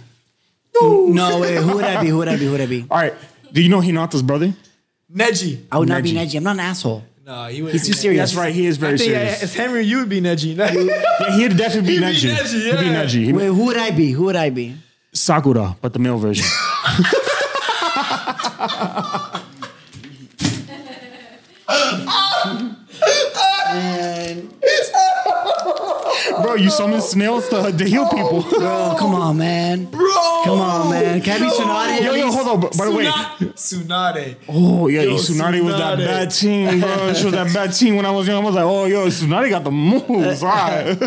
<laughs>
no, wait. Who would I be? Who would I be? Who would I be?
All right. Do you know Hinata's brother?
Neji.
I would not be
Neji.
Neji. I'm not an asshole.
Nah, he would.
He's too serious.
That's right. He is very
I think
serious.
yeah, if Henry, you would be <laughs> Neji.
<laughs> Yeah, he'd definitely be
He'd be
Neji.
Neji,
He'd be
yeah.
Neji. He'd be
Wait, who would I be? Who would I be?
Sakura, but the male
<laughs>
version. Bro, you summon snails to, to heal people.
Bro, come on, man.
Bro,
Come on, man. Can I be Tsunade? at
yo, yo,
least?
hold on. By by the way,
Tsunade.
oh yeah,
Yo,
Tsunade was that
Tsunade.
bad team, bro. She was that bad team when I was young. I was like, oh yo, Tsunade got
<laughs>
the moves. All right.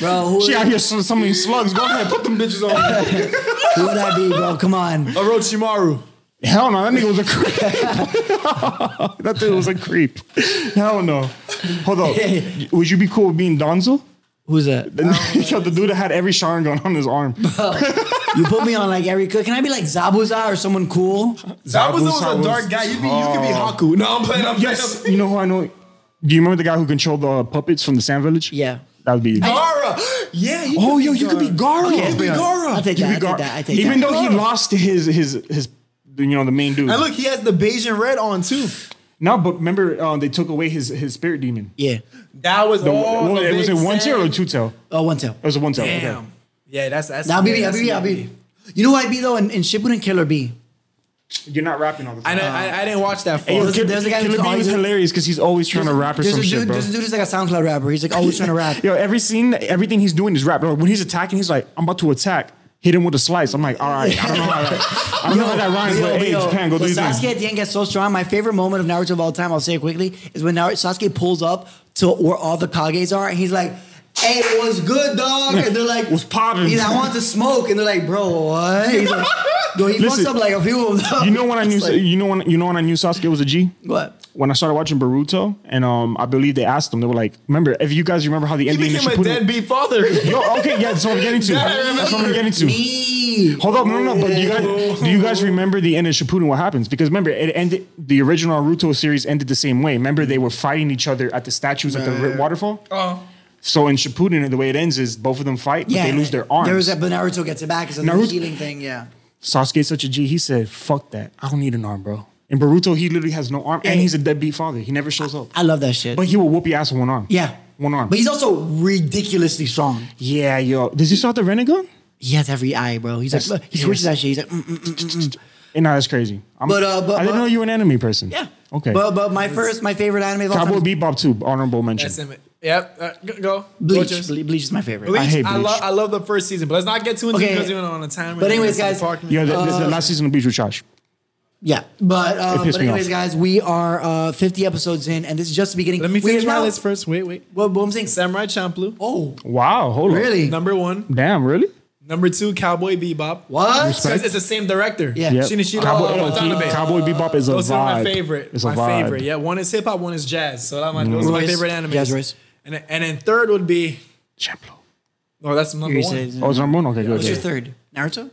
Bro, who,
she out here so, so many slugs. Go ahead, put them <laughs> bitches on.
who would I be, bro? Come on.
Orochimaru.
Hell no, that nigga was a creep. <laughs> that dude was a creep. Hell no. Hold on. Would you be cool with being Donzo?
Who's that?
<laughs> Yo, the dude that had every Sharingan on his arm.
You put me on like every cook. Can I be like Zabuza or someone cool?
Zabuza was
Zabuza
a
was-
dark guy. You, be, you could be Haku. No, I'm playing. I'm
Yes, you know who I know? Do you remember the guy who controlled the puppets from the Sand Village?
Yeah.
That would be you.
playing. Gara. Yeah. You
Oh,
could
yo,
be
you could be
Gaara.
Gara.
You could be Gara.
I'll take that. I
Gar-
take that. I take
Even
that.
though he lost his his his you know the main dude.
And look, he has the beige and red on too.
No, but remember uh, they took away his his spirit demon.
Yeah.
Oh, That was
The-
all.
well,
the
it was a
big
one tail
sad-
or two tail.
Oh, one tail.
It was a one tail.
Damn. Yeah, that's that's.
Now, BB,
yeah,
I'll
that's
be, I'll be. You know who I'd be though in, in Shippuden Killer B?
You're not rapping all the
I,
time.
know, I I didn't watch that far.
Hey, yo,
There's a-
Kid-
there's a guy
Killer
who's
Bean
always-
is hilarious because he's always trying to rap or
There's
some
a
shit,
dude.
bro.
There's a dude who's like a SoundCloud rapper. He's like always
<laughs>
trying to rap.
Yo, every scene, everything he's doing is rap. Like, when he's attacking, he's like, "I'm about to attack." Hit him with a slice. I'm like, "All right, I don't know how that, I don't know how that rhymes, but hey, Japan, go do
when
your
Sasuke
thing."
at the end gets so strong, my favorite moment of Naruto of all time, I'll say it quickly, is when Naruto, Sasuke pulls up to where all the Kages are, and he's like, "Hey, what's good, dog?" And they're like,
What's poppin'?
He's like, "I want to smoke," and they're like, "Bro, what?" He's like, "Yo, he fucks
Listen,
up like a few of them."
You know when I knew,
It's like,
you know when, you know when I knew Sasuke was a G.
what?
When I started watching Boruto, and um, I believe they asked him, they were like, "Remember, if you guys remember how the
he
ending of
became a
Shippuden-
deadbeat father.
<laughs> Yo, okay, yeah, that's what I'm
<laughs>
getting to.
Yeah, I
That's what I'm getting to.
Me.
Hold up, no, no, no. But do you guys, do you guys remember the end of Shippuden? What happens? Because remember, it ended. The original Naruto series ended the same way. Remember, they were fighting each other at the statues at the ri- waterfall.
Oh.
So in Shippuden, the way it ends is both of them fight, but they lose their arms.
There was that, but Naruto gets it back. It's a
Naruto-
healing thing. Yeah.
Sasuke's such a G. He said, "Fuck that. I don't need an arm, bro." In Boruto, he literally has no arm, and he's a deadbeat father. He never shows up.
I love that shit.
But he will whoop your ass with one arm.
yeah.
one arm.
But he's also ridiculously strong.
yeah, yo. Did you saw the Renegon?
He has every eye, bro. He's
That's-
like, he switches
yes.
that shit. He's like, mm, mm, mm, mm, mm.
Eh, Nah, that's crazy. I'm,
But, uh, but-
I didn't
but-
know you were an anime person.
yeah.
Okay.
But uh, but my first, my favorite anime of all
Cowboy
time. is
Bebop too. Honorable mention.
That's him. Yep. Uh, g- go.
Bleach.
Go, James.
Ble- Bleach is my favorite.
Bleach. I,
hate Bleach.
love I love the first season, but let's not get too into it
Okay.
because we went on a time.
But anyways, guys,
Uh,
Uh,
Yeah, the, the- the last season of Beach was trash.
Yeah, but uh, but
pissed me
anyways,
off.
guys, we are uh, 50 episodes in, and this is just the beginning.
Let me
We
finish
are
my
now-
list first. Wait, wait.
What, what I'm saying,
Samurai Champloo.
Oh,
Wow, hold on.
really?
Number one.
Damn, really?
Number two, Cowboy Bebop.
What?
Because it's the same director.
Yeah.
Yep.
Shinichiro
Cowboy,
Watanabe.
Cowboy Bebop is a
Those
vibe.
are my favorite.
It's a
my
vibe.
favorite. Yeah, one is hip hop, one is jazz. So that my, those are my
Royce.
favorite animes.
Jazz Royce.
And then- and then third would be
Champloo.
no, that's number
You
one.
said-
Oh, it's number one. Okay, good.
What's your
Okay.
third? Naruto?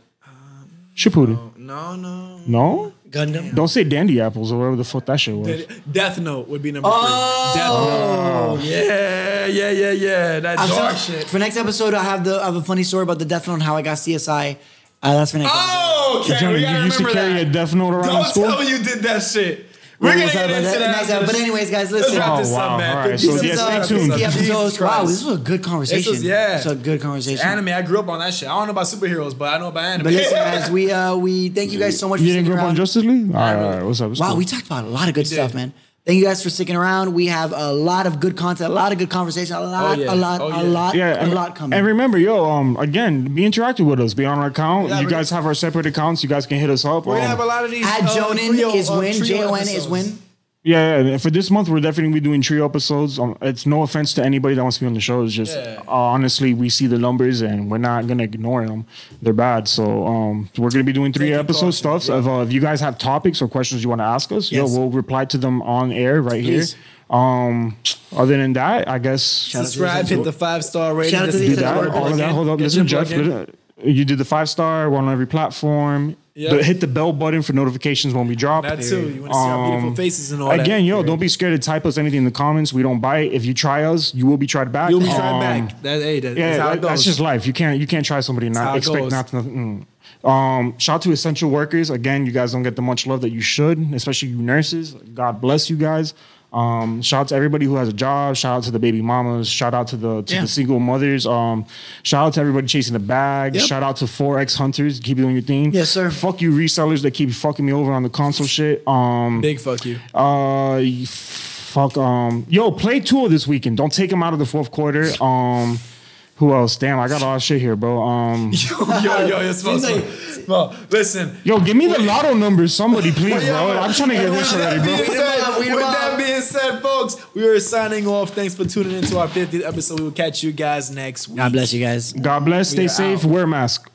Shippuden.
No, Oh, no.
No,
Gundam?
don't say dandy apples or whatever the fuck that shit was.
Death Note would be number three. Death
Oh.
Note. Yeah, yeah, yeah, yeah. That
I'm
dark
sorry.
shit.
For next episode, I have the I have a funny story about the Death Note and how I got CSI. Uh, that's for next. episode.
Oh, okay.
Johnny,
we
you
gotta
used to
remember
carry
that.
a Death Note around
Don't
school?
tell me you did that shit. We're
What
gonna
was
get
that about?
into
That-
that.
next episode. But anyways, guys,
Let's
listen.
wrap this
Oh,
up,
wow.
man.
All right.
50
So,
This is,
yeah,
uh,
stay tuned.
50
Jesus
episodes. Wow,
Christ.
this was a good conversation.
This was- yeah.
It's a good
It's
conversation.
anime. I grew up on that shit. I don't know about superheroes, but I know about anime. <laughs>
But listen, guys, we uh, we thank you guys so much
You
for
didn't
sticking
grow up
around.
on Justice League? All right, all right. What's up? It's
Wow,
cool.
we talked about a lot of good
did.
stuff, man. Thank you guys for sticking around. We have a lot of good content, a lot of good conversation, a lot,
Oh, yeah.
a lot,
Oh, yeah.
a lot,
yeah,
a
and,
lot coming.
And remember, yo, um, again, be interactive with us. Be on our account.
Yeah,
you
we're-
guys have our separate accounts. You guys can hit us up.
We're
um,
gonna have a lot of these.
At
uh,
Jonin
trio,
is
uh,
win.
trio
J O N is
episodes.
win.
Yeah, yeah. and For this month, we're definitely gonna be doing three episodes. Um, it's no offense to anybody that wants to be on the show. It's just
Yeah.
uh, honestly, we see the numbers and we're not gonna ignore them. They're bad. So um, we're gonna be doing three
Taking
episode
caution,
stuffs. If, uh, if you guys have topics or questions you want to ask us,
Yes.
yo, we'll reply to them on air right
Please.
here. Um, other than that, I guess
out
Subscribe, hit the five star rating.
Shout out to
This
the-
is
do
Get
that.
your
All of
plug
that.
in.
Hold up.
Get
Listen,
your
Jeff.
plug in.
li- You did the five star, one on every platform.
Yeah.
But hit the bell button for notifications when we drop. Um,
That too. You want to see our beautiful faces and all that.
Again, yo, don't be scared to type us anything in the comments. We don't bite. If you try us, you will be tried back.
You'll be tried
Um,
back. That, hey, that,
Yeah,
that's how it
that-
goes.
that's just life. You can't you can't try somebody and
how
not
it
expect
goes.
not to. mm. Um, shout out to essential workers. Again, you guys don't get the much love that you should, especially you nurses. God bless you guys. Um, shout out to everybody who has a job. Shout out to the baby mamas. Shout out to the to
Yeah.
the single mothers. Um, shout out to everybody chasing the bag.
Yep.
Shout out to forex hunters. Keep doing your thing.
Yes, sir.
Fuck you resellers that keep fucking me over on the console shit. Um,
big fuck you.
uh, you fuck. Um, yo, play Tool this weekend. Don't take him out of the fourth quarter. Um, who else? Damn, I got a lot of shit here, bro. Um,
yo, yo, you're supposed
Seems
to. Well, listen.
yo, give me the lotto numbers, somebody, please,
Yeah,
bro. I'm trying to get
with
this
that
already,
being
bro.
said-
Weed 'em
With
up.
that being said, folks, we are signing off. Thanks for tuning into our 50th episode. We will catch you guys next week.
God bless you guys.
God bless. Stay
are
safe.
out.
Wear a mask.